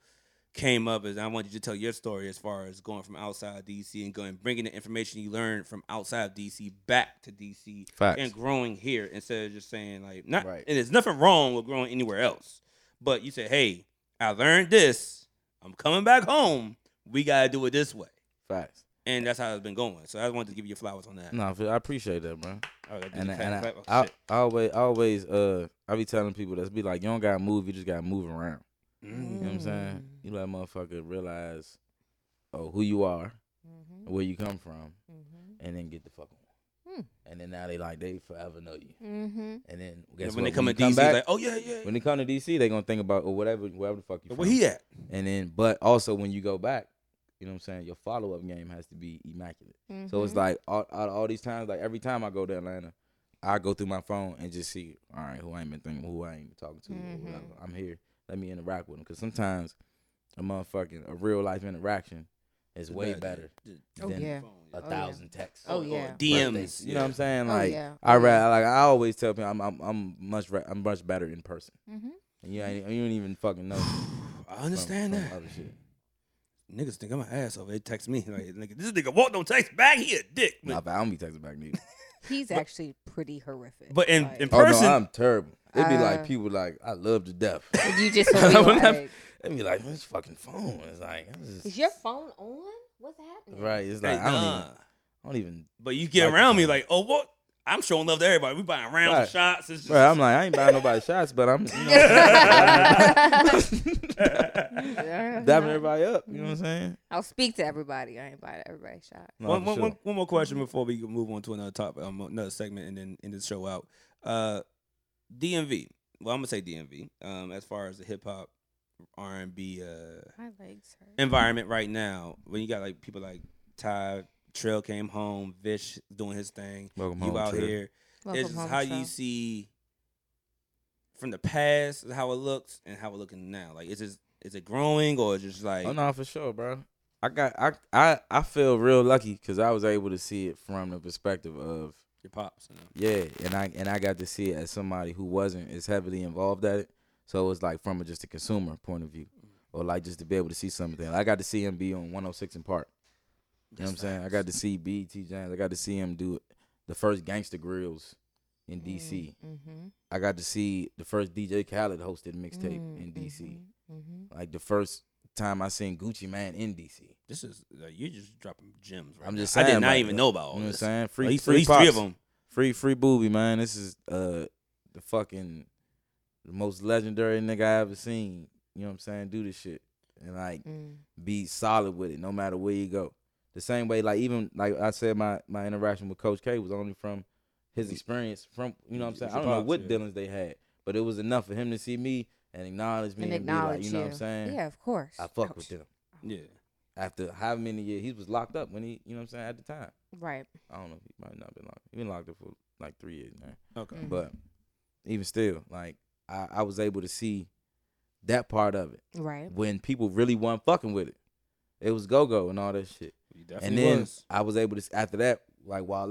[SPEAKER 1] came up as I want you to tell your story as far as going from outside DC and going bringing the information you learned from outside of DC back to DC
[SPEAKER 4] Facts.
[SPEAKER 1] and growing here instead of just saying like not
[SPEAKER 4] Right.
[SPEAKER 1] and there's nothing wrong with growing anywhere else. But you say, Hey, I learned this. I'm coming back home. We gotta do it this way.
[SPEAKER 4] Facts.
[SPEAKER 1] And that's how it's been going. So I just wanted to give you flowers on that.
[SPEAKER 4] No, I feel- I appreciate that, bro.
[SPEAKER 1] Oh, that
[SPEAKER 4] And,
[SPEAKER 1] and,
[SPEAKER 4] I- and I,
[SPEAKER 1] clap. Oh,
[SPEAKER 4] I,
[SPEAKER 1] shit.
[SPEAKER 4] I always, I always, uh, I be telling people that's be like, you don't gotta move, you just gotta move around. You
[SPEAKER 1] Mm.
[SPEAKER 4] know what I'm saying? You let motherfucker realize, oh, who you are,
[SPEAKER 2] Mm-hmm.
[SPEAKER 4] where you come from,
[SPEAKER 2] Mm-hmm.
[SPEAKER 4] and then get the fuck on.
[SPEAKER 2] Hmm.
[SPEAKER 4] And then now they like they forever know you.
[SPEAKER 2] Mm-hmm.
[SPEAKER 4] And then
[SPEAKER 1] And
[SPEAKER 4] guess
[SPEAKER 1] when
[SPEAKER 4] what?
[SPEAKER 1] they come
[SPEAKER 4] you
[SPEAKER 1] in DC,
[SPEAKER 4] back,
[SPEAKER 1] like, oh yeah, yeah.
[SPEAKER 4] when they come to DC, they gonna think about or whatever, wherever the fuck you.
[SPEAKER 1] where
[SPEAKER 4] from.
[SPEAKER 1] he at?
[SPEAKER 4] And then, but also when you go back, you know what I'm saying? Your follow up game has to be immaculate. So
[SPEAKER 2] Mm-hmm.
[SPEAKER 4] it's like all, out of all these times, like every time I go to Atlanta, I go through my phone and just see, all right, who I ain't been thinking, who I ain't been talking to, or
[SPEAKER 2] Mhm.
[SPEAKER 4] whatever. I'm here. Let me interact with them because sometimes a motherfucking a real life interaction is way better
[SPEAKER 2] Oh,
[SPEAKER 4] than
[SPEAKER 2] yeah.
[SPEAKER 4] a
[SPEAKER 2] yeah.
[SPEAKER 4] thousand texts.
[SPEAKER 2] Oh,
[SPEAKER 1] Or
[SPEAKER 2] yeah.
[SPEAKER 1] DMs.
[SPEAKER 4] birthdays. You know what I'm saying?
[SPEAKER 2] Oh,
[SPEAKER 4] Like
[SPEAKER 2] yeah.
[SPEAKER 4] I
[SPEAKER 2] Oh, yeah.
[SPEAKER 4] ra- like I always tell people I'm I'm, I'm much re- I'm much better in person.
[SPEAKER 2] Mm-hmm.
[SPEAKER 4] And you ain't, you don't even fucking know.
[SPEAKER 1] I understand
[SPEAKER 4] from,
[SPEAKER 1] that.
[SPEAKER 4] From other shit.
[SPEAKER 1] Niggas think I'm an asshole. They text me like, nigga, this nigga Walt don't text back. He a dick.
[SPEAKER 4] Nah,
[SPEAKER 1] But,
[SPEAKER 4] but I don't be texting back neither.
[SPEAKER 2] He's actually pretty horrific.
[SPEAKER 1] but in,
[SPEAKER 2] like,
[SPEAKER 1] in
[SPEAKER 4] oh
[SPEAKER 1] person,
[SPEAKER 4] no, I'm terrible. It'd be
[SPEAKER 2] Uh,
[SPEAKER 4] like people like I love to death.
[SPEAKER 2] and you just will be
[SPEAKER 4] When I-
[SPEAKER 2] like,
[SPEAKER 4] It'd be like this fucking phone. It's like I'm just-
[SPEAKER 2] is your phone on? What's happening?
[SPEAKER 4] right. It's
[SPEAKER 1] like,
[SPEAKER 4] like I don't
[SPEAKER 1] nah.
[SPEAKER 4] even. I don't even.
[SPEAKER 1] But you get
[SPEAKER 4] Like-
[SPEAKER 1] around me like, oh what? I'm showing love to everybody. We buying rounds of
[SPEAKER 4] Right.
[SPEAKER 1] shots. It's just,
[SPEAKER 4] Bro, I'm like I ain't buying nobody shots, but I'm. You know,
[SPEAKER 2] Yeah,
[SPEAKER 4] dapping
[SPEAKER 2] no.
[SPEAKER 4] everybody up. You know what I'm saying?
[SPEAKER 2] I'll speak to everybody. I ain't buy everybody shot.
[SPEAKER 1] Mm-hmm.
[SPEAKER 4] No,
[SPEAKER 1] one,
[SPEAKER 4] for
[SPEAKER 1] one-
[SPEAKER 4] sure.
[SPEAKER 1] one- one more question before we move on to another topic, um, another segment, and then end this show out. Uh, DMV. Well, I'm gonna say DMV. Um, as far as the hip hop, R and B, uh,
[SPEAKER 2] My legs hurt.
[SPEAKER 1] environment right now, when you got like people like Ty Trill came home, Vish doing his thing,
[SPEAKER 4] Welcome
[SPEAKER 1] you
[SPEAKER 4] home,
[SPEAKER 1] out
[SPEAKER 4] Trill.
[SPEAKER 1] here. it's just how you see from the past how it looks and how it looking now. Like, is it is it growing or just like
[SPEAKER 4] Oh no, for sure, bro. I got I I I feel real lucky because I was able to see it from the perspective of
[SPEAKER 1] your pops? and-
[SPEAKER 4] yeah, and I and I got to see it as somebody who wasn't as heavily involved at it. So it was like from a, just a consumer point of view, or like just to be able to see something. I got to see him be on 106 in Park. You know what I'm
[SPEAKER 1] That's
[SPEAKER 4] saying? I got to see BT James. I got to see him do the first Gangster Grills in DC.
[SPEAKER 2] Mm-hmm.
[SPEAKER 4] I got to see the first DJ Khaled hosted mixtape in DC.
[SPEAKER 2] Mm-hmm.
[SPEAKER 4] Like the first time I seen Gucci Man in DC.
[SPEAKER 1] This is like, you just dropping gems. Right
[SPEAKER 4] I'm
[SPEAKER 1] now.
[SPEAKER 4] just
[SPEAKER 1] I did
[SPEAKER 4] saying,
[SPEAKER 1] not
[SPEAKER 4] like,
[SPEAKER 1] even know about all
[SPEAKER 4] you know what I'm
[SPEAKER 1] this.
[SPEAKER 4] saying? Free,
[SPEAKER 1] at least, at
[SPEAKER 4] free,
[SPEAKER 1] least three of
[SPEAKER 4] Pops.
[SPEAKER 1] them.
[SPEAKER 4] Free, free booby, man. This is uh the fucking the most legendary nigga I ever seen. You know what I'm saying? Do this shit and like
[SPEAKER 2] Mm.
[SPEAKER 4] be solid with it, no matter where you go. The same way, like even like I said, my my interaction with Coach K was only from
[SPEAKER 1] Mm.
[SPEAKER 4] his experience from you know what I'm saying. I don't know what
[SPEAKER 1] Yeah.
[SPEAKER 4] dealings they had, but it was enough for him to see me and acknowledge me
[SPEAKER 2] and
[SPEAKER 4] and, be like,
[SPEAKER 2] acknowledge
[SPEAKER 4] you
[SPEAKER 2] you.
[SPEAKER 4] know what I'm saying?
[SPEAKER 2] Yeah, of course.
[SPEAKER 4] I fuck
[SPEAKER 2] Ouch.
[SPEAKER 4] with them.
[SPEAKER 1] Yeah.
[SPEAKER 4] After how many years he was locked up when he, you know what I'm saying, at the time.
[SPEAKER 2] Right.
[SPEAKER 4] I don't know, he might not been locked. He been locked up for like 3 years now.
[SPEAKER 1] Okay.
[SPEAKER 2] Mm.
[SPEAKER 4] But even still, like I, I was able to see that part of it
[SPEAKER 2] Right.
[SPEAKER 4] when people really weren't fucking with it. It was go go and all that shit.
[SPEAKER 1] You
[SPEAKER 4] and
[SPEAKER 1] definitely
[SPEAKER 4] then
[SPEAKER 1] was.
[SPEAKER 4] I was able to s- after that, like Wale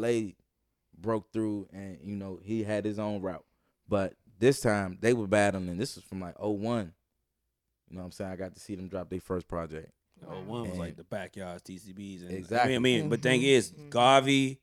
[SPEAKER 4] broke through and you know he had his own route. But this time they were battling. This was from like 01. You know what I'm saying? I got to see them drop their first project.
[SPEAKER 1] Oh, one was like
[SPEAKER 4] And-
[SPEAKER 1] the backyards, TCBs, and
[SPEAKER 4] Exactly.
[SPEAKER 1] I mean, I mean but thing
[SPEAKER 2] Mhm,
[SPEAKER 1] is,
[SPEAKER 2] mhm.
[SPEAKER 1] Garvey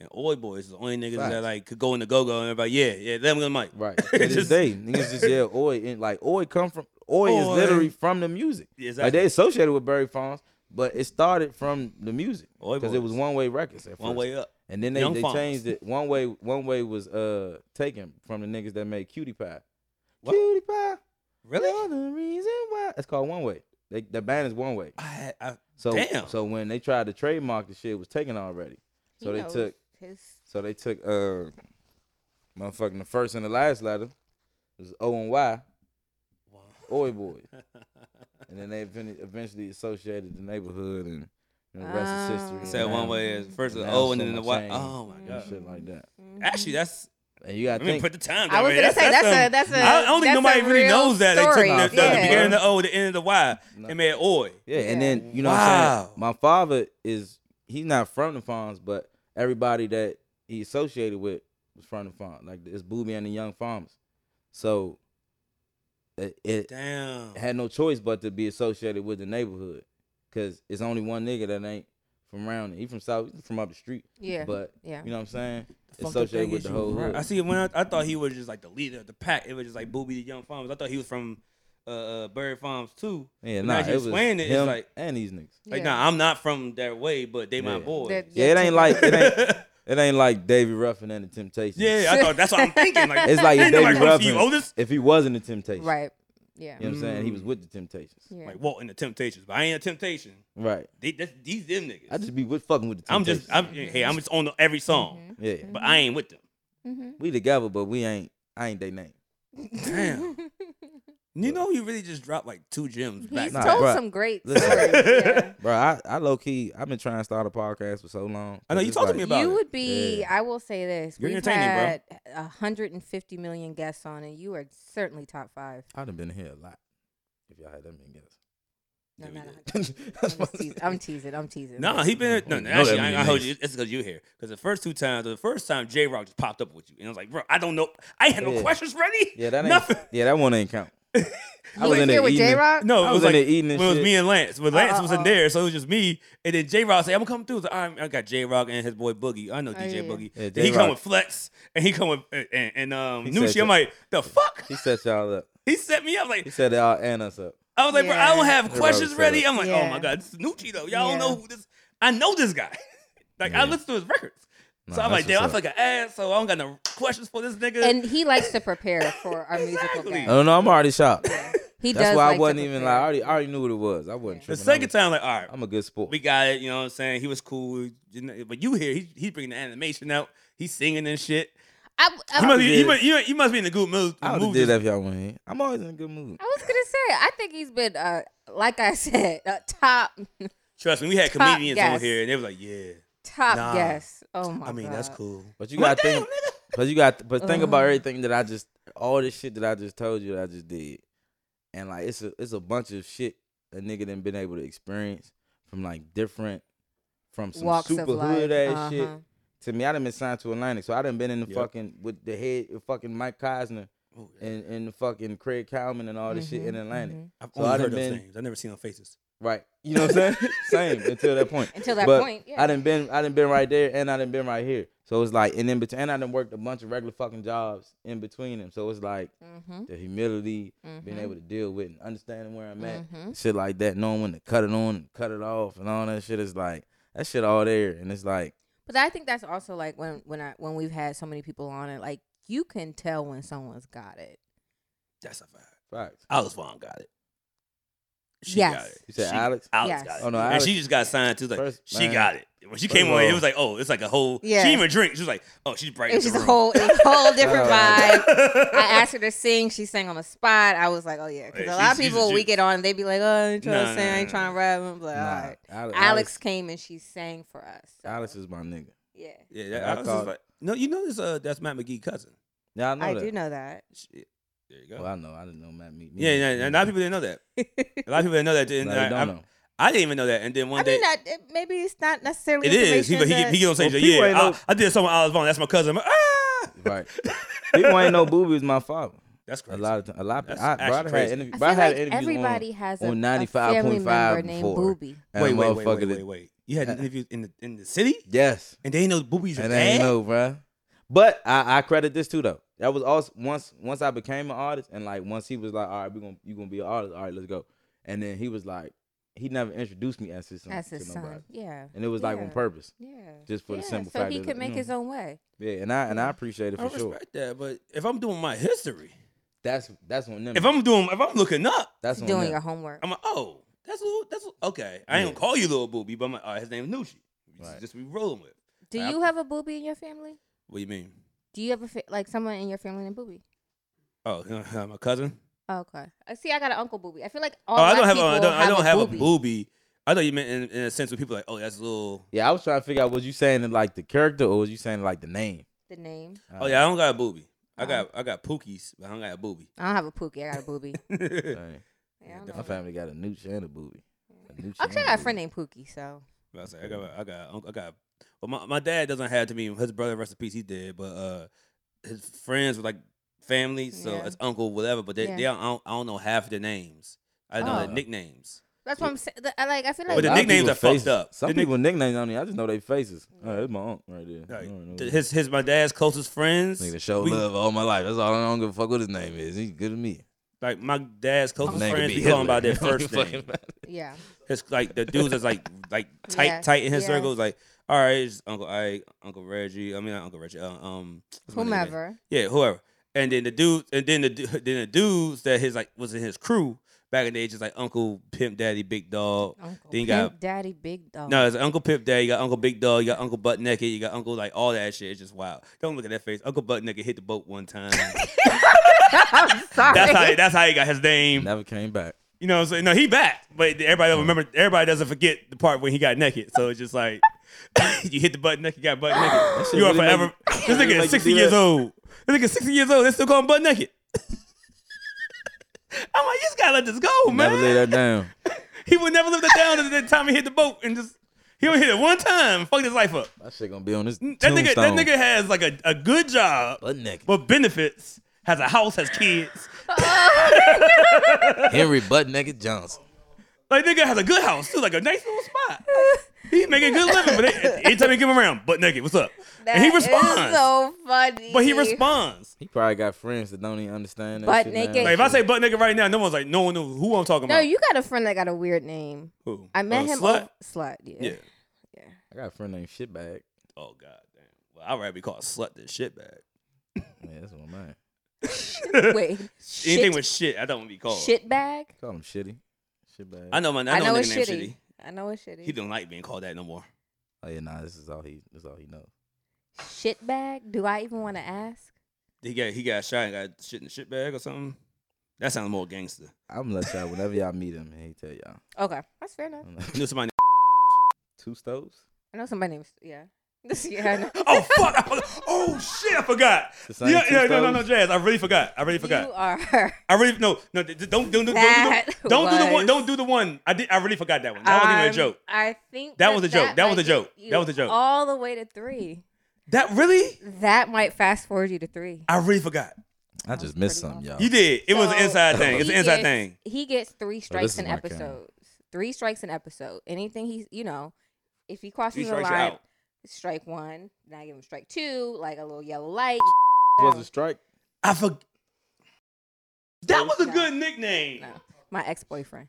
[SPEAKER 1] and Oi Boys is the only niggas that
[SPEAKER 4] Facts.
[SPEAKER 1] like could go in the go go and everybody, yeah, yeah, them gonna mic,
[SPEAKER 4] Right. To this
[SPEAKER 1] Just-
[SPEAKER 4] day, niggas just yell Oi and like Oi come from Oi is
[SPEAKER 1] Oi.
[SPEAKER 4] literally from the music.
[SPEAKER 1] Yeah,
[SPEAKER 4] Like
[SPEAKER 1] exactly.
[SPEAKER 4] they associated with Barry Fonz, but it started from the music.
[SPEAKER 1] Oi
[SPEAKER 4] Because it was
[SPEAKER 1] Boys.
[SPEAKER 4] one way records at
[SPEAKER 1] one
[SPEAKER 4] first.
[SPEAKER 1] way up.
[SPEAKER 4] And then they,
[SPEAKER 1] Young
[SPEAKER 4] they
[SPEAKER 1] Fonz.
[SPEAKER 4] changed it. One way one way was uh taken from the niggas that made Cutie Pie.
[SPEAKER 1] What?
[SPEAKER 4] Cutie Pie.
[SPEAKER 1] Really?
[SPEAKER 4] You're the reason why. It's called One Way. They, the band is One Way.
[SPEAKER 1] I had, I,
[SPEAKER 4] So
[SPEAKER 1] Damn.
[SPEAKER 4] so when they tried to trademark the shit, it was taken already. So
[SPEAKER 2] He
[SPEAKER 4] they
[SPEAKER 2] knows
[SPEAKER 4] took
[SPEAKER 2] his.
[SPEAKER 4] so they took uh motherfucking the first and the last letter it was O and Y, Oi Boy. and then they eventually, eventually associated the neighborhood and, and the rest is history.
[SPEAKER 1] Ah. said
[SPEAKER 4] and
[SPEAKER 1] one
[SPEAKER 4] now-
[SPEAKER 1] way is first
[SPEAKER 4] and
[SPEAKER 1] the
[SPEAKER 4] now
[SPEAKER 1] O and
[SPEAKER 4] so
[SPEAKER 1] then the
[SPEAKER 4] much
[SPEAKER 1] Y.
[SPEAKER 4] change
[SPEAKER 1] Oh my
[SPEAKER 4] and
[SPEAKER 1] god.
[SPEAKER 4] shit like that.
[SPEAKER 2] mm-hmm.
[SPEAKER 1] Actually, that's
[SPEAKER 4] And you gotta
[SPEAKER 1] I mean,
[SPEAKER 4] think
[SPEAKER 1] put the time.
[SPEAKER 2] I was
[SPEAKER 1] down, man.
[SPEAKER 2] gonna say that's,
[SPEAKER 1] some-
[SPEAKER 2] a that's a.
[SPEAKER 1] I don't think
[SPEAKER 2] that's
[SPEAKER 1] nobody
[SPEAKER 2] a
[SPEAKER 1] really
[SPEAKER 2] real
[SPEAKER 1] knows that
[SPEAKER 2] story.
[SPEAKER 1] they took the, the,
[SPEAKER 2] yeah.
[SPEAKER 1] the beginning of the O, the end of the Y,
[SPEAKER 4] No.
[SPEAKER 1] and made Oi.
[SPEAKER 4] Yeah, and
[SPEAKER 2] Yeah.
[SPEAKER 4] then you know, what I'm
[SPEAKER 1] Wow.
[SPEAKER 4] saying my father is he's not from the Fonz, but everybody that he associated with was from the Fonz. Like it's Booby and the Young Farmers, so it, it
[SPEAKER 1] Damn.
[SPEAKER 4] had no choice but to be associated with the neighborhood, cause it's only one nigga that ain't from around. Here. He from South, he from up the street,
[SPEAKER 2] Yeah.
[SPEAKER 4] but
[SPEAKER 2] yeah.
[SPEAKER 4] you know what I'm saying.
[SPEAKER 1] Fuck the
[SPEAKER 4] associated
[SPEAKER 1] thing
[SPEAKER 4] with
[SPEAKER 1] is
[SPEAKER 4] the
[SPEAKER 1] you
[SPEAKER 4] whole
[SPEAKER 1] right.
[SPEAKER 4] hood.
[SPEAKER 1] I see. When I, I thought he was just like the leader of the pack, it was just like Booby the Young Farms. I thought he was from uh, uh Bird Farms too.
[SPEAKER 4] Yeah,
[SPEAKER 1] now
[SPEAKER 4] nah,
[SPEAKER 1] you
[SPEAKER 4] it was
[SPEAKER 1] explain it, it's
[SPEAKER 4] him
[SPEAKER 1] like-
[SPEAKER 4] and these niggas.
[SPEAKER 1] Like,
[SPEAKER 2] Yeah.
[SPEAKER 1] nah, I'm not from that way, but they my
[SPEAKER 4] Yeah.
[SPEAKER 1] boys.
[SPEAKER 2] That-
[SPEAKER 4] Yeah, it ain't like it ain't
[SPEAKER 1] yeah,
[SPEAKER 4] it ain't like Davy Ruffin and the Temptations.
[SPEAKER 1] I thought that's what I'm thinking. Like,
[SPEAKER 4] It's like if
[SPEAKER 1] ain't nobody
[SPEAKER 4] Davy
[SPEAKER 1] comes to you,
[SPEAKER 4] Ruffin,
[SPEAKER 1] Otis. Mm.
[SPEAKER 4] if he wasn't a Temptation,
[SPEAKER 2] Right. Yeah.
[SPEAKER 4] You know what I'm saying? He was with the Temptations.
[SPEAKER 2] Yeah.
[SPEAKER 1] Like Walt and the Temptations, but I ain't a Temptation.
[SPEAKER 4] Right.
[SPEAKER 1] They, that's, these them niggas.
[SPEAKER 4] I just be with fucking with the
[SPEAKER 1] I'm
[SPEAKER 4] Temptations.
[SPEAKER 1] just, I'm, hey, I'm just on the, every song,
[SPEAKER 4] yeah.
[SPEAKER 1] but I ain't with them.
[SPEAKER 2] Mm-hmm.
[SPEAKER 4] We together, but we ain't. I ain't they name.
[SPEAKER 1] Damn. You know, you really just dropped like two gems back.
[SPEAKER 2] He's
[SPEAKER 4] Nah,
[SPEAKER 1] to
[SPEAKER 2] told
[SPEAKER 4] bruh.
[SPEAKER 2] some great
[SPEAKER 4] Listen.
[SPEAKER 2] stories. Yeah.
[SPEAKER 4] Bro, I, I low key, I've been trying to start a podcast for so long.
[SPEAKER 1] I know, you
[SPEAKER 4] It's
[SPEAKER 1] talked to
[SPEAKER 4] like-
[SPEAKER 1] me about
[SPEAKER 2] you
[SPEAKER 1] it.
[SPEAKER 2] would be.
[SPEAKER 4] Yeah.
[SPEAKER 2] I will say this:
[SPEAKER 1] You're
[SPEAKER 2] we've
[SPEAKER 1] entertaining,
[SPEAKER 2] had a 150 million guests on, and you are certainly top five.
[SPEAKER 4] I done been here a lot. If y'all had that many
[SPEAKER 2] No,
[SPEAKER 1] Yeah, we
[SPEAKER 2] not a
[SPEAKER 1] did.
[SPEAKER 2] 100.
[SPEAKER 4] guests.
[SPEAKER 2] I'm teasing. I'm teasing. I'm teasing.
[SPEAKER 1] No, he been no.
[SPEAKER 4] You
[SPEAKER 1] no
[SPEAKER 4] know
[SPEAKER 1] actually,
[SPEAKER 4] that
[SPEAKER 1] I ain't
[SPEAKER 4] mean
[SPEAKER 1] gonna hold
[SPEAKER 4] niggas.
[SPEAKER 1] you. It's because you here. Because the first two times, the first time J Rock just popped up with you, and I was like, bro, I don't know. I had no
[SPEAKER 4] Yeah.
[SPEAKER 1] questions ready.
[SPEAKER 4] yeah, that ain't.
[SPEAKER 1] nothing.
[SPEAKER 4] Yeah, that one ain't count.
[SPEAKER 2] He was here with
[SPEAKER 4] eating-
[SPEAKER 2] J Rock.
[SPEAKER 1] No,
[SPEAKER 4] I
[SPEAKER 1] it was,
[SPEAKER 4] was in
[SPEAKER 1] like
[SPEAKER 4] there eating and
[SPEAKER 1] when it was
[SPEAKER 4] shit.
[SPEAKER 1] me and Lance, but Lance
[SPEAKER 2] Uh, uh,
[SPEAKER 1] wasn't
[SPEAKER 2] uh.
[SPEAKER 1] there, so it was just me. And then J Rock said, "I'm gonna come through." I, was like, "All right, I got J Rock and his boy Boogie. I know
[SPEAKER 2] Oh,
[SPEAKER 1] DJ
[SPEAKER 2] yeah.
[SPEAKER 1] Boogie.
[SPEAKER 4] Yeah,
[SPEAKER 1] and he come
[SPEAKER 4] J-Rock.
[SPEAKER 1] with Flex, and he come with and, and, and um
[SPEAKER 4] He
[SPEAKER 1] Nushi.
[SPEAKER 4] said
[SPEAKER 1] I'm like, the fuck?
[SPEAKER 4] He set y'all up.
[SPEAKER 1] He set me up
[SPEAKER 4] He
[SPEAKER 1] like
[SPEAKER 4] set y'all and us up.
[SPEAKER 1] I was like, bro, I
[SPEAKER 2] Yeah.
[SPEAKER 1] don't have
[SPEAKER 4] J-Rock
[SPEAKER 1] questions
[SPEAKER 4] was
[SPEAKER 1] ready.
[SPEAKER 4] set up.
[SPEAKER 1] I'm like, oh
[SPEAKER 2] Yeah.
[SPEAKER 1] my god, this is Nucci though. Y'all don't
[SPEAKER 2] Yeah.
[SPEAKER 1] know who this. I know this guy. like I
[SPEAKER 4] Yeah.
[SPEAKER 1] listen to his records. So
[SPEAKER 4] Nah,
[SPEAKER 1] I'm like,
[SPEAKER 4] that's
[SPEAKER 1] damn, I
[SPEAKER 4] what's
[SPEAKER 1] feel like an ass, so I don't got no questions for this nigga.
[SPEAKER 2] and he likes to prepare for our musical
[SPEAKER 1] Exactly.
[SPEAKER 4] I
[SPEAKER 2] guest.
[SPEAKER 4] don't know. I'm already shocked.
[SPEAKER 2] He
[SPEAKER 4] That's
[SPEAKER 2] does.
[SPEAKER 4] why
[SPEAKER 2] like
[SPEAKER 4] I
[SPEAKER 2] to
[SPEAKER 4] wasn't even like.
[SPEAKER 2] prepare.
[SPEAKER 4] I already, I already knew what it was. I wasn't
[SPEAKER 1] the
[SPEAKER 4] tripping.
[SPEAKER 1] second time, like, all right,
[SPEAKER 4] I'm a good sport.
[SPEAKER 1] we got it, you know what I'm saying? He was cool. you know, But you here, he, he bringing the animation out. He's singing and shit.
[SPEAKER 2] I, I,
[SPEAKER 1] You must, be, you,
[SPEAKER 4] did-
[SPEAKER 1] must, you, you must be in a good mood.
[SPEAKER 4] I would
[SPEAKER 1] mood
[SPEAKER 4] have did that if y'all went here. I'm always in a good mood.
[SPEAKER 2] I was gonna say, I think he's been, uh, like I said, uh, top,
[SPEAKER 1] Trust me, we had
[SPEAKER 2] Top
[SPEAKER 1] comedians on
[SPEAKER 2] guest.
[SPEAKER 1] here, and they was like, yeah.
[SPEAKER 2] top
[SPEAKER 1] Nah.
[SPEAKER 2] guest. Oh my god!
[SPEAKER 1] I mean, that's cool.
[SPEAKER 4] But you
[SPEAKER 1] Well,
[SPEAKER 4] got to
[SPEAKER 1] damn,
[SPEAKER 4] think.
[SPEAKER 1] nigga.
[SPEAKER 4] But you got, but think
[SPEAKER 2] Uh-huh.
[SPEAKER 4] about everything that I just, all this shit that I just told you that I just did, and like it's a, it's a bunch of shit a nigga done been able to experience from like different, from some
[SPEAKER 2] Walks
[SPEAKER 4] super
[SPEAKER 2] of life.
[SPEAKER 4] hood ass shit.
[SPEAKER 2] Uh-huh.
[SPEAKER 4] To me, I done been signed to Atlantic, so I done been in the
[SPEAKER 1] Yep.
[SPEAKER 4] fucking with the head, with fucking Mike Cosner
[SPEAKER 1] Oh, yeah.
[SPEAKER 4] and and the fucking Craig Cowman and all this shit in
[SPEAKER 2] Mhm,
[SPEAKER 4] Atlantic,
[SPEAKER 2] mhm.
[SPEAKER 1] I've
[SPEAKER 4] So
[SPEAKER 1] only
[SPEAKER 4] I done
[SPEAKER 1] heard those
[SPEAKER 4] been-
[SPEAKER 1] things. I've never seen on faces.
[SPEAKER 4] right? You know what I'm saying? Same until that point.
[SPEAKER 2] mm-hmm. Until that
[SPEAKER 4] But
[SPEAKER 2] point, yeah.
[SPEAKER 4] I done been I done been right there and I done been right here. So it's like and in between and I done worked a bunch of regular fucking jobs in between them. So it's like
[SPEAKER 2] Mm-hmm.
[SPEAKER 4] the humility, being
[SPEAKER 2] Mhm.
[SPEAKER 4] able to deal with and understanding where I'm at.
[SPEAKER 2] Mhm.
[SPEAKER 4] Shit like that, knowing when to cut it on and cut it off and all that shit is like that shit all there and it's like
[SPEAKER 2] But I think that's also like when when I when we've had so many people on it, like you can tell when someone's got it.
[SPEAKER 1] That's a fact.
[SPEAKER 4] facts.
[SPEAKER 1] Alex Vaughn got it. She got
[SPEAKER 2] Yes.
[SPEAKER 1] it.
[SPEAKER 4] You said
[SPEAKER 1] She-
[SPEAKER 4] Alex?
[SPEAKER 1] Alex
[SPEAKER 2] Yes.
[SPEAKER 1] got it.
[SPEAKER 4] Oh, no,
[SPEAKER 1] and
[SPEAKER 4] Alex-
[SPEAKER 1] she just got signed too. Like
[SPEAKER 4] First-
[SPEAKER 1] she
[SPEAKER 4] man.
[SPEAKER 1] got it. When she
[SPEAKER 4] First
[SPEAKER 1] came
[SPEAKER 4] of
[SPEAKER 1] on, it
[SPEAKER 4] all-
[SPEAKER 1] was like, oh, it's like a whole. She
[SPEAKER 2] Yeah.
[SPEAKER 1] didn't even drink. She was like, oh, she's bright.
[SPEAKER 2] It's
[SPEAKER 1] the
[SPEAKER 2] just a
[SPEAKER 1] room.
[SPEAKER 2] whole, it's a whole different
[SPEAKER 4] Oh.
[SPEAKER 2] vibe. I asked her to sing. She sang on the spot. I was like, oh yeah, because
[SPEAKER 1] Yeah,
[SPEAKER 2] a lot of
[SPEAKER 1] she's- she's a
[SPEAKER 2] people we
[SPEAKER 1] Jew.
[SPEAKER 2] get on, they be like, oh, I ain't trying
[SPEAKER 1] Nah,
[SPEAKER 2] to sing, I ain't
[SPEAKER 1] nah, nah,
[SPEAKER 2] trying to rap. I'm like, all
[SPEAKER 4] Nah,
[SPEAKER 2] right.
[SPEAKER 4] Ale-
[SPEAKER 2] Alex, came and she sang for us. so,
[SPEAKER 4] Alex is my nigga.
[SPEAKER 2] yeah,
[SPEAKER 1] Yeah,
[SPEAKER 4] I
[SPEAKER 1] that, Alex
[SPEAKER 4] called-
[SPEAKER 1] was like, no, you know this. Uh, that's Matt McGee cousin.
[SPEAKER 4] Yeah, I know
[SPEAKER 2] I
[SPEAKER 4] that.
[SPEAKER 2] do know that.
[SPEAKER 1] She, there you go.
[SPEAKER 4] Well, I know. I didn't know Matt Meek.
[SPEAKER 1] yeah, yeah, yeah. A lot of people didn't know that. A lot of people didn't know that. And
[SPEAKER 4] No,
[SPEAKER 1] I,
[SPEAKER 4] they don't
[SPEAKER 1] I-
[SPEAKER 4] know.
[SPEAKER 1] I didn't even know that. And then one
[SPEAKER 2] I
[SPEAKER 1] day,
[SPEAKER 2] mean, I, it- maybe it's not necessarily.
[SPEAKER 1] it is. He
[SPEAKER 2] information
[SPEAKER 1] he he,
[SPEAKER 2] that-
[SPEAKER 1] he gonna say,
[SPEAKER 4] Well, people
[SPEAKER 1] yeah,
[SPEAKER 4] ain't
[SPEAKER 1] I,
[SPEAKER 4] know-
[SPEAKER 1] I did something with Alex Vaughn. That's my cousin. I'm like, ah,
[SPEAKER 4] Right. people ain't know Booby was my father.
[SPEAKER 1] that's
[SPEAKER 4] A
[SPEAKER 1] crazy.
[SPEAKER 4] lot of time. A lot. Of,
[SPEAKER 1] That's
[SPEAKER 4] I, bro, I
[SPEAKER 1] actually
[SPEAKER 4] done had
[SPEAKER 1] crazy.
[SPEAKER 4] interview,
[SPEAKER 2] I
[SPEAKER 4] bro, I
[SPEAKER 2] feel
[SPEAKER 4] had
[SPEAKER 2] like
[SPEAKER 4] interviews
[SPEAKER 2] everybody has a,
[SPEAKER 4] on
[SPEAKER 2] a family
[SPEAKER 4] 95.5
[SPEAKER 2] member named
[SPEAKER 4] before.
[SPEAKER 2] Booby.
[SPEAKER 4] on.
[SPEAKER 1] Wait,
[SPEAKER 4] and
[SPEAKER 1] wait, wait,
[SPEAKER 4] motherfucker
[SPEAKER 1] wait,
[SPEAKER 4] that-
[SPEAKER 1] wait, wait. You had an interview in the in the city,
[SPEAKER 4] Yes.
[SPEAKER 1] and they ain't know boobies.
[SPEAKER 4] And they ain't
[SPEAKER 1] know.
[SPEAKER 4] know, bro. But I, I credit this too though. That was also once once I became an artist and like once he was like, all right, we gonna you gonna be an artist. All right, let's go. And then he was like, he never introduced me as his son.
[SPEAKER 2] That's
[SPEAKER 4] to
[SPEAKER 2] his
[SPEAKER 4] nobody.
[SPEAKER 2] son. Yeah,
[SPEAKER 4] And it was like on
[SPEAKER 2] Yeah.
[SPEAKER 4] purpose,
[SPEAKER 2] yeah.
[SPEAKER 4] just for
[SPEAKER 2] yeah.
[SPEAKER 4] the simple
[SPEAKER 2] so
[SPEAKER 4] fact
[SPEAKER 2] he
[SPEAKER 4] that
[SPEAKER 2] could make
[SPEAKER 4] Mhm.
[SPEAKER 2] his own way.
[SPEAKER 4] Yeah, and I and I appreciate it
[SPEAKER 1] I
[SPEAKER 4] for
[SPEAKER 1] respect
[SPEAKER 4] sure.
[SPEAKER 1] that, but if I'm doing my history,
[SPEAKER 4] That's that's on them.
[SPEAKER 1] if I'm doing, if I'm looking up,
[SPEAKER 4] that's on
[SPEAKER 2] Doing
[SPEAKER 4] them.
[SPEAKER 2] your homework.
[SPEAKER 1] I'm like, oh, that's little, that's little, okay. I ain't
[SPEAKER 4] Yeah.
[SPEAKER 1] gonna call you little booby, but I'm like, all right, his name Nushi. This
[SPEAKER 4] Right.
[SPEAKER 1] is just we rolling with.
[SPEAKER 2] Do
[SPEAKER 1] I-
[SPEAKER 2] you have a Booby in your family?
[SPEAKER 1] What do you mean?
[SPEAKER 2] Do you ever fa- like someone in your family named Booby? Oh,
[SPEAKER 1] Oh, my cousin.
[SPEAKER 2] Okay. I see. I got an uncle Booby. I feel like all
[SPEAKER 1] Oh, I don't
[SPEAKER 2] black
[SPEAKER 1] have.
[SPEAKER 2] people
[SPEAKER 1] I don't. I don't have a
[SPEAKER 2] Booby.
[SPEAKER 1] booby. I thought you meant in, in a sense when people like, oh, that's little.
[SPEAKER 4] Yeah, I was trying to figure out was you saying in like the character or was you saying like the name?
[SPEAKER 2] The name.
[SPEAKER 1] Oh yeah, I don't got a booby. I
[SPEAKER 2] Oh.
[SPEAKER 1] got I got pookies, but I don't got a booby.
[SPEAKER 2] I don't have a Pookie. I got a Booby.
[SPEAKER 1] But
[SPEAKER 4] Dang.
[SPEAKER 2] Yeah, I don't
[SPEAKER 1] Yeah,
[SPEAKER 4] My
[SPEAKER 2] know.
[SPEAKER 4] family got a nooch and a booby. A nooch
[SPEAKER 2] Actually, I
[SPEAKER 4] and
[SPEAKER 2] got a friend
[SPEAKER 4] booby.
[SPEAKER 2] named Pookie. So
[SPEAKER 1] I was like, I got I got uncle- I got. Well, my, my dad doesn't have to be his brother. Rest in peace. He did, but uh, his friends were like family, so
[SPEAKER 2] Yeah.
[SPEAKER 1] it's uncle, whatever. But they,
[SPEAKER 2] Yeah.
[SPEAKER 1] they don't, I don't I don't know half their names. I know their
[SPEAKER 4] Oh.
[SPEAKER 1] nicknames.
[SPEAKER 2] that's what I'm saying. I like. I
[SPEAKER 1] But But
[SPEAKER 2] feel like
[SPEAKER 1] the
[SPEAKER 4] A lot of
[SPEAKER 1] nicknames
[SPEAKER 4] people
[SPEAKER 1] are fucked
[SPEAKER 4] faces-
[SPEAKER 1] up.
[SPEAKER 4] Some
[SPEAKER 1] The nick-
[SPEAKER 4] people nicknames on there. I just know their faces. Oh, that's my aunt right there. I
[SPEAKER 1] Like,
[SPEAKER 4] don't know
[SPEAKER 1] th-
[SPEAKER 4] that.
[SPEAKER 1] his his my dad's closest friends.
[SPEAKER 4] Nigga show
[SPEAKER 1] we-
[SPEAKER 4] love all my life. That's all. I don't give a fuck what his name is. He's good to me.
[SPEAKER 1] Like my dad's closest
[SPEAKER 4] His name could
[SPEAKER 1] friends,
[SPEAKER 4] be
[SPEAKER 1] we call him
[SPEAKER 4] Hitler.
[SPEAKER 1] by their
[SPEAKER 4] It don't
[SPEAKER 1] first
[SPEAKER 4] fucking
[SPEAKER 1] name.
[SPEAKER 4] matter.
[SPEAKER 2] yeah.
[SPEAKER 1] It's like the dudes that's like like tight
[SPEAKER 2] Yeah,
[SPEAKER 1] tight in his
[SPEAKER 2] yeah.
[SPEAKER 1] circles. Like all right, it's Uncle Ike, Uncle Reggie. I mean not Uncle Reggie. Uh, um, what's my nigga name?
[SPEAKER 2] Whomever.
[SPEAKER 1] Yeah, whoever. And then the dude, and then the du- then the dudes that his like was in his crew back in the day, just like Uncle Pimp Daddy, Big Dog.
[SPEAKER 2] Uncle.
[SPEAKER 1] Then you
[SPEAKER 2] Big
[SPEAKER 1] got-
[SPEAKER 2] Daddy Big Dog.
[SPEAKER 1] No, it's Uncle Pimp Daddy. You got Uncle Big Dog. You got Uncle Butt Naked. You got Uncle like all that shit. It's just wild. Don't look at that face. Uncle Butt Naked hit the boat one time.
[SPEAKER 2] I'm sorry.
[SPEAKER 1] that's how that's how he got his name.
[SPEAKER 4] Never came back.
[SPEAKER 1] You know what I'm saying? No, he back. But everybody
[SPEAKER 4] Oh.
[SPEAKER 1] don't remember everybody doesn't forget the part when he got naked. So it's just like you hit the butt naked, you got butt naked.
[SPEAKER 4] shit
[SPEAKER 1] You are
[SPEAKER 4] really
[SPEAKER 1] forever
[SPEAKER 4] make-
[SPEAKER 1] This
[SPEAKER 4] really
[SPEAKER 1] nigga
[SPEAKER 4] make
[SPEAKER 1] is
[SPEAKER 4] you
[SPEAKER 1] sixty
[SPEAKER 4] do
[SPEAKER 1] years
[SPEAKER 4] that.
[SPEAKER 1] old. This nigga is sixty years old, they still call him butt naked. I'm like, you just gotta let this go, man.
[SPEAKER 4] Never lay that down.
[SPEAKER 1] He would never live that down until the time he hit the boat and just he only hit it one time, fucked his life up.
[SPEAKER 4] That shit gonna be on this
[SPEAKER 1] That nigga that
[SPEAKER 4] tombstone.
[SPEAKER 1] nigga has like a, a good job,
[SPEAKER 4] Butt naked.
[SPEAKER 1] but benefits, has a house, has kids.
[SPEAKER 4] Henry Butt Naked Johnson.
[SPEAKER 1] Like nigga has a good house too, like a nice little spot. He making good living, but they, anytime he come around, butt naked, what's up?
[SPEAKER 2] That
[SPEAKER 1] and he
[SPEAKER 2] is
[SPEAKER 1] responds,
[SPEAKER 2] so funny.
[SPEAKER 1] but he responds.
[SPEAKER 4] He probably got friends that don't even understand that.
[SPEAKER 2] Butt
[SPEAKER 4] shit
[SPEAKER 2] naked.
[SPEAKER 4] Now.
[SPEAKER 1] Like if I say butt naked right now, no one's like, no one knows who I'm talking
[SPEAKER 2] No,
[SPEAKER 1] about.
[SPEAKER 2] you got a friend that got a weird name.
[SPEAKER 1] Who?
[SPEAKER 2] I met
[SPEAKER 1] Uh,
[SPEAKER 2] him.
[SPEAKER 1] Slut.
[SPEAKER 2] o- slut. Yeah.
[SPEAKER 1] yeah.
[SPEAKER 4] I got a friend named Shitbag.
[SPEAKER 1] Oh god damn. Well, I'd rather be called slut than shitbag.
[SPEAKER 4] Yeah, that's one of mine.
[SPEAKER 2] Wait.
[SPEAKER 1] Anything
[SPEAKER 2] shit,
[SPEAKER 1] with shit, I don't want to be called.
[SPEAKER 2] shit bag.
[SPEAKER 4] Call him Shitty. Shitbag.
[SPEAKER 1] I know my. I
[SPEAKER 2] I
[SPEAKER 1] know,
[SPEAKER 2] know
[SPEAKER 1] a
[SPEAKER 2] it's
[SPEAKER 1] nigga named Shitty.
[SPEAKER 2] shitty. I know it's shitty.
[SPEAKER 1] He don't like being called that no more.
[SPEAKER 4] Oh yeah, nah. This is all he. This is all he knows.
[SPEAKER 2] shit bag. Do I even want to ask?
[SPEAKER 1] He got he got shot and got shit in the shit bag or something. That sounds more gangster.
[SPEAKER 4] I'm gonna let y'all whenever y'all meet him, and he tell y'all.
[SPEAKER 2] Okay, that's fair enough.
[SPEAKER 4] I'm like,
[SPEAKER 1] I knew somebody.
[SPEAKER 4] Two stoves.
[SPEAKER 2] I know somebody named yeah. This yeah. I know.
[SPEAKER 1] Oh fuck! I forgot. Oh shit! I forgot.
[SPEAKER 4] The same
[SPEAKER 1] Yeah,
[SPEAKER 4] two
[SPEAKER 1] yeah, no, no, no,
[SPEAKER 4] stoves?
[SPEAKER 1] Jazz. I really forgot. I really forgot.
[SPEAKER 2] You are.
[SPEAKER 1] I really no no th- th- don't don't do- don't,
[SPEAKER 2] That
[SPEAKER 1] do, the, don't do the one
[SPEAKER 2] was- Um,
[SPEAKER 1] don't do the one I did I really forgot that one that wasn't even a
[SPEAKER 2] I'm-
[SPEAKER 1] joke
[SPEAKER 2] I think
[SPEAKER 1] That was a joke. That was
[SPEAKER 2] might
[SPEAKER 1] a joke.
[SPEAKER 2] get you
[SPEAKER 1] That was a joke.
[SPEAKER 2] All the way to three.
[SPEAKER 1] that really
[SPEAKER 2] That might fast forward you to three.
[SPEAKER 1] I really forgot
[SPEAKER 4] I just missed
[SPEAKER 2] pretty
[SPEAKER 4] something, y'all.
[SPEAKER 1] you did it was an
[SPEAKER 2] So,
[SPEAKER 1] inside thing it's
[SPEAKER 2] he
[SPEAKER 1] an inside
[SPEAKER 2] gets-
[SPEAKER 1] thing
[SPEAKER 2] He gets
[SPEAKER 1] Oh,
[SPEAKER 2] three
[SPEAKER 4] is
[SPEAKER 2] strikes an
[SPEAKER 4] my kind.
[SPEAKER 2] episode. Three strikes an episode. Anything he's you know, if he crosses
[SPEAKER 1] Three
[SPEAKER 2] the
[SPEAKER 1] strikes, you're
[SPEAKER 2] line,
[SPEAKER 1] out.
[SPEAKER 2] strike one. Then I give him strike two, like a little yellow light.
[SPEAKER 4] Was a strike?
[SPEAKER 1] I forgot that was a
[SPEAKER 2] No.
[SPEAKER 1] good nickname
[SPEAKER 2] No, my ex boyfriend.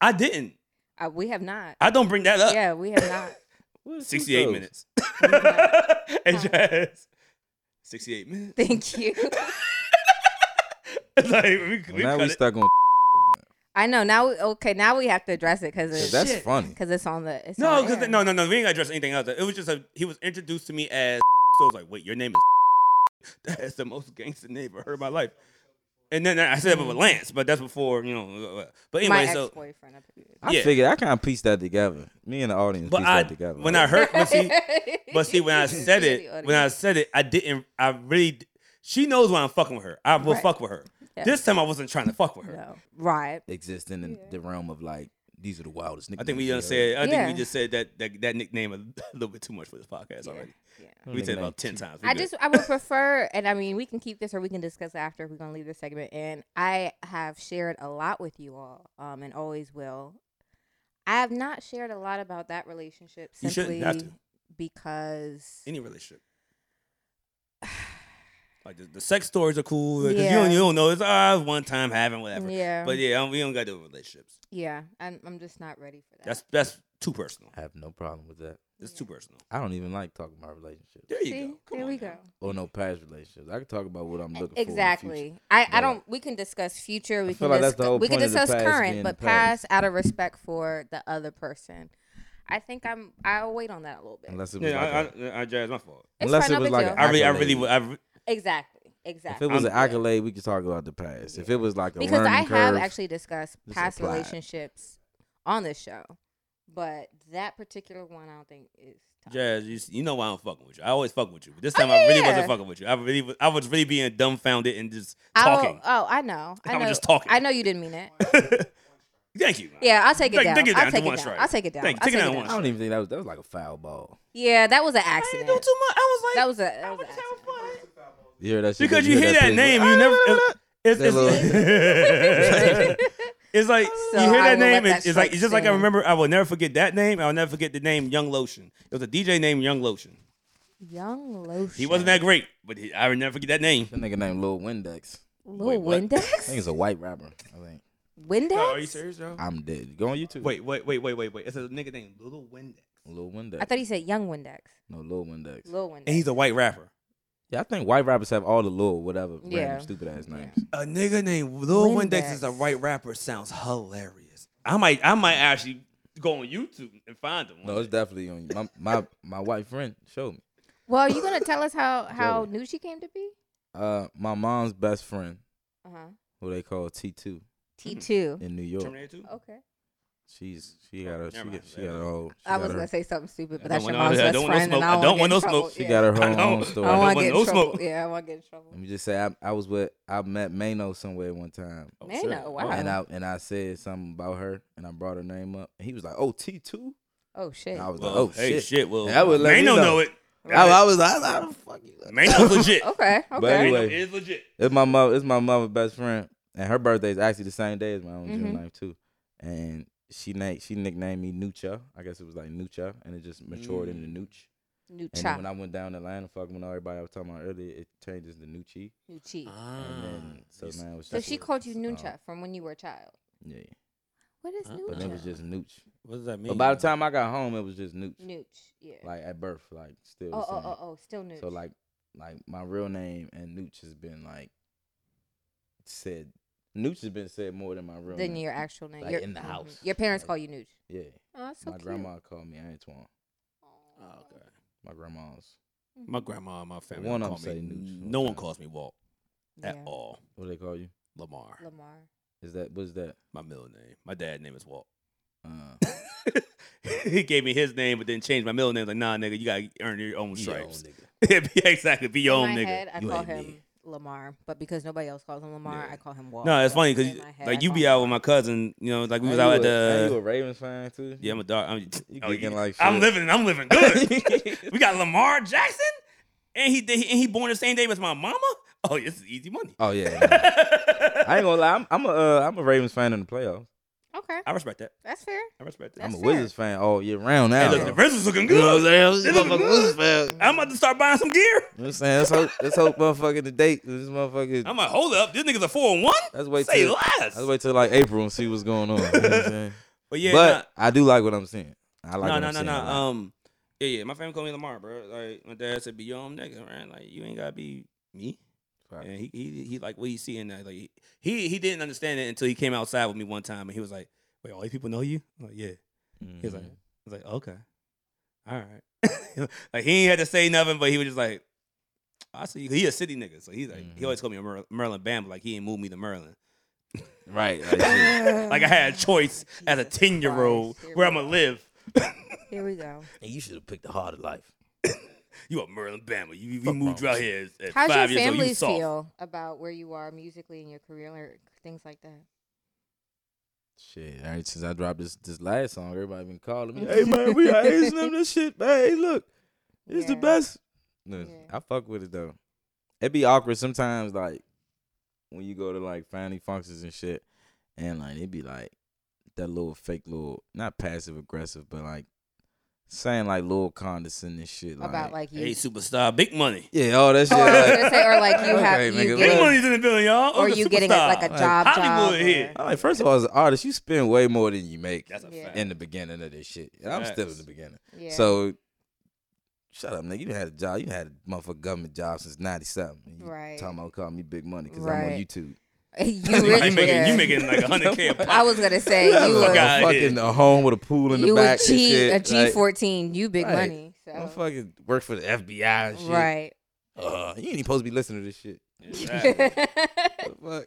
[SPEAKER 1] I didn't
[SPEAKER 2] Uh, we have not.
[SPEAKER 1] I don't bring that up
[SPEAKER 2] Yeah, we have not.
[SPEAKER 4] What is two
[SPEAKER 1] sixty eight
[SPEAKER 4] stoves?
[SPEAKER 1] minutes
[SPEAKER 2] not.
[SPEAKER 1] and Jazz sixty eight minutes
[SPEAKER 2] Thank you.
[SPEAKER 1] It's like we, we
[SPEAKER 4] now
[SPEAKER 1] cut
[SPEAKER 4] we
[SPEAKER 1] it.
[SPEAKER 4] stuck on.
[SPEAKER 2] I know now. we- Okay, now we have to address it because
[SPEAKER 4] 'Cause
[SPEAKER 2] it's
[SPEAKER 4] that's
[SPEAKER 1] Shit.
[SPEAKER 4] funny.
[SPEAKER 2] because it's on the it's
[SPEAKER 1] No,
[SPEAKER 2] on
[SPEAKER 1] because
[SPEAKER 2] air.
[SPEAKER 1] no, no, no. We ain't address anything else. It was just a he was introduced to me as. So I was like, wait, your name is. That's the most gangster name I heard in my life. And then I said it with Lance, but that's before you know. uh, But anyway,
[SPEAKER 2] Mm. my
[SPEAKER 1] so
[SPEAKER 2] ex boyfriend.
[SPEAKER 4] I
[SPEAKER 1] Yeah.
[SPEAKER 4] figured I kind of pieced that together. Me and the audience
[SPEAKER 1] but
[SPEAKER 4] pieced
[SPEAKER 1] I
[SPEAKER 4] that together.
[SPEAKER 1] when I heard but see but see when I said it when I said it I didn't I really d- she knows when I'm fucking with her I will
[SPEAKER 2] Right.
[SPEAKER 1] fuck with her.
[SPEAKER 2] Yeah.
[SPEAKER 1] This time I wasn't trying to fuck with her.
[SPEAKER 2] no. right
[SPEAKER 4] exist in the, the realm of like these are the wildest.
[SPEAKER 1] I think we
[SPEAKER 4] nicknames
[SPEAKER 1] just
[SPEAKER 4] you heard.
[SPEAKER 1] said I
[SPEAKER 2] Yeah.
[SPEAKER 1] think we just said that that, that nickname a little bit too much for this podcast
[SPEAKER 2] yeah,
[SPEAKER 1] already.
[SPEAKER 2] yeah.
[SPEAKER 1] We said it about
[SPEAKER 4] Nickname.
[SPEAKER 1] ten times. We
[SPEAKER 2] I
[SPEAKER 1] good.
[SPEAKER 2] just I would prefer, and I mean we can keep this or we can discuss after. We're gonna leave this segment in. I have shared a lot with you all, um, and always will. I have not shared a lot about that relationship
[SPEAKER 1] You
[SPEAKER 2] simply
[SPEAKER 1] shouldn't have to.
[SPEAKER 2] because
[SPEAKER 1] any relationship. Like the, the sex stories are cool because you
[SPEAKER 2] Yeah.
[SPEAKER 1] don't you don't know it's ah one time having whatever.
[SPEAKER 2] yeah,
[SPEAKER 1] But yeah, we don't got to do relationships.
[SPEAKER 2] yeah, I'm I'm just not ready for that.
[SPEAKER 1] That's that's too personal.
[SPEAKER 4] I have no problem with that.
[SPEAKER 1] It's
[SPEAKER 2] Yeah.
[SPEAKER 1] too personal.
[SPEAKER 4] I don't even like talking about relationships
[SPEAKER 1] There you go.
[SPEAKER 2] See,
[SPEAKER 1] Come
[SPEAKER 2] there
[SPEAKER 1] on
[SPEAKER 2] we
[SPEAKER 1] now.
[SPEAKER 2] go.
[SPEAKER 4] or no past relationships. I can talk about what I'm looking for. in the future.
[SPEAKER 2] E, Exactly. I,
[SPEAKER 4] But,
[SPEAKER 2] I
[SPEAKER 4] uh,
[SPEAKER 2] don't. We can discuss future. We
[SPEAKER 4] I
[SPEAKER 2] can
[SPEAKER 4] feel like that's
[SPEAKER 2] discuss,
[SPEAKER 4] the whole
[SPEAKER 2] we can
[SPEAKER 4] point of the
[SPEAKER 2] discuss
[SPEAKER 4] past being
[SPEAKER 2] current,
[SPEAKER 4] the
[SPEAKER 2] but
[SPEAKER 4] past.
[SPEAKER 2] past out of respect for the other person. I think I'm. I'll wait on that a little bit.
[SPEAKER 4] Unless it was
[SPEAKER 1] Yeah,
[SPEAKER 4] like a-
[SPEAKER 1] I, I, I, Jazz, my fault.
[SPEAKER 2] It's
[SPEAKER 4] unless
[SPEAKER 2] fine,
[SPEAKER 4] it
[SPEAKER 2] no
[SPEAKER 4] was
[SPEAKER 2] big
[SPEAKER 4] like
[SPEAKER 2] deal.
[SPEAKER 4] an
[SPEAKER 1] I really, I
[SPEAKER 4] accolade.
[SPEAKER 1] really, would- I re-
[SPEAKER 2] exactly. Exactly.
[SPEAKER 4] If it was
[SPEAKER 1] I'm
[SPEAKER 4] an
[SPEAKER 1] good.
[SPEAKER 4] accolade, we could talk about the past. If
[SPEAKER 2] Yeah.
[SPEAKER 4] it was like a
[SPEAKER 2] because
[SPEAKER 4] learning
[SPEAKER 2] I have
[SPEAKER 4] curve,
[SPEAKER 2] actually discussed
[SPEAKER 4] just
[SPEAKER 2] past
[SPEAKER 4] apply it.
[SPEAKER 2] relationships on this show, but that particular one I don't think is. top.
[SPEAKER 1] Jazz, you, s- you know why I'm fucking with you. I always fuck with you. But this
[SPEAKER 2] Oh,
[SPEAKER 1] time I really
[SPEAKER 2] yeah.
[SPEAKER 1] wasn't fucking with you. I really, was- I was really being dumbfounded and just
[SPEAKER 2] I don't-
[SPEAKER 1] talking.
[SPEAKER 2] Oh, I know.
[SPEAKER 1] I
[SPEAKER 2] I
[SPEAKER 1] was
[SPEAKER 2] know.
[SPEAKER 1] just talking.
[SPEAKER 2] I know you didn't mean it.
[SPEAKER 1] Thank you.
[SPEAKER 2] Yeah, I'll take it
[SPEAKER 1] Take-
[SPEAKER 2] down.
[SPEAKER 1] take it down
[SPEAKER 2] I'll
[SPEAKER 1] to
[SPEAKER 2] take
[SPEAKER 1] one
[SPEAKER 2] it down.
[SPEAKER 1] strike.
[SPEAKER 2] I'll take it down.
[SPEAKER 1] Thank you.
[SPEAKER 2] I'll
[SPEAKER 1] Take it
[SPEAKER 2] take it
[SPEAKER 1] down
[SPEAKER 2] down.
[SPEAKER 1] one
[SPEAKER 4] I don't even think that was that was like a foul ball.
[SPEAKER 2] Yeah, that was an
[SPEAKER 1] I didn't do
[SPEAKER 2] accident.
[SPEAKER 1] too much. I was like,
[SPEAKER 2] That was a. That was an
[SPEAKER 1] I was having
[SPEAKER 2] accident.
[SPEAKER 1] fun.
[SPEAKER 4] You hear that shit?
[SPEAKER 1] Because you hear that
[SPEAKER 4] pig-
[SPEAKER 1] name, you never. it- It's,
[SPEAKER 4] That
[SPEAKER 1] it's, it's like
[SPEAKER 2] So
[SPEAKER 1] you hear
[SPEAKER 2] I
[SPEAKER 1] that
[SPEAKER 2] will let
[SPEAKER 1] name.
[SPEAKER 2] that
[SPEAKER 1] it's, it's like
[SPEAKER 2] strike
[SPEAKER 1] it's just like I
[SPEAKER 2] stand.
[SPEAKER 1] remember. I will never forget that name. I'll never forget the name Young Lotion. It was a DJ named Young Lotion.
[SPEAKER 2] Young Lotion.
[SPEAKER 1] He wasn't that great, but he, I would never forget that name.
[SPEAKER 4] That nigga named Lil Windex.
[SPEAKER 1] Wait,
[SPEAKER 2] Lil
[SPEAKER 1] what?
[SPEAKER 4] I think
[SPEAKER 2] Windex.
[SPEAKER 4] it's a white rapper. I think
[SPEAKER 2] Windex.
[SPEAKER 1] bro?
[SPEAKER 4] I'm dead. Go on YouTube.
[SPEAKER 1] Wait, wait, wait, wait, wait, wait. It's a nigga named Little Windex,
[SPEAKER 4] Lil Windex.
[SPEAKER 2] I thought he said Young Windex.
[SPEAKER 4] no Lil Windex.
[SPEAKER 2] Lil Windex.
[SPEAKER 1] and he's a white rapper.
[SPEAKER 4] Yeah, I think white rappers have all the Lil whatever
[SPEAKER 2] Yeah.
[SPEAKER 4] random stupid ass names.
[SPEAKER 1] A nigga named Lil Windex.
[SPEAKER 2] Windex.
[SPEAKER 1] is a white rapper. Sounds hilarious. I might, I might actually go on YouTube and find him.
[SPEAKER 4] No, it's definitely on you. My my my white friend showed me.
[SPEAKER 2] well, are you gonna tell us how how Nucci came to be?
[SPEAKER 4] Uh, my mom's best friend,
[SPEAKER 2] Uh
[SPEAKER 1] Mm-hmm.
[SPEAKER 2] huh.
[SPEAKER 4] who they call T two
[SPEAKER 2] T two.
[SPEAKER 4] in New York.
[SPEAKER 1] Terminator Two.
[SPEAKER 2] Okay.
[SPEAKER 4] She's she got her she
[SPEAKER 1] Never
[SPEAKER 4] got,
[SPEAKER 1] mind.
[SPEAKER 4] she got her whole. She
[SPEAKER 2] I
[SPEAKER 4] got
[SPEAKER 2] was
[SPEAKER 4] her,
[SPEAKER 2] gonna say something stupid,
[SPEAKER 1] I
[SPEAKER 2] but that's
[SPEAKER 1] don't
[SPEAKER 2] your
[SPEAKER 1] want
[SPEAKER 2] mom's
[SPEAKER 1] no- I
[SPEAKER 2] best
[SPEAKER 1] don't want no
[SPEAKER 2] friend, and
[SPEAKER 1] smoke.
[SPEAKER 2] I
[SPEAKER 1] I don't want
[SPEAKER 2] don't want
[SPEAKER 1] no
[SPEAKER 2] to
[SPEAKER 1] smoke.
[SPEAKER 4] She
[SPEAKER 2] get in trouble. Yeah.
[SPEAKER 4] got her
[SPEAKER 1] I
[SPEAKER 4] whole own
[SPEAKER 1] don't-
[SPEAKER 4] story.
[SPEAKER 2] I don't want
[SPEAKER 1] want
[SPEAKER 2] to get
[SPEAKER 1] no
[SPEAKER 2] in trouble.
[SPEAKER 1] smoke.
[SPEAKER 2] Yeah, I want to get in trouble.
[SPEAKER 4] Let me just say I, I was with I met Mano somewhere one time.
[SPEAKER 1] Oh,
[SPEAKER 2] Man,
[SPEAKER 1] shit.
[SPEAKER 2] no, wow.
[SPEAKER 4] And I and I said something about her and I brought her name up. And he was like, Oh, T two?
[SPEAKER 2] Oh shit.
[SPEAKER 4] And I was
[SPEAKER 1] Well,
[SPEAKER 4] like, Oh
[SPEAKER 1] hey,
[SPEAKER 4] shit.
[SPEAKER 1] shit. Well, uh,
[SPEAKER 4] That would let me
[SPEAKER 1] Mano
[SPEAKER 4] know.
[SPEAKER 1] know it.
[SPEAKER 4] I, I was like, how the fuck you
[SPEAKER 1] Mano's legit.
[SPEAKER 2] Okay. Okay.
[SPEAKER 4] anyway-
[SPEAKER 1] Mano is legit.
[SPEAKER 4] It's my mother. It's my mother's best friend, and her birthday is actually the same day as my own June
[SPEAKER 2] Mhm.
[SPEAKER 4] 9th too. And she na- she nicknamed me Nucha. I guess it was like Nucha, and it just matured into
[SPEAKER 2] Mm.
[SPEAKER 4] Nooch.
[SPEAKER 2] New
[SPEAKER 4] And
[SPEAKER 2] chop.
[SPEAKER 4] when I went down the line and fucking with everybody I was talking about earlier, it changes to Nuchi.
[SPEAKER 2] New cheek.
[SPEAKER 4] And then so now it's
[SPEAKER 2] Ah. So
[SPEAKER 4] just
[SPEAKER 2] she called you Nuncha from when you were a child.
[SPEAKER 4] yeah, yeah.
[SPEAKER 2] What is
[SPEAKER 1] Huh?
[SPEAKER 4] but it was
[SPEAKER 2] Nuncha?
[SPEAKER 4] just Nooch.
[SPEAKER 1] What does that mean?
[SPEAKER 4] But by the time I got home, it was just Nooch.
[SPEAKER 2] Nooch. Yeah.
[SPEAKER 4] Like at birth, like still. the
[SPEAKER 2] oh, oh,
[SPEAKER 4] same.
[SPEAKER 2] oh, oh, still Nooch.
[SPEAKER 4] So like like my real name and Nooch has been like said Nooch has been said more than my real
[SPEAKER 2] Then
[SPEAKER 4] name.
[SPEAKER 2] your actual name.
[SPEAKER 4] Like,
[SPEAKER 2] your,
[SPEAKER 4] in the
[SPEAKER 2] mhm.
[SPEAKER 4] house.
[SPEAKER 2] Your parents
[SPEAKER 4] Like-
[SPEAKER 2] call you Nooch.
[SPEAKER 4] Yeah.
[SPEAKER 2] Oh, that's so
[SPEAKER 4] my
[SPEAKER 2] cute.
[SPEAKER 4] grandma called me Antoine.
[SPEAKER 1] Oh, okay.
[SPEAKER 4] My grandma's.
[SPEAKER 1] My grandma and my family
[SPEAKER 4] One
[SPEAKER 1] don't
[SPEAKER 4] of
[SPEAKER 1] call me.
[SPEAKER 4] 'em say Nooch.
[SPEAKER 1] No one
[SPEAKER 4] Okay.
[SPEAKER 1] calls me Walt at
[SPEAKER 2] Yeah.
[SPEAKER 1] all.
[SPEAKER 4] What do they call you?
[SPEAKER 1] Lamar,
[SPEAKER 2] Lamar.
[SPEAKER 4] Is that what's that?
[SPEAKER 1] my middle name. My dad's name is Walt.
[SPEAKER 4] Uh
[SPEAKER 1] he gave me his name, but then changed my middle name. Like, nah, nigga, you gotta earn your own
[SPEAKER 4] you old
[SPEAKER 1] stripes.
[SPEAKER 4] nigga.
[SPEAKER 1] exactly, be your
[SPEAKER 2] in
[SPEAKER 1] own
[SPEAKER 2] my
[SPEAKER 1] nigga.
[SPEAKER 2] head, I
[SPEAKER 4] You
[SPEAKER 2] call
[SPEAKER 4] ain't
[SPEAKER 2] him
[SPEAKER 4] me.
[SPEAKER 2] Lamar, but because nobody else calls him Lamar,
[SPEAKER 1] Yeah.
[SPEAKER 2] I call him Walt.
[SPEAKER 1] no, it's
[SPEAKER 2] So
[SPEAKER 1] funny
[SPEAKER 2] in
[SPEAKER 1] because
[SPEAKER 2] my head, I
[SPEAKER 1] like you
[SPEAKER 2] call
[SPEAKER 1] be
[SPEAKER 2] him
[SPEAKER 1] out
[SPEAKER 2] Walt.
[SPEAKER 1] with my cousin. You know, like we was out
[SPEAKER 4] Now you
[SPEAKER 1] at
[SPEAKER 4] a- now you a
[SPEAKER 1] the.
[SPEAKER 4] Ravens fan too?
[SPEAKER 1] Yeah, I'm a dog. I'm,
[SPEAKER 4] You
[SPEAKER 1] oh,
[SPEAKER 4] geeking
[SPEAKER 1] yeah.
[SPEAKER 4] like
[SPEAKER 1] I'm
[SPEAKER 4] shit.
[SPEAKER 1] living. I'm living good. we got Lamar Jackson, and he and he born the same day as my mama. Oh, this is easy money.
[SPEAKER 4] Oh yeah. nah. I ain't gonna lie, I'm I'm a uh, I'm a Ravens fan in the playoffs.
[SPEAKER 2] Okay,
[SPEAKER 1] I respect that.
[SPEAKER 2] that's fair.
[SPEAKER 1] I respect that.
[SPEAKER 4] I'm a
[SPEAKER 2] That's fair.
[SPEAKER 4] Wizards fan all year round now.
[SPEAKER 1] Hey, look, the
[SPEAKER 4] though.
[SPEAKER 1] Wizards looking
[SPEAKER 4] you know what I'm
[SPEAKER 1] good.
[SPEAKER 4] saying? I'm
[SPEAKER 1] They
[SPEAKER 4] just
[SPEAKER 1] look
[SPEAKER 4] a motherfucking
[SPEAKER 1] good.
[SPEAKER 4] Wizards fan.
[SPEAKER 1] I'm about to start buying some gear.
[SPEAKER 4] You know what I'm saying? Let's hope, let's hope motherfucking the date. This motherfucking.
[SPEAKER 1] I'm like, hold up, this nigga's a four and one.
[SPEAKER 4] let's wait
[SPEAKER 1] Say
[SPEAKER 4] till
[SPEAKER 1] less.
[SPEAKER 4] let's wait till like April and see what's going on. You know what I'm saying?
[SPEAKER 1] But yeah,
[SPEAKER 4] but I do like what I'm seeing. I
[SPEAKER 1] nah,
[SPEAKER 4] like what
[SPEAKER 1] no,
[SPEAKER 4] I'm
[SPEAKER 1] no, no,
[SPEAKER 4] seeing.
[SPEAKER 1] no.
[SPEAKER 4] a lot.
[SPEAKER 1] Um, yeah, yeah. My family called me Lamar, bro. Like my dad said, be your own nigga, right? Like you ain't gotta be me.
[SPEAKER 4] Facts.
[SPEAKER 1] And he, he he like what he see in that. Like he he didn't understand it until he came outside with me one time and he was like, Wait, all these people know you? I'm like, yeah.
[SPEAKER 4] mm-hmm.
[SPEAKER 1] He was like, I was like, okay. All right. like he ain't had to say nothing, but he was just like, I see you. He a city nigga. So he's like, he
[SPEAKER 4] Mm-hmm.
[SPEAKER 1] always called me a Mer- Merlin Bam, but like he ain't moved me to Merlin.
[SPEAKER 4] right. Like, shit.
[SPEAKER 1] Like I
[SPEAKER 2] Um,
[SPEAKER 1] had a choice as a
[SPEAKER 2] Oh, Jesus
[SPEAKER 1] 10 year old
[SPEAKER 2] Christ, here
[SPEAKER 1] where
[SPEAKER 2] we
[SPEAKER 1] I'm gonna live.
[SPEAKER 2] Here we go.
[SPEAKER 5] And you should have picked the harder life.
[SPEAKER 1] You a Merlin Bama. You, you moved you out here at, at
[SPEAKER 2] How's
[SPEAKER 1] five
[SPEAKER 2] your
[SPEAKER 1] years old. You
[SPEAKER 2] family
[SPEAKER 1] soft.
[SPEAKER 2] feel about where you are musically in your career or things like that?
[SPEAKER 4] Shit, ever since I dropped this this last song, everybody been calling me. Hey man, we are acing them this shit, man. Hey, look, it's the
[SPEAKER 2] Yeah.
[SPEAKER 4] best. Look,
[SPEAKER 2] Yeah.
[SPEAKER 4] I fuck with it though. It be awkward sometimes, like when you go to like family functions and shit, and like it be like that little fake little, not passive aggressive, but like saying like little condescending shit, like,
[SPEAKER 2] About like you.
[SPEAKER 1] Hey, superstar, big money.
[SPEAKER 4] yeah, all that shit.
[SPEAKER 2] Oh, I was gonna
[SPEAKER 4] like,
[SPEAKER 2] say, or like you have,
[SPEAKER 4] Okay,
[SPEAKER 2] you
[SPEAKER 4] nigga,
[SPEAKER 2] getting-
[SPEAKER 4] look.
[SPEAKER 1] Big money's in the building, y'all.
[SPEAKER 2] or
[SPEAKER 1] I'm the
[SPEAKER 2] you getting a,
[SPEAKER 1] superstar.
[SPEAKER 2] like a
[SPEAKER 4] Like,
[SPEAKER 2] job, job.
[SPEAKER 1] Hollywood here.
[SPEAKER 2] or-
[SPEAKER 4] I'm like, first of all, as an artist, you spend way more than you make
[SPEAKER 1] That's a
[SPEAKER 2] Yeah.
[SPEAKER 1] fact.
[SPEAKER 4] in the beginning of this shit. And I'm still in the
[SPEAKER 1] Facts.
[SPEAKER 4] beginning.
[SPEAKER 2] yeah.
[SPEAKER 4] So shut up, nigga. You done had a job. You had a motherfucking government job since ninety something.
[SPEAKER 2] Right.
[SPEAKER 4] Talking about calling me big money because I'm on
[SPEAKER 2] Right.
[SPEAKER 4] YouTube.
[SPEAKER 2] you
[SPEAKER 1] You
[SPEAKER 2] really
[SPEAKER 1] making, you
[SPEAKER 2] yeah.
[SPEAKER 1] making like 100K a pop.
[SPEAKER 2] I was gonna say you
[SPEAKER 1] Fuck
[SPEAKER 2] were,
[SPEAKER 1] out. outta here.
[SPEAKER 4] fucking a home with a pool in the
[SPEAKER 2] you were
[SPEAKER 4] back. and
[SPEAKER 2] G
[SPEAKER 4] shit.
[SPEAKER 2] a G
[SPEAKER 4] Like,
[SPEAKER 2] fourteen. You big
[SPEAKER 4] Right.
[SPEAKER 2] money.
[SPEAKER 4] I'm
[SPEAKER 2] So
[SPEAKER 4] fucking work for the FBI and shit.
[SPEAKER 2] right.
[SPEAKER 4] Uh, you ain't even supposed to be listening to this shit.
[SPEAKER 1] Exactly.
[SPEAKER 4] The fuck?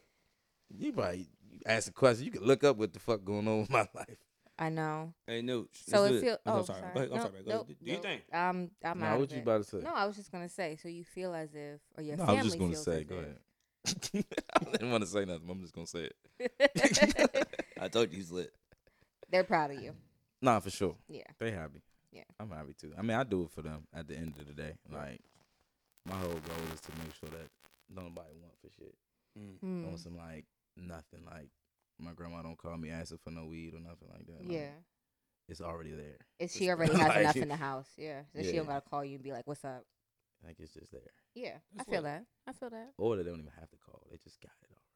[SPEAKER 4] You probably ask a question. You can look up what the fuck going on with my life.
[SPEAKER 2] I know.
[SPEAKER 1] Hey, no.
[SPEAKER 2] So
[SPEAKER 1] let's do
[SPEAKER 2] it feels.
[SPEAKER 1] I'm
[SPEAKER 2] Oh,
[SPEAKER 1] sorry. Go ahead. I'm
[SPEAKER 2] No,
[SPEAKER 1] sorry. Go
[SPEAKER 2] nope,
[SPEAKER 1] ahead. Do you
[SPEAKER 2] nope.
[SPEAKER 1] think?
[SPEAKER 2] I'm. I'm
[SPEAKER 4] Nah,
[SPEAKER 2] out
[SPEAKER 4] what
[SPEAKER 2] of
[SPEAKER 4] you
[SPEAKER 2] it.
[SPEAKER 4] about to say?
[SPEAKER 2] No, I was just gonna say. So you feel as if, or your
[SPEAKER 4] No, I
[SPEAKER 2] family
[SPEAKER 4] was just gonna
[SPEAKER 2] feels
[SPEAKER 4] say.
[SPEAKER 2] as
[SPEAKER 4] Go
[SPEAKER 2] if.
[SPEAKER 4] ahead. I didn't want to say nothing. but I'm just gonna say it.
[SPEAKER 1] I told you he's lit.
[SPEAKER 2] They're proud of you.
[SPEAKER 4] Nah, for sure.
[SPEAKER 2] Yeah.
[SPEAKER 4] They happy.
[SPEAKER 2] Yeah.
[SPEAKER 4] I'm happy too. I mean, I do it for them at the end of the day. Like, my whole goal is to make sure that nobody want for shit.
[SPEAKER 2] Hmm.
[SPEAKER 4] On some like nothing. Like, my grandma don't call me asking for no weed or nothing like that. Like,
[SPEAKER 2] Yeah.
[SPEAKER 4] It's already there.
[SPEAKER 2] Is
[SPEAKER 4] It's
[SPEAKER 2] she already has
[SPEAKER 4] like-
[SPEAKER 2] enough in the house? Yeah. So she
[SPEAKER 4] Yeah.
[SPEAKER 2] don't gotta call you and be like, "What's up?"
[SPEAKER 4] Like, it's just there.
[SPEAKER 2] Yeah. I
[SPEAKER 1] That's
[SPEAKER 2] feel
[SPEAKER 1] lit.
[SPEAKER 2] that. I feel that.
[SPEAKER 4] Or they don't even have to call. They just got it already.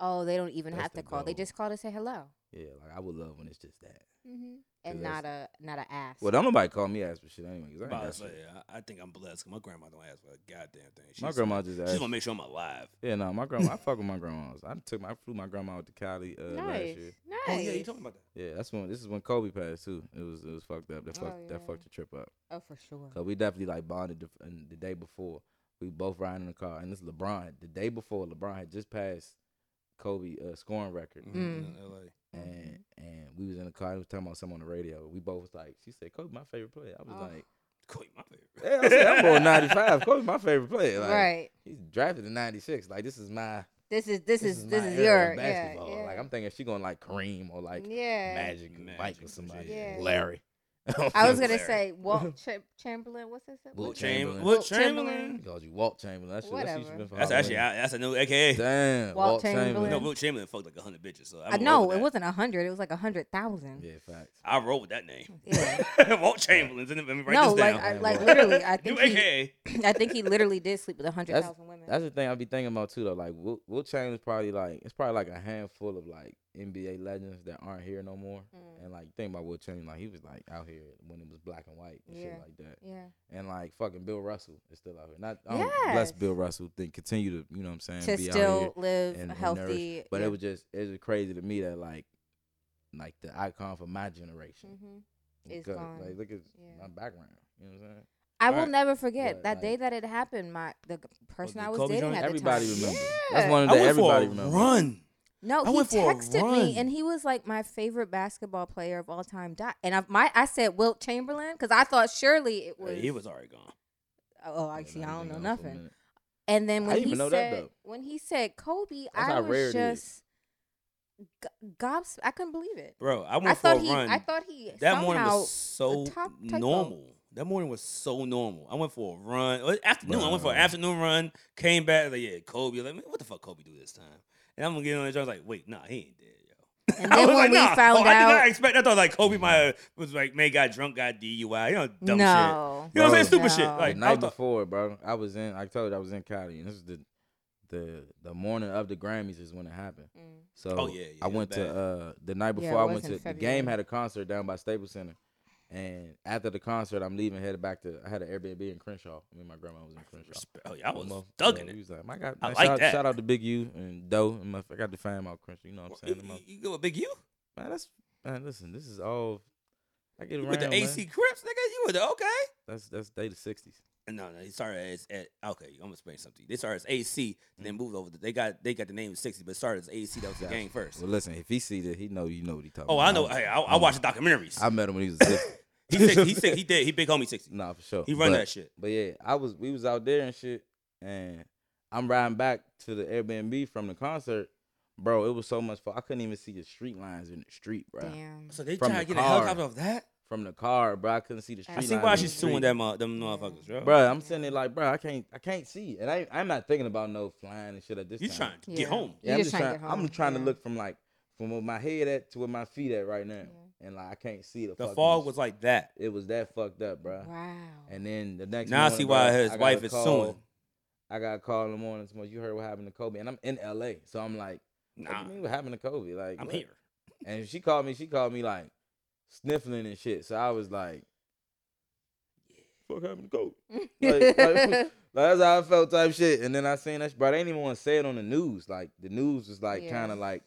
[SPEAKER 2] Oh, they don't even
[SPEAKER 4] That's
[SPEAKER 2] have
[SPEAKER 4] the
[SPEAKER 2] to call. They
[SPEAKER 4] goal.
[SPEAKER 2] just call to say hello.
[SPEAKER 4] Yeah. Like, I would love when it's just that.
[SPEAKER 2] Mm-hmm.
[SPEAKER 4] And
[SPEAKER 2] And
[SPEAKER 4] that's-
[SPEAKER 2] not a not a ass.
[SPEAKER 4] Well, don't nobody call me ask for shit anyway. 'cause I ain't
[SPEAKER 1] About to
[SPEAKER 4] ask for
[SPEAKER 1] say,
[SPEAKER 4] shit.
[SPEAKER 1] I I think I'm blessed. 'cause My grandma don't ask for a goddamn thing. She's,
[SPEAKER 4] My grandma just
[SPEAKER 1] She's
[SPEAKER 4] asked.
[SPEAKER 1] gonna make sure I'm alive.
[SPEAKER 4] Yeah, no, my grandma. I fuck with my grandmas. I took my, I flew my grandma out to Cali uh, last
[SPEAKER 2] nice,
[SPEAKER 4] year.
[SPEAKER 2] nice.
[SPEAKER 1] Oh yeah, you talking about that?
[SPEAKER 4] Yeah, that's when this is when Kobe passed too. It was it was fucked up. That
[SPEAKER 2] Oh,
[SPEAKER 4] fucked that
[SPEAKER 2] yeah.
[SPEAKER 4] fucked the trip up.
[SPEAKER 2] Oh, for sure.
[SPEAKER 4] Cause we definitely like bonded the, and the day before. We both riding in the car, and this LeBron. The day before, LeBron had just passed Kobe uh, scoring record,
[SPEAKER 1] Mm-hmm.
[SPEAKER 2] Mm.
[SPEAKER 1] In LA.
[SPEAKER 4] and and we was in the car. and we was talking about something on the radio. We both was like, she said Kobe my favorite player. I was
[SPEAKER 2] Oh.
[SPEAKER 4] like,
[SPEAKER 1] Kobe, my favorite.
[SPEAKER 4] yeah, I said, I'm going 95. Kobe my favorite player. Like,
[SPEAKER 2] right.
[SPEAKER 4] He's drafted in 96. Like this is my
[SPEAKER 2] This is this,
[SPEAKER 4] this
[SPEAKER 2] is,
[SPEAKER 4] is,
[SPEAKER 2] this
[SPEAKER 4] my
[SPEAKER 2] is
[SPEAKER 4] era
[SPEAKER 2] your
[SPEAKER 4] of
[SPEAKER 2] yeah,
[SPEAKER 4] basketball.
[SPEAKER 2] yeah.
[SPEAKER 4] Like I'm thinking she gonna like Kareem or like
[SPEAKER 2] yeah.
[SPEAKER 4] Magic,
[SPEAKER 1] Magic,
[SPEAKER 4] Mike or
[SPEAKER 1] or
[SPEAKER 4] somebody,
[SPEAKER 2] yeah.
[SPEAKER 4] Larry.
[SPEAKER 2] I was gonna
[SPEAKER 1] Larry.
[SPEAKER 2] say Walt Cha- Chamberlain. What's his name?
[SPEAKER 4] Wilt
[SPEAKER 1] Chamberlain. Wilt
[SPEAKER 2] What's- Wilt
[SPEAKER 4] Chamberlain. He
[SPEAKER 1] Chamberlain.
[SPEAKER 2] Chamberlain.
[SPEAKER 4] called you Walt Chamberlain. That shit, that shit
[SPEAKER 2] Whatever.
[SPEAKER 4] been for
[SPEAKER 1] That's
[SPEAKER 4] Halloween.
[SPEAKER 1] actually I, that's a new AKA.
[SPEAKER 4] damn Walt,
[SPEAKER 2] Walt
[SPEAKER 4] Chamberlain.
[SPEAKER 2] Chamberlain.
[SPEAKER 1] No, Wilt Chamberlain fucked like hundred bitches. So I'm
[SPEAKER 2] I know
[SPEAKER 1] with
[SPEAKER 2] it
[SPEAKER 1] that.
[SPEAKER 2] wasn't a hundred. It was like a hundred thousand.
[SPEAKER 4] Yeah, facts.
[SPEAKER 1] I roll with that name.
[SPEAKER 2] Yeah.
[SPEAKER 1] Walt Chamberlain's in it. Let me write
[SPEAKER 2] no,
[SPEAKER 1] this
[SPEAKER 2] like
[SPEAKER 1] down.
[SPEAKER 2] I,
[SPEAKER 4] Yeah,
[SPEAKER 2] like
[SPEAKER 4] Walt.
[SPEAKER 2] literally, I
[SPEAKER 1] new
[SPEAKER 2] think he,
[SPEAKER 1] AKA.
[SPEAKER 2] I think he literally did sleep with a hundred thousand women.
[SPEAKER 4] That's the thing I be thinking about too though. Like Wilt, Wilt Chamberlain is probably like it's probably like a handful of like NBA legends that aren't here no more.
[SPEAKER 2] Mm.
[SPEAKER 4] And like think about Wilt Chamberlain, like he was like out here when it was black and white and shit
[SPEAKER 2] Yeah.
[SPEAKER 4] like that.
[SPEAKER 2] yeah,
[SPEAKER 4] And like fucking Bill Russell is still out here. Not I don't bless
[SPEAKER 2] Yes.
[SPEAKER 4] Bill Russell. Think continue to you know what I'm saying
[SPEAKER 2] to
[SPEAKER 4] be out here.
[SPEAKER 2] still live
[SPEAKER 4] and- and
[SPEAKER 2] healthy.
[SPEAKER 4] But
[SPEAKER 2] yeah.
[SPEAKER 4] it was just it was crazy to me that like like the icon for my generation.
[SPEAKER 2] hmm It's
[SPEAKER 4] Because,
[SPEAKER 2] gone.
[SPEAKER 4] Like look at
[SPEAKER 2] Yeah.
[SPEAKER 4] my background. You know what I'm saying?
[SPEAKER 2] I will
[SPEAKER 1] Alright.
[SPEAKER 2] never forget
[SPEAKER 4] But,
[SPEAKER 2] that
[SPEAKER 4] like-
[SPEAKER 2] day that it happened. My the g- person
[SPEAKER 1] the
[SPEAKER 2] I was
[SPEAKER 1] Kobe
[SPEAKER 2] dating
[SPEAKER 1] joint?
[SPEAKER 2] at the
[SPEAKER 4] Everybody
[SPEAKER 2] time.
[SPEAKER 4] remembers.
[SPEAKER 2] Yeah.
[SPEAKER 4] That's one of
[SPEAKER 1] I
[SPEAKER 4] the
[SPEAKER 1] went for
[SPEAKER 4] everybody
[SPEAKER 1] a
[SPEAKER 4] remembers.
[SPEAKER 1] run.
[SPEAKER 2] No,
[SPEAKER 1] I
[SPEAKER 2] he
[SPEAKER 1] went for a
[SPEAKER 2] texted
[SPEAKER 1] run.
[SPEAKER 2] me and he was like my favorite basketball player of all time. Dot. And I, my I said Wilt Chamberlain because I thought surely it was.
[SPEAKER 1] Hey, he was already gone.
[SPEAKER 2] Oh,
[SPEAKER 4] Yeah,
[SPEAKER 2] I see.
[SPEAKER 4] like,
[SPEAKER 2] I don't
[SPEAKER 4] you
[SPEAKER 2] know
[SPEAKER 4] for a
[SPEAKER 2] nothing.
[SPEAKER 4] minute.
[SPEAKER 2] And then
[SPEAKER 4] I
[SPEAKER 2] when
[SPEAKER 4] didn't
[SPEAKER 2] he
[SPEAKER 4] even know that,
[SPEAKER 2] said
[SPEAKER 4] though.
[SPEAKER 2] when he said Kobe,
[SPEAKER 4] That's
[SPEAKER 2] I
[SPEAKER 4] how rare it
[SPEAKER 2] was
[SPEAKER 4] is.
[SPEAKER 2] just g- gobs. I couldn't believe it.
[SPEAKER 1] Bro, I went
[SPEAKER 2] I
[SPEAKER 1] for a
[SPEAKER 2] thought he.
[SPEAKER 1] run.
[SPEAKER 2] I thought he.
[SPEAKER 1] that
[SPEAKER 2] somehow,
[SPEAKER 1] morning was so
[SPEAKER 2] top typo.
[SPEAKER 1] normal. That morning was so normal. I went for a run. uh, Afternoon. I went for an
[SPEAKER 4] Bruh.
[SPEAKER 1] afternoon run. Came back. Like, yeah, Kobe. Like, man, what the fuck Kobe do this time? And I'm gonna get on the joint. I was like, wait, nah, he ain't dead, yo.
[SPEAKER 2] And
[SPEAKER 1] I
[SPEAKER 2] then
[SPEAKER 1] was
[SPEAKER 2] when
[SPEAKER 1] like,
[SPEAKER 2] we
[SPEAKER 1] nah.
[SPEAKER 2] found
[SPEAKER 1] oh, I did not
[SPEAKER 2] out,
[SPEAKER 1] expect. I thought like Kobe my was like, man, got drunk, got DUI. You know, dumb shit. You
[SPEAKER 2] no,
[SPEAKER 1] know what I'm saying? Stupid
[SPEAKER 2] No.
[SPEAKER 1] shit. Like,
[SPEAKER 4] the
[SPEAKER 1] I
[SPEAKER 4] night
[SPEAKER 1] thought,
[SPEAKER 4] before, bro, I was in. I told you I was in Cali, and this is the the the morning of the Grammys is when it happened.
[SPEAKER 2] Mm.
[SPEAKER 4] So
[SPEAKER 1] Oh, yeah, yeah,
[SPEAKER 4] I
[SPEAKER 1] it was
[SPEAKER 4] went to
[SPEAKER 1] bad.
[SPEAKER 4] uh the night
[SPEAKER 2] Yeah,
[SPEAKER 4] before
[SPEAKER 2] it
[SPEAKER 4] I
[SPEAKER 2] was
[SPEAKER 4] went
[SPEAKER 2] in
[SPEAKER 4] to the
[SPEAKER 2] February.
[SPEAKER 4] game had a concert down by Staples Center, And after the concert, I'm leaving headed back to. I had an Airbnb in Crenshaw. Me and my grandma was in Crenshaw.
[SPEAKER 1] Respect. Oh, y'all was
[SPEAKER 4] Motherfucker,
[SPEAKER 1] thugging
[SPEAKER 4] he
[SPEAKER 1] it.
[SPEAKER 4] was like, "My God,
[SPEAKER 1] I
[SPEAKER 4] man,
[SPEAKER 1] like
[SPEAKER 4] shout,
[SPEAKER 1] that.
[SPEAKER 4] shout out to Big U and Doe. And motherfucker, I got the fam out Crenshaw. You know what I'm
[SPEAKER 1] You,
[SPEAKER 4] saying? The motherfucker-
[SPEAKER 1] you go with Big U?
[SPEAKER 4] Man, that's man. Listen, this is all. I get
[SPEAKER 1] You
[SPEAKER 4] around.
[SPEAKER 1] with the
[SPEAKER 4] man.
[SPEAKER 1] AC Crips, nigga? You with the okay?
[SPEAKER 4] That's that's day the '60s.
[SPEAKER 1] No, no, it started as at, okay. I'm gonna explain something. They started as AC, then moved over. To, they got they got the name of 60, but it started as AC. That was the
[SPEAKER 4] Mm. Gotcha.
[SPEAKER 1] gang first.
[SPEAKER 4] Well, listen, if he sees it, he know you know what he talking.
[SPEAKER 1] Oh,
[SPEAKER 4] about.
[SPEAKER 1] I know. Hey, I, I watch the documentaries.
[SPEAKER 4] I met him when he was six.
[SPEAKER 1] He sick, he sick, he dead. He big homie 60.
[SPEAKER 4] nah, for sure.
[SPEAKER 1] He run
[SPEAKER 4] But-
[SPEAKER 1] that shit.
[SPEAKER 4] But yeah, I was we was out there and shit, and I'm riding back to the Airbnb from the concert, bro. It was so much fun. I couldn't even see the street lines in the street, bro.
[SPEAKER 2] Damn.
[SPEAKER 1] So they
[SPEAKER 4] From
[SPEAKER 1] try to
[SPEAKER 4] the
[SPEAKER 1] get a
[SPEAKER 4] car.
[SPEAKER 1] helicopter off that.
[SPEAKER 4] From the car, bro, I couldn't see the street.
[SPEAKER 1] I see
[SPEAKER 4] lines
[SPEAKER 1] why
[SPEAKER 4] in the
[SPEAKER 1] she's suing
[SPEAKER 4] street.
[SPEAKER 1] them uh, them motherfuckers, bro.
[SPEAKER 4] Bro, I'm sitting there like, bro, I can't, I can't see, and I, I'm not thinking about no flying and shit at this
[SPEAKER 1] You
[SPEAKER 4] time.
[SPEAKER 1] trying to
[SPEAKER 2] Yeah.
[SPEAKER 1] get home?
[SPEAKER 4] Yeah,
[SPEAKER 2] You
[SPEAKER 4] I'm
[SPEAKER 2] just
[SPEAKER 4] just
[SPEAKER 2] trying to
[SPEAKER 4] trying.
[SPEAKER 2] get home,
[SPEAKER 4] I'm trying
[SPEAKER 2] yeah.
[SPEAKER 4] to look from like from where my head at to where my feet at right now, and like I can't see the.
[SPEAKER 1] The
[SPEAKER 4] fucking-
[SPEAKER 1] fog was like that.
[SPEAKER 4] It was that fucked up, bro.
[SPEAKER 2] Wow.
[SPEAKER 4] And then the next.
[SPEAKER 1] Now I
[SPEAKER 4] morning,
[SPEAKER 1] see why
[SPEAKER 4] bruh,
[SPEAKER 1] his
[SPEAKER 4] I got a
[SPEAKER 1] wife is
[SPEAKER 4] call-
[SPEAKER 1] suing.
[SPEAKER 4] I got a call in the morning. Tomorrow, you heard what happened to Kobe, and I'm in LA, so I'm like, what
[SPEAKER 1] Nah,
[SPEAKER 4] do you mean what happened to Kobe? Like
[SPEAKER 1] I'm
[SPEAKER 4] what?
[SPEAKER 1] here.
[SPEAKER 4] And she called me. She called me like sniffling and shit. So I was like, fuck happened to Kobe? Like- like- Like, that's how I felt type shit. And then I seen that, but I didn't even want to say it on the news. Like the news was like
[SPEAKER 2] Yeah.
[SPEAKER 4] kind of like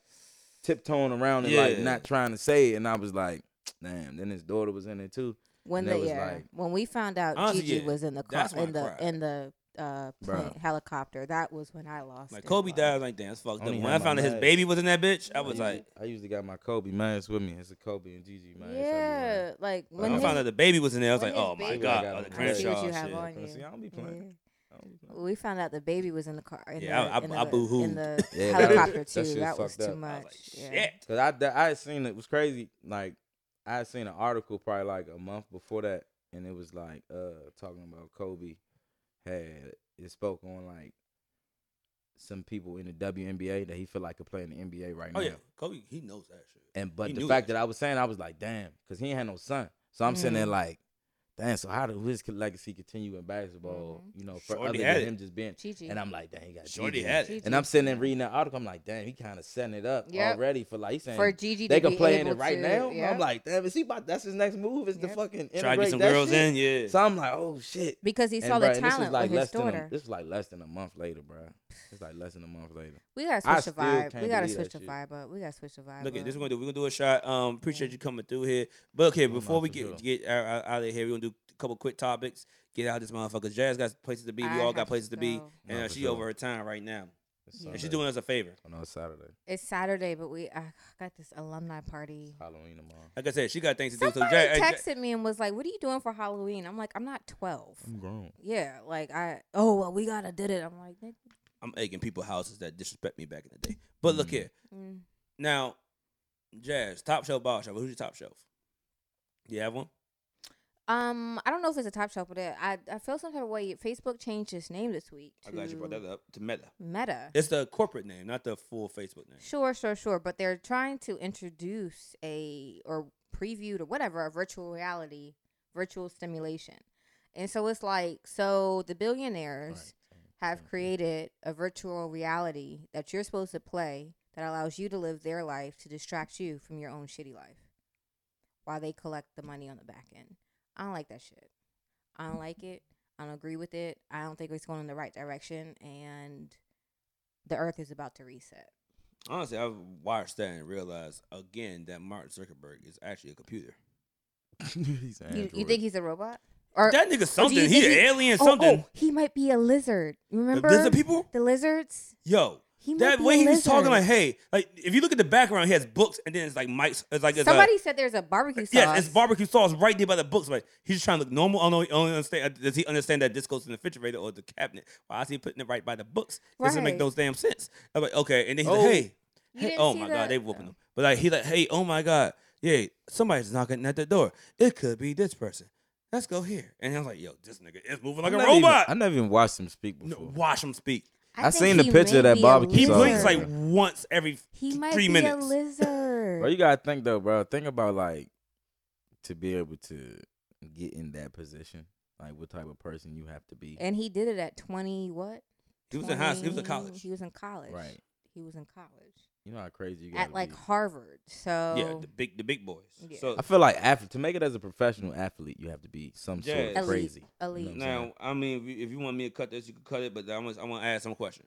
[SPEAKER 4] tiptoeing around and like
[SPEAKER 1] Yeah.
[SPEAKER 4] not trying to say it. And I was like, damn. Then his daughter was in it too.
[SPEAKER 2] when
[SPEAKER 4] and that
[SPEAKER 2] the
[SPEAKER 4] was
[SPEAKER 2] yeah,
[SPEAKER 4] like-
[SPEAKER 2] when we found out
[SPEAKER 1] Honestly,
[SPEAKER 2] Gigi
[SPEAKER 1] yeah,
[SPEAKER 2] was in the car
[SPEAKER 1] that's when
[SPEAKER 2] in
[SPEAKER 1] I
[SPEAKER 2] the
[SPEAKER 1] cried.
[SPEAKER 2] in the uh plane,
[SPEAKER 4] Bruh.
[SPEAKER 2] helicopter, that was when I lost.
[SPEAKER 1] Like
[SPEAKER 2] it.
[SPEAKER 1] Kobe
[SPEAKER 2] Like,
[SPEAKER 1] died, I was like damn, that's fucked up.
[SPEAKER 4] Only
[SPEAKER 1] When
[SPEAKER 4] had
[SPEAKER 1] I found
[SPEAKER 4] my
[SPEAKER 1] out his
[SPEAKER 4] mask.
[SPEAKER 1] baby was in that bitch, I was
[SPEAKER 4] usually-
[SPEAKER 1] like,
[SPEAKER 4] I usually got my Kobe mask with me. It's a Kobe and Gigi mask. I be
[SPEAKER 2] Yeah, like
[SPEAKER 1] when
[SPEAKER 2] when
[SPEAKER 1] I
[SPEAKER 4] his-
[SPEAKER 1] found out the baby was in there, I was
[SPEAKER 2] when
[SPEAKER 1] like,
[SPEAKER 2] his
[SPEAKER 1] oh my
[SPEAKER 2] baby-
[SPEAKER 1] god,
[SPEAKER 4] I
[SPEAKER 1] oh, the
[SPEAKER 4] see what you
[SPEAKER 1] Crenshaw shit.
[SPEAKER 2] have on.
[SPEAKER 4] wearing.
[SPEAKER 2] you.
[SPEAKER 4] See, I don't be playing. I don't be playing.
[SPEAKER 2] We found out the baby was in the car. In
[SPEAKER 1] Yeah,
[SPEAKER 2] the,
[SPEAKER 1] I- I-
[SPEAKER 2] in the,
[SPEAKER 1] I boo-hooed.
[SPEAKER 2] in the
[SPEAKER 4] Yeah, that-
[SPEAKER 2] helicopter
[SPEAKER 4] that
[SPEAKER 2] too. That, was
[SPEAKER 4] shit fucked
[SPEAKER 2] too
[SPEAKER 4] up.
[SPEAKER 1] I
[SPEAKER 4] I was
[SPEAKER 2] much.
[SPEAKER 1] was like,
[SPEAKER 2] yeah.
[SPEAKER 1] shit.
[SPEAKER 4] Cause I that- I had seen it was crazy. Like I had seen an article probably like a month before that, and it was like uh talking about Kobe had it spoke on like some people in the WNBA that he feel like could play in the NBA right
[SPEAKER 1] Oh
[SPEAKER 4] now.
[SPEAKER 1] yeah, Kobe, he knows that shit.
[SPEAKER 4] And but
[SPEAKER 1] He
[SPEAKER 4] the
[SPEAKER 1] knew
[SPEAKER 4] fact
[SPEAKER 1] that.
[SPEAKER 4] that I was saying I was like, damn, cause he ain't had no son. So I'm sitting there
[SPEAKER 2] Mm.
[SPEAKER 4] like, damn. So how did his legacy continue in basketball? You know, for
[SPEAKER 1] Shorty
[SPEAKER 4] other
[SPEAKER 1] had
[SPEAKER 4] than
[SPEAKER 1] it.
[SPEAKER 4] him just being.
[SPEAKER 2] Gigi.
[SPEAKER 4] And I'm like, damn, he got
[SPEAKER 1] Shorty
[SPEAKER 4] Gigi.
[SPEAKER 1] had it.
[SPEAKER 2] Gigi.
[SPEAKER 4] And I'm sitting there reading that article. I'm like, damn, he kind of setting it up
[SPEAKER 2] Yep.
[SPEAKER 4] already for like he's saying
[SPEAKER 2] for Gigi,
[SPEAKER 4] they
[SPEAKER 2] to
[SPEAKER 4] can
[SPEAKER 2] be
[SPEAKER 4] play in it
[SPEAKER 2] able
[SPEAKER 4] right
[SPEAKER 2] to-
[SPEAKER 4] now.
[SPEAKER 2] Yeah.
[SPEAKER 4] I'm like, damn, is he about? That's his next move. Is the
[SPEAKER 2] Yeah.
[SPEAKER 1] Try
[SPEAKER 4] fucking
[SPEAKER 1] to get
[SPEAKER 4] integrate
[SPEAKER 1] some
[SPEAKER 4] that
[SPEAKER 1] girls
[SPEAKER 4] shit?
[SPEAKER 1] in, yeah.
[SPEAKER 4] So I'm like, oh shit.
[SPEAKER 2] because he
[SPEAKER 4] And,
[SPEAKER 2] saw
[SPEAKER 4] bruh,
[SPEAKER 2] the
[SPEAKER 4] and this was
[SPEAKER 2] talent
[SPEAKER 4] like
[SPEAKER 2] with his
[SPEAKER 4] less than a-
[SPEAKER 2] daughter.
[SPEAKER 4] this was like less than a month later, bro. It's like less than a month later.
[SPEAKER 2] we gotta
[SPEAKER 4] I
[SPEAKER 2] switch the
[SPEAKER 4] still
[SPEAKER 2] vibe. We
[SPEAKER 4] can't
[SPEAKER 2] gotta
[SPEAKER 4] believe
[SPEAKER 2] switch the
[SPEAKER 4] that shit.
[SPEAKER 2] vibe up. We gotta switch the vibe.
[SPEAKER 1] Look at
[SPEAKER 2] up.
[SPEAKER 1] this. We're gonna do. We're gonna do a shot. Um, appreciate you coming through here. But okay, before we
[SPEAKER 4] for
[SPEAKER 1] get
[SPEAKER 4] sure.
[SPEAKER 1] get out, out- out of here, we're gonna do a couple quick topics. Get out of this motherfucker. Jazz got places to be. We
[SPEAKER 2] I
[SPEAKER 1] all
[SPEAKER 2] have
[SPEAKER 1] got
[SPEAKER 2] to
[SPEAKER 1] places to be.
[SPEAKER 2] go.
[SPEAKER 1] And
[SPEAKER 4] Nah,
[SPEAKER 1] uh,
[SPEAKER 4] for
[SPEAKER 1] she
[SPEAKER 4] sure.
[SPEAKER 1] over her time right now,
[SPEAKER 4] It's
[SPEAKER 2] Yeah.
[SPEAKER 1] and
[SPEAKER 4] Saturday.
[SPEAKER 1] she's doing us a favor.
[SPEAKER 4] Oh no, it's Saturday.
[SPEAKER 2] It's Saturday, but we I got this alumni party.
[SPEAKER 4] Halloween tomorrow.
[SPEAKER 1] Like I said, she got things to do.
[SPEAKER 2] Somebody
[SPEAKER 1] Uh, so Jazz,
[SPEAKER 2] texted me and was like, "What are you doing for Halloween?" I'm like, "I'm not 12."
[SPEAKER 1] Mm.
[SPEAKER 4] I'm grown.
[SPEAKER 2] Yeah, like I oh well, we gotta did it. I'm like, "Nigga,
[SPEAKER 1] I'm egging people houses that disrespect me back in the day. But look
[SPEAKER 4] Mm.
[SPEAKER 1] here
[SPEAKER 2] mm,
[SPEAKER 1] now, Jazz, top shelf, bottom shelf. Who's your top shelf? You have one?
[SPEAKER 2] Um, I don't know if it's a top shelf, but it, I I feel some type of way. Facebook changed its name this week. To
[SPEAKER 1] I'm glad you brought that up to Meta.
[SPEAKER 2] Meta.
[SPEAKER 1] It's the corporate name, not the full Facebook name.
[SPEAKER 2] Sure, sure, sure. But they're trying to introduce a or previewed or whatever a virtual reality, virtual stimulation, and so it's like so the billionaires
[SPEAKER 1] Mm-hmm.
[SPEAKER 2] have created a virtual reality that you're supposed to play that allows you to live their life to distract you from your own shitty life while they collect the money on the back end. I don't like that shit. I don't like it. I don't agree with it. I don't think it's going in the right direction and the earth is about to reset.
[SPEAKER 1] Honestly, I've watched that and realized again that Mark Zuckerberg is actually a computer.
[SPEAKER 4] He's an
[SPEAKER 2] You, you
[SPEAKER 4] android.
[SPEAKER 2] think he's a robot? Or
[SPEAKER 1] that nigga something.
[SPEAKER 2] think
[SPEAKER 1] He an
[SPEAKER 2] he-
[SPEAKER 1] alien
[SPEAKER 2] oh,
[SPEAKER 1] something.
[SPEAKER 2] oh, he might be a lizard.
[SPEAKER 1] The
[SPEAKER 2] Remember
[SPEAKER 1] lizard people?
[SPEAKER 2] the lizards?
[SPEAKER 1] Yo.
[SPEAKER 2] He might
[SPEAKER 1] That
[SPEAKER 2] be
[SPEAKER 1] way
[SPEAKER 2] a
[SPEAKER 1] he was talking
[SPEAKER 2] lizard.
[SPEAKER 1] like, hey, like if you look at the background, he has books and then it's like Mike's it's like it's
[SPEAKER 2] Somebody
[SPEAKER 1] a,
[SPEAKER 2] said there's a barbecue sauce.
[SPEAKER 1] Yes, it's barbecue sauce right there by the books. Like he's just trying to look normal. I don't know. he Only understand, uh, does he understand that this goes in the refrigerator or the cabinet? Why is he putting it right by the books? Doesn't make
[SPEAKER 2] Right.
[SPEAKER 1] no damn sense. I'm like, okay, and then he's
[SPEAKER 4] Oh.
[SPEAKER 1] like, hey,
[SPEAKER 2] You
[SPEAKER 1] hey
[SPEAKER 2] didn't
[SPEAKER 1] oh
[SPEAKER 2] see
[SPEAKER 1] my
[SPEAKER 2] that?
[SPEAKER 1] god, they whooping him. But like he like, hey, oh my god, yeah, somebody's knocking at the door. It could be this person. Let's go here. And I was like, yo, this nigga is moving like
[SPEAKER 4] I
[SPEAKER 1] a
[SPEAKER 4] never even-
[SPEAKER 1] robot.
[SPEAKER 4] I never even watched him speak
[SPEAKER 1] No,
[SPEAKER 4] before.
[SPEAKER 1] watch him speak.
[SPEAKER 4] I
[SPEAKER 2] think
[SPEAKER 4] seen the
[SPEAKER 2] he
[SPEAKER 4] picture
[SPEAKER 2] may
[SPEAKER 4] of that
[SPEAKER 2] be a
[SPEAKER 4] barbecue
[SPEAKER 1] He
[SPEAKER 4] sauce.
[SPEAKER 1] blinks
[SPEAKER 4] Sorry.
[SPEAKER 1] like once every
[SPEAKER 2] he might
[SPEAKER 1] three
[SPEAKER 2] be
[SPEAKER 1] minutes.
[SPEAKER 2] a lizard.
[SPEAKER 4] Bro, you gotta think though, bro. Think about like to be able to get in that position. Like what type of person you have to be.
[SPEAKER 2] and he did it at twenty. What?
[SPEAKER 1] he was in high school. He was in
[SPEAKER 2] 20
[SPEAKER 1] college.
[SPEAKER 2] He was in college.
[SPEAKER 4] Right.
[SPEAKER 2] He was in college.
[SPEAKER 4] You know how crazy you got
[SPEAKER 2] at like Harvard. So
[SPEAKER 1] Yeah, the big the big boys.
[SPEAKER 2] Yeah.
[SPEAKER 1] So
[SPEAKER 4] I feel like athlete, to make it as a professional athlete, you have to be some sort
[SPEAKER 1] Yeah.
[SPEAKER 4] of
[SPEAKER 2] elite,
[SPEAKER 4] crazy.
[SPEAKER 2] elite.
[SPEAKER 4] No.
[SPEAKER 1] now, I mean, if you, if you want me to cut this, you can cut it. But I want I want to ask some question.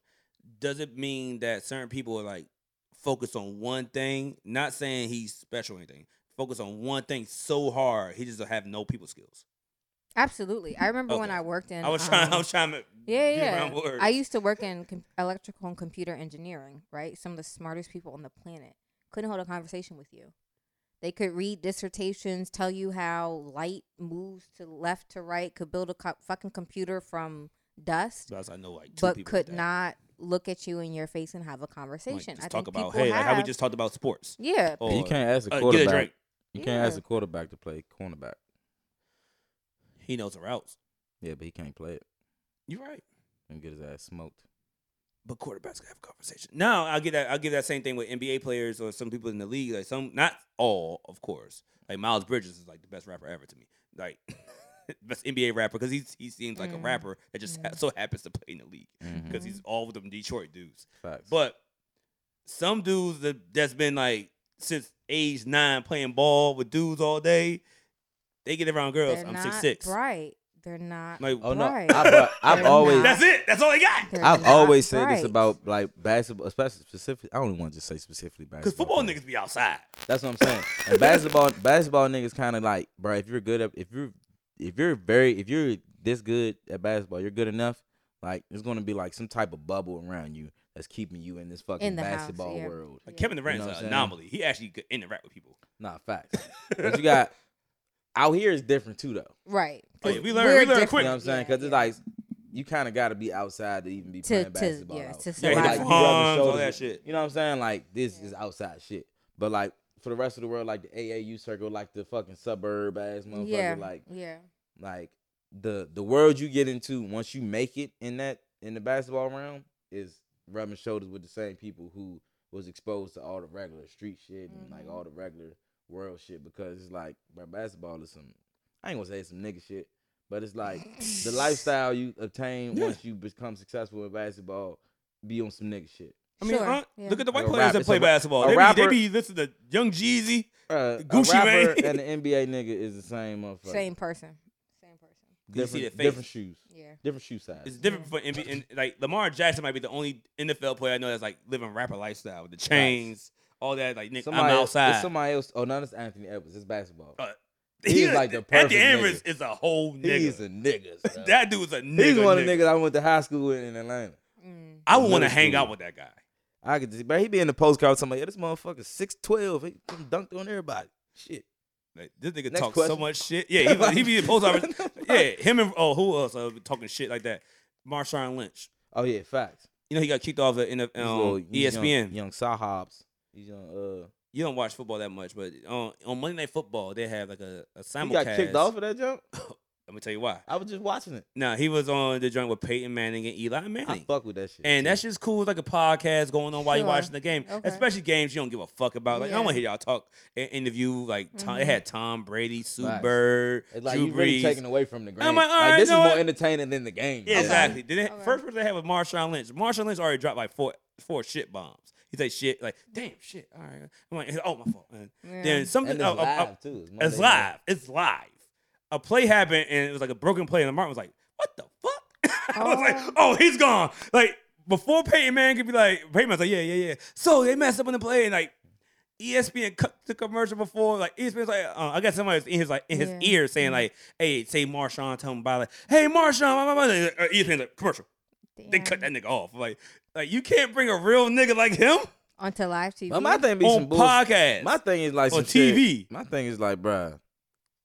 [SPEAKER 1] Does it mean that certain people are like focused on one thing? Not saying he's special or anything. Focus on one thing so hard he just don't have no people skills.
[SPEAKER 2] Absolutely. I remember when
[SPEAKER 1] Okay.
[SPEAKER 2] I worked in.
[SPEAKER 1] I was trying. I
[SPEAKER 2] um,
[SPEAKER 1] was trying to
[SPEAKER 2] Yeah,
[SPEAKER 1] get
[SPEAKER 2] yeah.
[SPEAKER 1] around words.
[SPEAKER 2] I used to work in com- electrical and computer engineering, right? Some of the smartest people on the planet couldn't hold a conversation with you. They could read dissertations, tell you how light moves to left to right, could build a co- fucking computer from dust,
[SPEAKER 1] Because I know like two
[SPEAKER 2] but
[SPEAKER 1] people
[SPEAKER 2] could
[SPEAKER 1] like that.
[SPEAKER 2] not look at you in your face and have a
[SPEAKER 1] Like,
[SPEAKER 2] conversation.
[SPEAKER 1] just
[SPEAKER 2] I
[SPEAKER 1] talk
[SPEAKER 2] think
[SPEAKER 1] about
[SPEAKER 2] people
[SPEAKER 1] hey, like how we
[SPEAKER 2] have-
[SPEAKER 1] just talked about sports.
[SPEAKER 2] yeah,
[SPEAKER 1] Or,
[SPEAKER 4] you can't ask a
[SPEAKER 1] uh, get a
[SPEAKER 4] quarterback.
[SPEAKER 1] drink.
[SPEAKER 4] you can't ask
[SPEAKER 2] Yeah.
[SPEAKER 4] a quarterback to play cornerback.
[SPEAKER 1] He knows the routes.
[SPEAKER 4] Yeah, but he can't play it
[SPEAKER 1] You're right.
[SPEAKER 4] and get his ass smoked.
[SPEAKER 1] but quarterbacks can have a conversation. Now I'll get that. I'll give that same thing with NBA players or some people in the league. Like some, not all, of course. Like Miles Bridges is like the best rapper ever to me. Like best NBA rapper because he he seems like a
[SPEAKER 2] Mm.
[SPEAKER 1] rapper that just ha-
[SPEAKER 2] Yeah. Mm-hmm.
[SPEAKER 1] so happens to play in the league
[SPEAKER 4] Mhm.
[SPEAKER 1] because he's all with them Detroit dudes.
[SPEAKER 4] Facts.
[SPEAKER 1] But some dudes that that's been like since age nine playing ball with dudes all day, they get around girls.
[SPEAKER 2] they're
[SPEAKER 1] I'm
[SPEAKER 2] not
[SPEAKER 1] six six.
[SPEAKER 2] Right? They're not.
[SPEAKER 1] Like
[SPEAKER 4] oh no,
[SPEAKER 2] Right.
[SPEAKER 4] I've, I've
[SPEAKER 2] They're
[SPEAKER 4] always
[SPEAKER 2] not.
[SPEAKER 1] that's it. That's all they got.
[SPEAKER 2] they're
[SPEAKER 4] I've
[SPEAKER 2] not
[SPEAKER 4] always said this
[SPEAKER 2] bright.
[SPEAKER 4] about like basketball, especially specifically. I don't want to just say specifically basketball.
[SPEAKER 1] Because football
[SPEAKER 4] players.
[SPEAKER 1] niggas be outside.
[SPEAKER 4] That's what I'm saying. And basketball, basketball niggas kind of like, bro. If you're good at, if you're, if you're very, if you're this good at basketball, you're good enough. Like, there's gonna be like some type of bubble around you that's keeping you in this fucking
[SPEAKER 2] the house,
[SPEAKER 4] basketball
[SPEAKER 2] yeah.
[SPEAKER 4] world.
[SPEAKER 1] Like
[SPEAKER 2] Yeah.
[SPEAKER 1] Kevin Durant's
[SPEAKER 4] You know what I'm
[SPEAKER 1] an
[SPEAKER 4] saying?
[SPEAKER 1] anomaly. He actually could interact with people.
[SPEAKER 4] Nah, facts. but you got out here is different too, though.
[SPEAKER 2] right.
[SPEAKER 1] Oh, yeah,
[SPEAKER 2] 'cause
[SPEAKER 1] we learn-
[SPEAKER 2] we're
[SPEAKER 1] we learn
[SPEAKER 2] different.
[SPEAKER 1] quick.
[SPEAKER 4] You know what I'm saying?
[SPEAKER 2] Yeah,
[SPEAKER 4] Because
[SPEAKER 2] yeah.
[SPEAKER 4] it's like you kind of got to be outside to even be
[SPEAKER 2] To-
[SPEAKER 4] playing
[SPEAKER 2] to-
[SPEAKER 4] basketball.
[SPEAKER 2] yeah,
[SPEAKER 4] out.
[SPEAKER 2] to
[SPEAKER 4] You
[SPEAKER 1] Yeah,
[SPEAKER 2] survive.
[SPEAKER 1] he
[SPEAKER 4] like,
[SPEAKER 1] does
[SPEAKER 4] you rubbing
[SPEAKER 1] palms, all
[SPEAKER 4] shoulders
[SPEAKER 1] that
[SPEAKER 4] with-
[SPEAKER 1] shit.
[SPEAKER 4] You know what I'm saying? Like this
[SPEAKER 2] Yeah.
[SPEAKER 4] is outside shit. But like for the rest of the world, like the AAU circle, like the fucking suburb ass motherfucker,
[SPEAKER 2] Yeah.
[SPEAKER 4] like
[SPEAKER 2] Yeah.
[SPEAKER 4] like the the world you get into once you make it in that in the basketball realm is rubbing shoulders with the same people who was exposed to all the regular street shit and like
[SPEAKER 2] Mhm.
[SPEAKER 4] all the regular world shit because it's like bro, basketball is some I ain't gonna say it's some nigga shit, but it's like the lifestyle you obtain
[SPEAKER 1] Yeah.
[SPEAKER 4] once you become successful in basketball be on some nigga shit.
[SPEAKER 1] I mean,
[SPEAKER 2] Sure,
[SPEAKER 1] uh,
[SPEAKER 2] yeah.
[SPEAKER 1] look at the white
[SPEAKER 4] Like a
[SPEAKER 1] players
[SPEAKER 4] rapper,
[SPEAKER 1] that
[SPEAKER 4] it's
[SPEAKER 1] play
[SPEAKER 4] a ra-
[SPEAKER 1] basketball.
[SPEAKER 4] a
[SPEAKER 1] They be,
[SPEAKER 4] rapper-
[SPEAKER 1] they be listening to Young Jeezy.
[SPEAKER 4] Bruh,
[SPEAKER 1] Gucci
[SPEAKER 4] a rapper
[SPEAKER 1] Mane.
[SPEAKER 4] and an NBA nigga is the same motherfucker.
[SPEAKER 2] Same person. Same person.
[SPEAKER 1] You see
[SPEAKER 4] Different,
[SPEAKER 1] their face.
[SPEAKER 4] different shoes,
[SPEAKER 2] Yeah.
[SPEAKER 4] different shoe
[SPEAKER 1] It's
[SPEAKER 4] size.
[SPEAKER 1] different for NBA. And, like Lamar Jackson might be the only NFL player I know that's like living rapper lifestyle with the chains, all that. Like, nigga, I'm
[SPEAKER 4] else- It's
[SPEAKER 1] outside.
[SPEAKER 4] somebody else. Oh, no, that's Anthony Edwards. It's basketball.
[SPEAKER 1] Uh,
[SPEAKER 4] he is like the perfect
[SPEAKER 1] Anthony Edwards
[SPEAKER 4] nigga.
[SPEAKER 1] is a whole
[SPEAKER 4] He's
[SPEAKER 1] nigga.
[SPEAKER 4] a nigga. son.
[SPEAKER 1] that dude's a nigga.
[SPEAKER 4] He's one of the
[SPEAKER 1] nigga.
[SPEAKER 4] niggas I went to high school with in Atlanta.
[SPEAKER 2] Mm.
[SPEAKER 1] I would want to
[SPEAKER 4] middle
[SPEAKER 1] hang
[SPEAKER 4] school.
[SPEAKER 1] out with that guy.
[SPEAKER 4] I could just, but he be in the postcard with somebody. Yeah, this motherfucker six twelve. He fucking dunked on everybody. Shit.
[SPEAKER 1] Like, this nigga
[SPEAKER 4] Next
[SPEAKER 1] talks so
[SPEAKER 4] question.
[SPEAKER 1] much shit. Yeah, he, was- he be in post office. Yeah, him and oh, who else uh, talking shit like that? Marshawn Lynch.
[SPEAKER 4] Oh yeah, facts.
[SPEAKER 1] You know he got kicked off the NF
[SPEAKER 4] These
[SPEAKER 1] um,
[SPEAKER 4] little- these
[SPEAKER 1] ESPN.
[SPEAKER 4] young, young Sahobs. These young. Uh,
[SPEAKER 1] you don't watch football that much, but on on Monday Night Football they have like a, a simulcast.
[SPEAKER 4] he got kicked off of that jump.
[SPEAKER 1] Let me tell you why.
[SPEAKER 4] I was just watching it.
[SPEAKER 1] Now he was on the joint with Peyton Manning and Eli
[SPEAKER 4] I
[SPEAKER 1] Manning,
[SPEAKER 4] fuck with that shit.
[SPEAKER 1] and
[SPEAKER 4] too.
[SPEAKER 1] that's just cool. It's like a podcast going on while you're
[SPEAKER 2] Sure.
[SPEAKER 1] watching the game,
[SPEAKER 2] Okay.
[SPEAKER 1] especially games you don't give a fuck about. Like I
[SPEAKER 2] Yeah.
[SPEAKER 1] don't want to hear y'all talk and interview. Like Tom, they
[SPEAKER 2] Mhm.
[SPEAKER 1] had Tom Brady, Sue
[SPEAKER 4] Facts.
[SPEAKER 1] Bird,
[SPEAKER 4] It's like
[SPEAKER 1] Drew
[SPEAKER 4] you really
[SPEAKER 1] Brees.
[SPEAKER 4] taking away from the game.
[SPEAKER 1] I'm like,
[SPEAKER 4] like,
[SPEAKER 1] all right,
[SPEAKER 4] this
[SPEAKER 1] you
[SPEAKER 4] is
[SPEAKER 1] know
[SPEAKER 4] more
[SPEAKER 1] what?
[SPEAKER 4] entertaining than the game.
[SPEAKER 1] Yeah,
[SPEAKER 4] bro.
[SPEAKER 1] exactly. Then they-
[SPEAKER 2] Okay.
[SPEAKER 1] First person they had was Marshawn Lynch. Marshawn Lynch already dropped like four four shit bombs. He say shit like, damn shit. All right, I'm like, oh my fault. man."
[SPEAKER 2] Yeah.
[SPEAKER 1] Then something.
[SPEAKER 4] And it's
[SPEAKER 1] uh, uh, uh,
[SPEAKER 4] live too. Monday
[SPEAKER 1] It's
[SPEAKER 4] night.
[SPEAKER 1] live. It's live. A play happened and it was like a broken play, and Martin was like, "What the fuck?" I was like,
[SPEAKER 2] Oh.
[SPEAKER 1] "Oh, he's gone." Like before Peyton Manning could be like, Peyton Manning's like, "Yeah, yeah, yeah." So they messed up on the play, and like E ESPN cut the commercial before, like ESPN's like, uh, I got somebody in his like in his
[SPEAKER 2] Yeah.
[SPEAKER 1] ear saying like, "Hey, say Marshawn, tell him bye." Like, "Hey, Marshawn," blah, blah, blah. Uh, ESPN's like, "Commercial." They cut that
[SPEAKER 2] Damn.
[SPEAKER 1] nigga off. Like, like you can't bring a real nigga like him
[SPEAKER 2] onto live TV.
[SPEAKER 4] But my thing be some
[SPEAKER 1] on
[SPEAKER 4] bullshit.
[SPEAKER 1] podcast,
[SPEAKER 4] My thing is like
[SPEAKER 1] on
[SPEAKER 4] some shit-
[SPEAKER 1] TV.
[SPEAKER 4] My thing is like, bruh.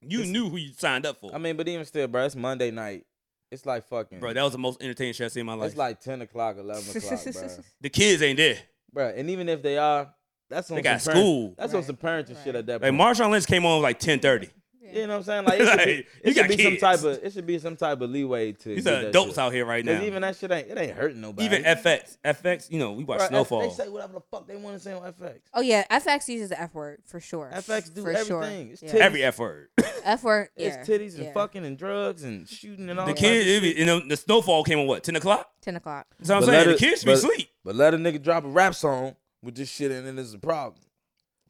[SPEAKER 1] You knew who you signed up for.
[SPEAKER 4] I mean, but even still, bruh, it's Monday night. It's like fucking.
[SPEAKER 1] Bro, that was the most entertaining shit I seen in my life.
[SPEAKER 4] it's like ten o'clock, eleven o'clock, bruh.
[SPEAKER 1] the kids ain't there.
[SPEAKER 4] Bruh, and even if they are, that's on
[SPEAKER 1] They got
[SPEAKER 4] some parent-
[SPEAKER 1] school.
[SPEAKER 4] That's on
[SPEAKER 2] Right,
[SPEAKER 4] some parenting shit
[SPEAKER 2] right.
[SPEAKER 4] at that
[SPEAKER 1] Like
[SPEAKER 4] point.
[SPEAKER 1] Marshawn Lynch came on like ten thirty.
[SPEAKER 4] you know what I'm saying? Like, it should,
[SPEAKER 1] Like,
[SPEAKER 4] be,
[SPEAKER 1] you
[SPEAKER 4] it should
[SPEAKER 1] got
[SPEAKER 4] be
[SPEAKER 1] kids.
[SPEAKER 4] some type of. It should be some type of leeway to.
[SPEAKER 1] These
[SPEAKER 4] do
[SPEAKER 1] are
[SPEAKER 4] that
[SPEAKER 1] adults
[SPEAKER 4] shit.
[SPEAKER 1] out here right
[SPEAKER 4] 'Cause
[SPEAKER 1] now.
[SPEAKER 4] even
[SPEAKER 1] Even,
[SPEAKER 4] that shit ain't. It ain't hurting nobody.
[SPEAKER 1] FX, FX. You know, we watch
[SPEAKER 4] Bruh, F-
[SPEAKER 1] Snowfall.
[SPEAKER 4] They say whatever the fuck they want to say on FX.
[SPEAKER 2] Oh yeah, FX uses the F word for sure.
[SPEAKER 4] FX do
[SPEAKER 2] for
[SPEAKER 4] everything. It's
[SPEAKER 2] Sure.
[SPEAKER 4] titty-
[SPEAKER 2] yeah.
[SPEAKER 1] Every F word.
[SPEAKER 2] F word.
[SPEAKER 4] It's
[SPEAKER 2] yeah,
[SPEAKER 4] titties and
[SPEAKER 2] yeah.
[SPEAKER 4] fucking and drugs and shooting and all.
[SPEAKER 1] the
[SPEAKER 4] that.
[SPEAKER 1] kids, it be- you know, the Snowfall came on what ten o'clock.
[SPEAKER 2] Ten o'clock.
[SPEAKER 1] So I'm
[SPEAKER 4] But
[SPEAKER 1] saying
[SPEAKER 4] let
[SPEAKER 1] the
[SPEAKER 4] it-
[SPEAKER 1] kids should be
[SPEAKER 4] but-
[SPEAKER 1] asleep.
[SPEAKER 4] But let a nigga drop a rap song with this shit, and then there's a problem.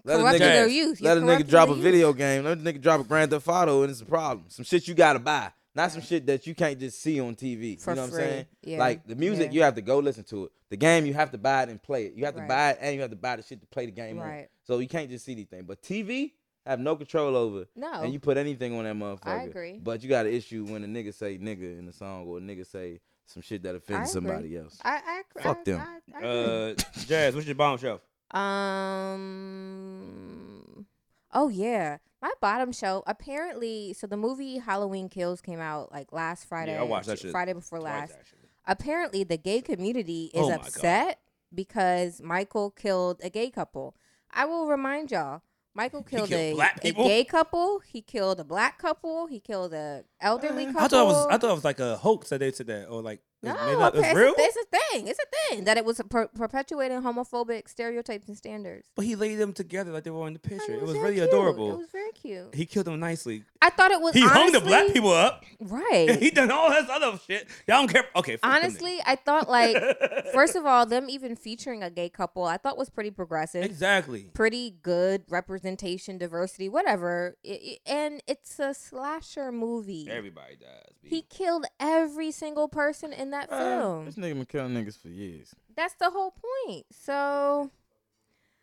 [SPEAKER 4] Let a
[SPEAKER 2] Corrupt
[SPEAKER 4] nigga,
[SPEAKER 1] ass.
[SPEAKER 2] their youth.
[SPEAKER 4] let a
[SPEAKER 2] You're corrupting
[SPEAKER 4] nigga drop a
[SPEAKER 2] their youth.
[SPEAKER 4] video game. Let a nigga drop a Grand Theft Auto, and it's a problem. Some shit you gotta buy, not some shit that you can't just see on TV.
[SPEAKER 2] For
[SPEAKER 4] you know
[SPEAKER 2] free.
[SPEAKER 4] what I'm saying?
[SPEAKER 2] Yeah.
[SPEAKER 4] Like the music,
[SPEAKER 2] Yeah.
[SPEAKER 4] you have to go listen to it. The game, you have to buy it and play it. You have to
[SPEAKER 2] Right.
[SPEAKER 4] buy it and you have to buy the shit to play the game. on.
[SPEAKER 2] Right.
[SPEAKER 4] So you can't just see anything. But TV, have no control over.
[SPEAKER 2] No.
[SPEAKER 4] And you put anything on that motherfucker.
[SPEAKER 2] agree.
[SPEAKER 4] But you got an issue when a nigga say nigga in the song or a nigga say some shit that offends
[SPEAKER 2] agree.
[SPEAKER 4] somebody else.
[SPEAKER 2] I, I, I
[SPEAKER 4] Fuck
[SPEAKER 2] I,
[SPEAKER 4] them.
[SPEAKER 2] I- I
[SPEAKER 1] Uh,
[SPEAKER 2] agree.
[SPEAKER 1] Jazz, what's your bombshell?
[SPEAKER 2] Um. Oh yeah, my bottom shelf. Apparently, so the movie Halloween Kills came out like last Friday.
[SPEAKER 1] Yeah, I watched that shit
[SPEAKER 2] Friday before
[SPEAKER 1] Twice,
[SPEAKER 2] last.
[SPEAKER 1] actually.
[SPEAKER 2] Apparently, the gay community is
[SPEAKER 1] Oh my God.
[SPEAKER 2] upset because Michael killed a gay couple. I will remind y'all. Michael killed,
[SPEAKER 1] killed
[SPEAKER 2] a,
[SPEAKER 1] black
[SPEAKER 2] a
[SPEAKER 1] people?
[SPEAKER 2] gay couple. He killed a black couple. He killed a elderly couple.
[SPEAKER 1] I thought it was I thought it was like a hoax that they said that or like
[SPEAKER 2] No,
[SPEAKER 1] it's made up.
[SPEAKER 2] appa-
[SPEAKER 1] It's
[SPEAKER 2] it's,
[SPEAKER 1] real.
[SPEAKER 2] A, it's a thing. It's a thing that it was per- perpetuating homophobic stereotypes and standards.
[SPEAKER 1] But he laid them together like they were in the
[SPEAKER 2] And
[SPEAKER 1] picture. It was
[SPEAKER 2] very
[SPEAKER 1] really
[SPEAKER 2] cute. It
[SPEAKER 1] adorable.
[SPEAKER 2] was very cute.
[SPEAKER 1] He killed them nicely.
[SPEAKER 2] I thought it was.
[SPEAKER 1] He hung the black
[SPEAKER 2] honestly-
[SPEAKER 1] people up.
[SPEAKER 2] Right.
[SPEAKER 1] he done all this other shit. Y'all don't care. Okay. fuck them
[SPEAKER 2] honestly, I thought like
[SPEAKER 1] niggas.
[SPEAKER 2] first of all, them even featuring a gay couple, I thought was pretty progressive,
[SPEAKER 1] exactly.
[SPEAKER 2] pretty good representation, diversity, whatever. I- I- and it's a slasher movie.
[SPEAKER 1] Everybody dies. B.
[SPEAKER 2] he killed every single person in that
[SPEAKER 4] Uh,
[SPEAKER 2] film.
[SPEAKER 4] This nigga been killing niggas for years.
[SPEAKER 2] That's the whole point. So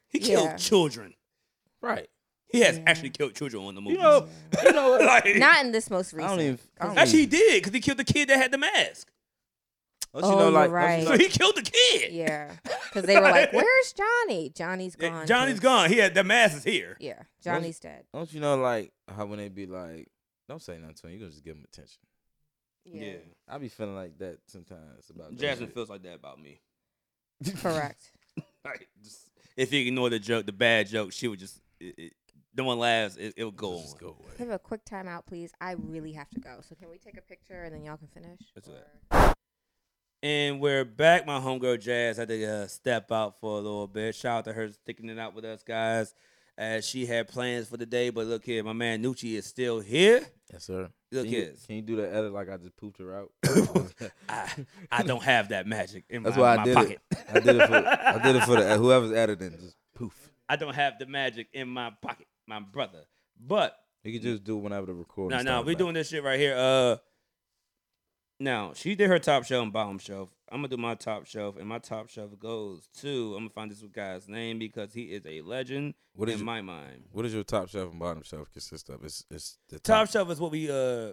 [SPEAKER 1] He killed
[SPEAKER 2] Yeah.
[SPEAKER 1] children.
[SPEAKER 4] Right.
[SPEAKER 1] He has
[SPEAKER 2] Yeah.
[SPEAKER 1] actually killed children on the movie.
[SPEAKER 4] You know, you know what?
[SPEAKER 1] like,
[SPEAKER 2] not in this most
[SPEAKER 4] I
[SPEAKER 2] recent.
[SPEAKER 4] don't even. I don't
[SPEAKER 1] actually, he
[SPEAKER 4] even-
[SPEAKER 1] did because he killed the kid that had the mask.
[SPEAKER 4] don't you
[SPEAKER 2] Oh,
[SPEAKER 4] know,
[SPEAKER 2] you're
[SPEAKER 4] like,
[SPEAKER 2] right.
[SPEAKER 1] So he killed the kid.
[SPEAKER 2] yeah, because they were like, "Where's Johnny? Johnny's
[SPEAKER 1] Yeah,
[SPEAKER 2] gone.
[SPEAKER 1] Johnny's
[SPEAKER 2] kids."
[SPEAKER 1] gone. He had the mask is here.
[SPEAKER 2] Yeah, Johnny's dead.
[SPEAKER 4] Don't you know, like, how when they be like, don't say nothing to him, you gonna just give him attention. I be feeling like that sometimes about that
[SPEAKER 1] Jasmine
[SPEAKER 4] shit.
[SPEAKER 1] feels like that about me.
[SPEAKER 2] correct.
[SPEAKER 1] Like, just, if you ignore the joke, the bad joke, she would just. It, it, no one laughs. It, it'll go on.
[SPEAKER 4] Just go away.
[SPEAKER 2] Give a quick timeout, please. I really have to go. So can we take a picture and then y'all can finish?
[SPEAKER 1] That's all right.
[SPEAKER 2] Or-
[SPEAKER 1] And we're back. My homegirl Jazz had to uh, step out for a little bit. Shout out to her sticking it out with us guys, as she had plans for the day. But look here, my man Nucci is still here.
[SPEAKER 4] Yes, sir.
[SPEAKER 1] Look
[SPEAKER 4] can you,
[SPEAKER 1] here,
[SPEAKER 4] can you do that edit like I just pooped her out?
[SPEAKER 1] I, I don't have that magic in
[SPEAKER 4] That's
[SPEAKER 1] my,
[SPEAKER 4] why I
[SPEAKER 1] my
[SPEAKER 4] did
[SPEAKER 1] pocket.
[SPEAKER 4] it. I did it for I did it for the, whoever's editing. Just poof.
[SPEAKER 1] I don't have the magic in my pocket, my brother. But
[SPEAKER 4] You can just do it whenever the
[SPEAKER 1] No,
[SPEAKER 4] recording.
[SPEAKER 1] no,
[SPEAKER 4] started
[SPEAKER 1] we're
[SPEAKER 4] back.
[SPEAKER 1] doing this shit right here. Uh, now she did her top shelf and bottom shelf. I'm gonna do my top shelf, and my top shelf goes to I'm gonna find this guy's name because he is a legend
[SPEAKER 4] What
[SPEAKER 1] in
[SPEAKER 4] is your,
[SPEAKER 1] my mind.
[SPEAKER 4] what does your top shelf and bottom shelf consist of? It's it's the
[SPEAKER 1] Top shelf is what we uh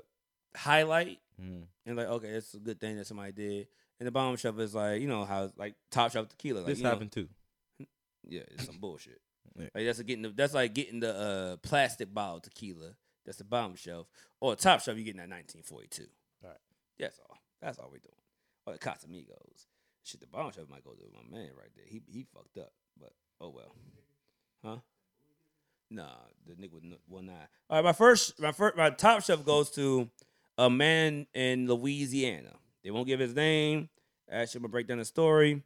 [SPEAKER 1] highlight
[SPEAKER 4] Mhm.
[SPEAKER 1] and like, okay, it's a good thing that somebody did. And the bottom shelf is like, you know how like top shelf tequila. Like,
[SPEAKER 4] This
[SPEAKER 1] you know,
[SPEAKER 4] happened too.
[SPEAKER 1] Yeah, it's some bullshit.
[SPEAKER 4] Yeah.
[SPEAKER 1] Like that's a getting the, that's like getting the uh plastic bottle tequila. That's the bottom shelf. Or top shelf, you're getting that 1942. All
[SPEAKER 4] Alright.
[SPEAKER 1] That's all. That's all we're doing. Or the Casamigos. Shit, the bottom shelf might go to my man right there. He he fucked up, but oh well. Huh? Nah, the nigga with n- one eye. All right, my first, my first, my top shelf goes to a man in Louisiana. They won't give his name. Actually, I'm gonna break down the story.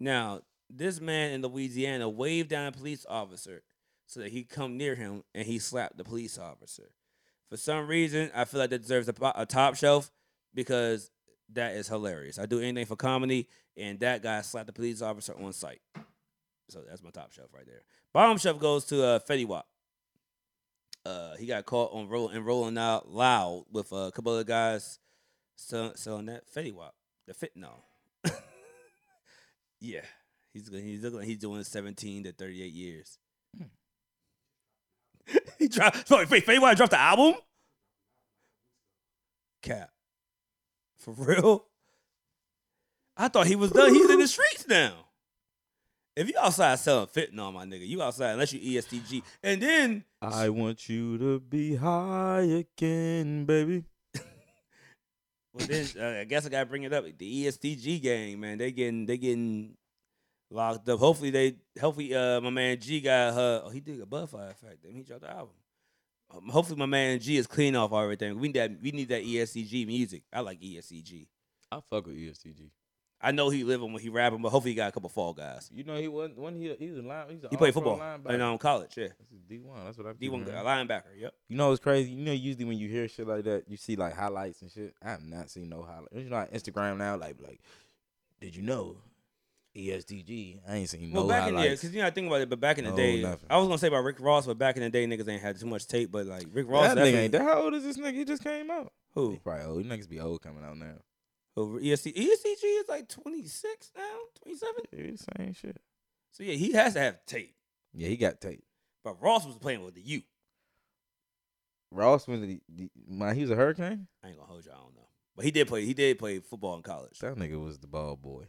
[SPEAKER 1] Now, this man in Louisiana waved down a police officer so that he come near him and he slapped the police officer. For some reason, I feel like that deserves a, po- a top shelf because that is hilarious. I do anything for comedy, and that guy slapped the police officer on sight. So that's my top shelf right there. Bottom shelf goes to uh, Fetty Wap. Uh, he got caught on roll and rolling out loud with a couple of guys sell- selling that Fetty Wap, the fentanyl. yeah, he's gonna- he's looking like he's doing seventeen to thirty eight years. he dropped. Sorry, wait, Fetty Wap dropped the album. Cap, for real. I thought he was done. He's in the streets now. If you outside selling fentanyl, my nigga, you outside unless you E ESTG. And then
[SPEAKER 4] I want you to be high again, baby.
[SPEAKER 1] Well, then uh, I guess I gotta bring it up. The E ESTG gang, man, they getting they getting locked up. Hopefully they, hopefully uh, my man G got her. Oh, he did a butterfly effect. Then he dropped the album. Um, hopefully my man G is clean off everything. We need that we need that E ESTG music. I like E ESTG.
[SPEAKER 4] I fuck with E ESTG.
[SPEAKER 1] I know he living when he rapping, but hopefully he got a couple fall guys.
[SPEAKER 4] You know he wasn't when he he was a line. He's a
[SPEAKER 1] He played
[SPEAKER 4] all-pro
[SPEAKER 1] football
[SPEAKER 4] linebacker.
[SPEAKER 1] in um, college, yeah.
[SPEAKER 4] This is D one. That's what I
[SPEAKER 1] D one
[SPEAKER 4] D1
[SPEAKER 1] linebacker. Yep.
[SPEAKER 4] You know it's crazy. You know usually when you hear shit like that, you see like highlights and shit. I have not seen no highlights. You know E on Instagram now, like like, did you know ESTG. I ain't seen
[SPEAKER 1] Well,
[SPEAKER 4] no
[SPEAKER 1] back in the
[SPEAKER 4] highlights.
[SPEAKER 1] because you know I think about it, but back in the
[SPEAKER 4] No,
[SPEAKER 1] day,
[SPEAKER 4] nothing.
[SPEAKER 1] I was gonna say about Rick Ross, but back in the day, niggas ain't had too much tape. But like Rick Ross,
[SPEAKER 4] that nigga
[SPEAKER 1] definitely-
[SPEAKER 4] ain't that. How old is this nigga? He just came out. He
[SPEAKER 1] who?
[SPEAKER 4] probably old. You niggas be old coming out now.
[SPEAKER 1] who ESC, ESCG is like twenty six now, twenty seven.
[SPEAKER 4] Yeah, same shit.
[SPEAKER 1] So yeah, he has to have tape.
[SPEAKER 4] Yeah, he got tape.
[SPEAKER 1] But Ross was playing with the U.
[SPEAKER 4] Ross was the, the my he was a hurricane.
[SPEAKER 1] I ain't gonna hold you. I don't know, but he did play. He did play football in college.
[SPEAKER 4] That nigga was the ball boy.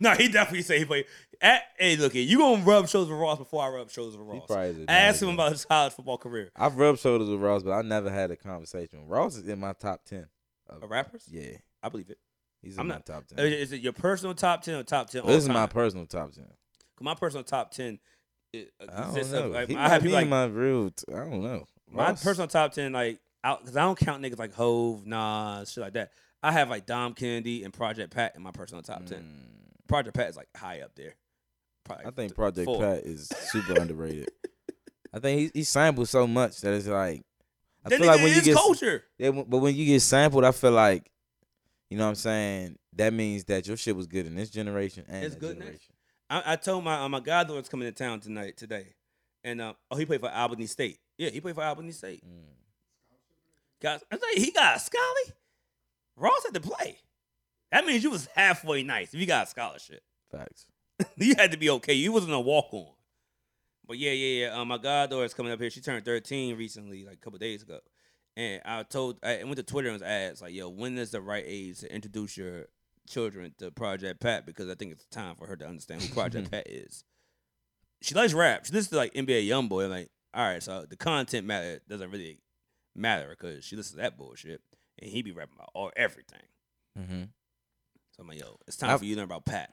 [SPEAKER 1] no, he definitely said he played. At, hey, look, you gonna rub shows with Ross before I rub shows with
[SPEAKER 4] He
[SPEAKER 1] Ross.
[SPEAKER 4] probably is a
[SPEAKER 1] Ask
[SPEAKER 4] dog,
[SPEAKER 1] him
[SPEAKER 4] man.
[SPEAKER 1] about his college football career.
[SPEAKER 4] I've rubbed shoulders with Ross, but I never had a conversation. Ross is in my top ten. Of,
[SPEAKER 1] Uh, rappers?
[SPEAKER 4] Yeah,
[SPEAKER 1] I believe it.
[SPEAKER 4] he's in
[SPEAKER 1] I'm
[SPEAKER 4] my
[SPEAKER 1] not-
[SPEAKER 4] top ten.
[SPEAKER 1] Uh, Is it your personal top ten or top ten?
[SPEAKER 4] Well,
[SPEAKER 1] all
[SPEAKER 4] this is my
[SPEAKER 1] time?
[SPEAKER 4] personal top ten.
[SPEAKER 1] my personal top ten. It, uh,
[SPEAKER 4] I don't
[SPEAKER 1] consists
[SPEAKER 4] know.
[SPEAKER 1] of, like,
[SPEAKER 4] he
[SPEAKER 1] I
[SPEAKER 4] might
[SPEAKER 1] have
[SPEAKER 4] be
[SPEAKER 1] people
[SPEAKER 4] in
[SPEAKER 1] like
[SPEAKER 4] my real. T- I don't know.
[SPEAKER 1] my
[SPEAKER 4] Ross-
[SPEAKER 1] personal top ten, like out because I don't count niggas like Hove, Nas, shit like that. I have like Dom Kennedy and Project Pat in my personal top ten.
[SPEAKER 4] Mm,
[SPEAKER 1] Project Pat is like high up there. Probably
[SPEAKER 4] I think
[SPEAKER 1] th-
[SPEAKER 4] Project
[SPEAKER 1] four.
[SPEAKER 4] Pat is super underrated. I think he, he sampled so much that it's like I
[SPEAKER 1] That
[SPEAKER 4] feel
[SPEAKER 1] nigga
[SPEAKER 4] like when
[SPEAKER 1] is
[SPEAKER 4] you get
[SPEAKER 1] culture.
[SPEAKER 4] Yeah, w- but when you get sampled, I feel like, you know what I'm saying? That means that your shit was good in this generation and
[SPEAKER 1] It's
[SPEAKER 4] that
[SPEAKER 1] good next.
[SPEAKER 4] generation.
[SPEAKER 1] I, I told my uh, my godlord's coming to town tonight today, and uh, oh he played for Albany State. Yeah, he played for Albany State.
[SPEAKER 4] Mm.
[SPEAKER 1] Got I think he got a scholarship. Ross had to play. That means you was halfway nice if you got a scholarship.
[SPEAKER 4] Facts.
[SPEAKER 1] you had to be okay. You wasn't a walk on. But yeah, yeah, yeah. Um, my goddaughter is coming up here. She turned 13 recently, like a couple days ago. And I told, I went to Twitter and was asked, like, yo, when is the right age to introduce your children to Project Pat? Because I think it's time for her to understand who Project Pat is. She likes rap. She listens to like NBA YoungBoy. I'm like, all right, so the content matter doesn't really matter because she listens to that bullshit, and he be rapping about all everything.
[SPEAKER 4] Mm-hmm.
[SPEAKER 1] So I'm like, yo, it's time
[SPEAKER 4] I've-
[SPEAKER 1] for you to learn about Pat.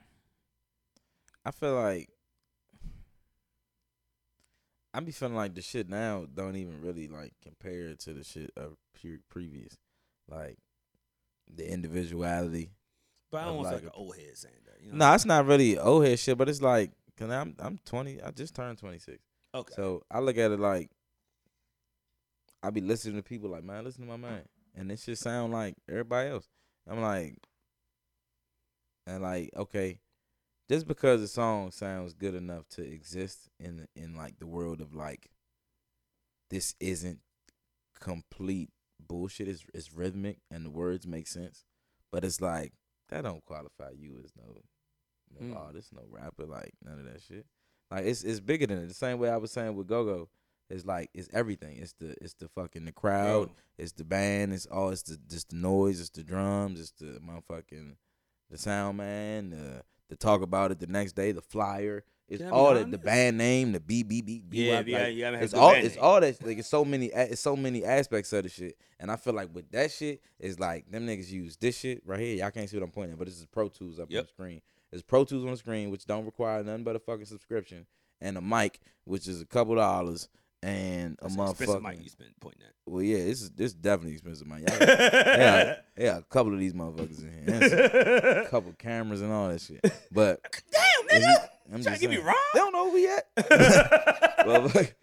[SPEAKER 4] I feel like I be feeling like the shit now don't even really like compare to the shit of pre- previous, like the individuality.
[SPEAKER 1] But I
[SPEAKER 4] Of
[SPEAKER 1] don't want to
[SPEAKER 4] like
[SPEAKER 1] like an
[SPEAKER 4] a-
[SPEAKER 1] old head saying that. You know?
[SPEAKER 4] No, it's not really old head shit, but it's like, cause I'm I'm 20, I just turned 26.
[SPEAKER 1] Okay.
[SPEAKER 4] So I look at it like I be listening to people like, man, listen to my man. And this shit sound like everybody else. I'm like and like, okay, just because a song sounds good enough to exist in in like the world of like this isn't complete bullshit. It's it's rhythmic and the words make sense. But it's like that don't qualify you as no no
[SPEAKER 1] Mm.
[SPEAKER 4] artist, no rapper, like none of that shit. Like it's it's bigger than it. The same way I was saying with GoGo, it's like it's everything. It's the it's the fucking the crowd,
[SPEAKER 1] Yo.
[SPEAKER 4] it's the band, it's all it's the just the noise, it's the drums, it's the motherfucking the sound man, the the talk about it the next day, the flyer. It's
[SPEAKER 1] Can I be
[SPEAKER 4] all that the
[SPEAKER 1] honest?
[SPEAKER 4] band name, the B B B B.
[SPEAKER 1] Yeah,
[SPEAKER 4] like,
[SPEAKER 1] yeah, you gotta have
[SPEAKER 4] it's
[SPEAKER 1] good
[SPEAKER 4] all
[SPEAKER 1] band
[SPEAKER 4] it's
[SPEAKER 1] name.
[SPEAKER 4] all that like it's so many a- it's so many aspects of the shit. And I feel like with that shit, it's like them niggas use this shit right here. Y'all can't see what I'm pointing at, but this is Pro Tools up on
[SPEAKER 1] Yep.
[SPEAKER 4] the screen. It's Pro Tools on the screen, which don't require nothing but a fucking subscription and a mic, which is a couple dollars and a
[SPEAKER 1] That's an expensive mic you
[SPEAKER 4] motherfucker.
[SPEAKER 1] spend pointing at.
[SPEAKER 4] Well, yeah, this is this definitely expensive mic. Y'all got- yeah,
[SPEAKER 1] Yeah.
[SPEAKER 4] yeah, a couple of these motherfuckers in here. And some- a
[SPEAKER 1] Damn,
[SPEAKER 4] couple cameras and all that shit. But if
[SPEAKER 1] nigga.
[SPEAKER 4] you- I'm
[SPEAKER 1] Trying
[SPEAKER 4] just
[SPEAKER 1] to get me
[SPEAKER 4] saying.
[SPEAKER 1] wrong?
[SPEAKER 4] They don't know who we at. well, look,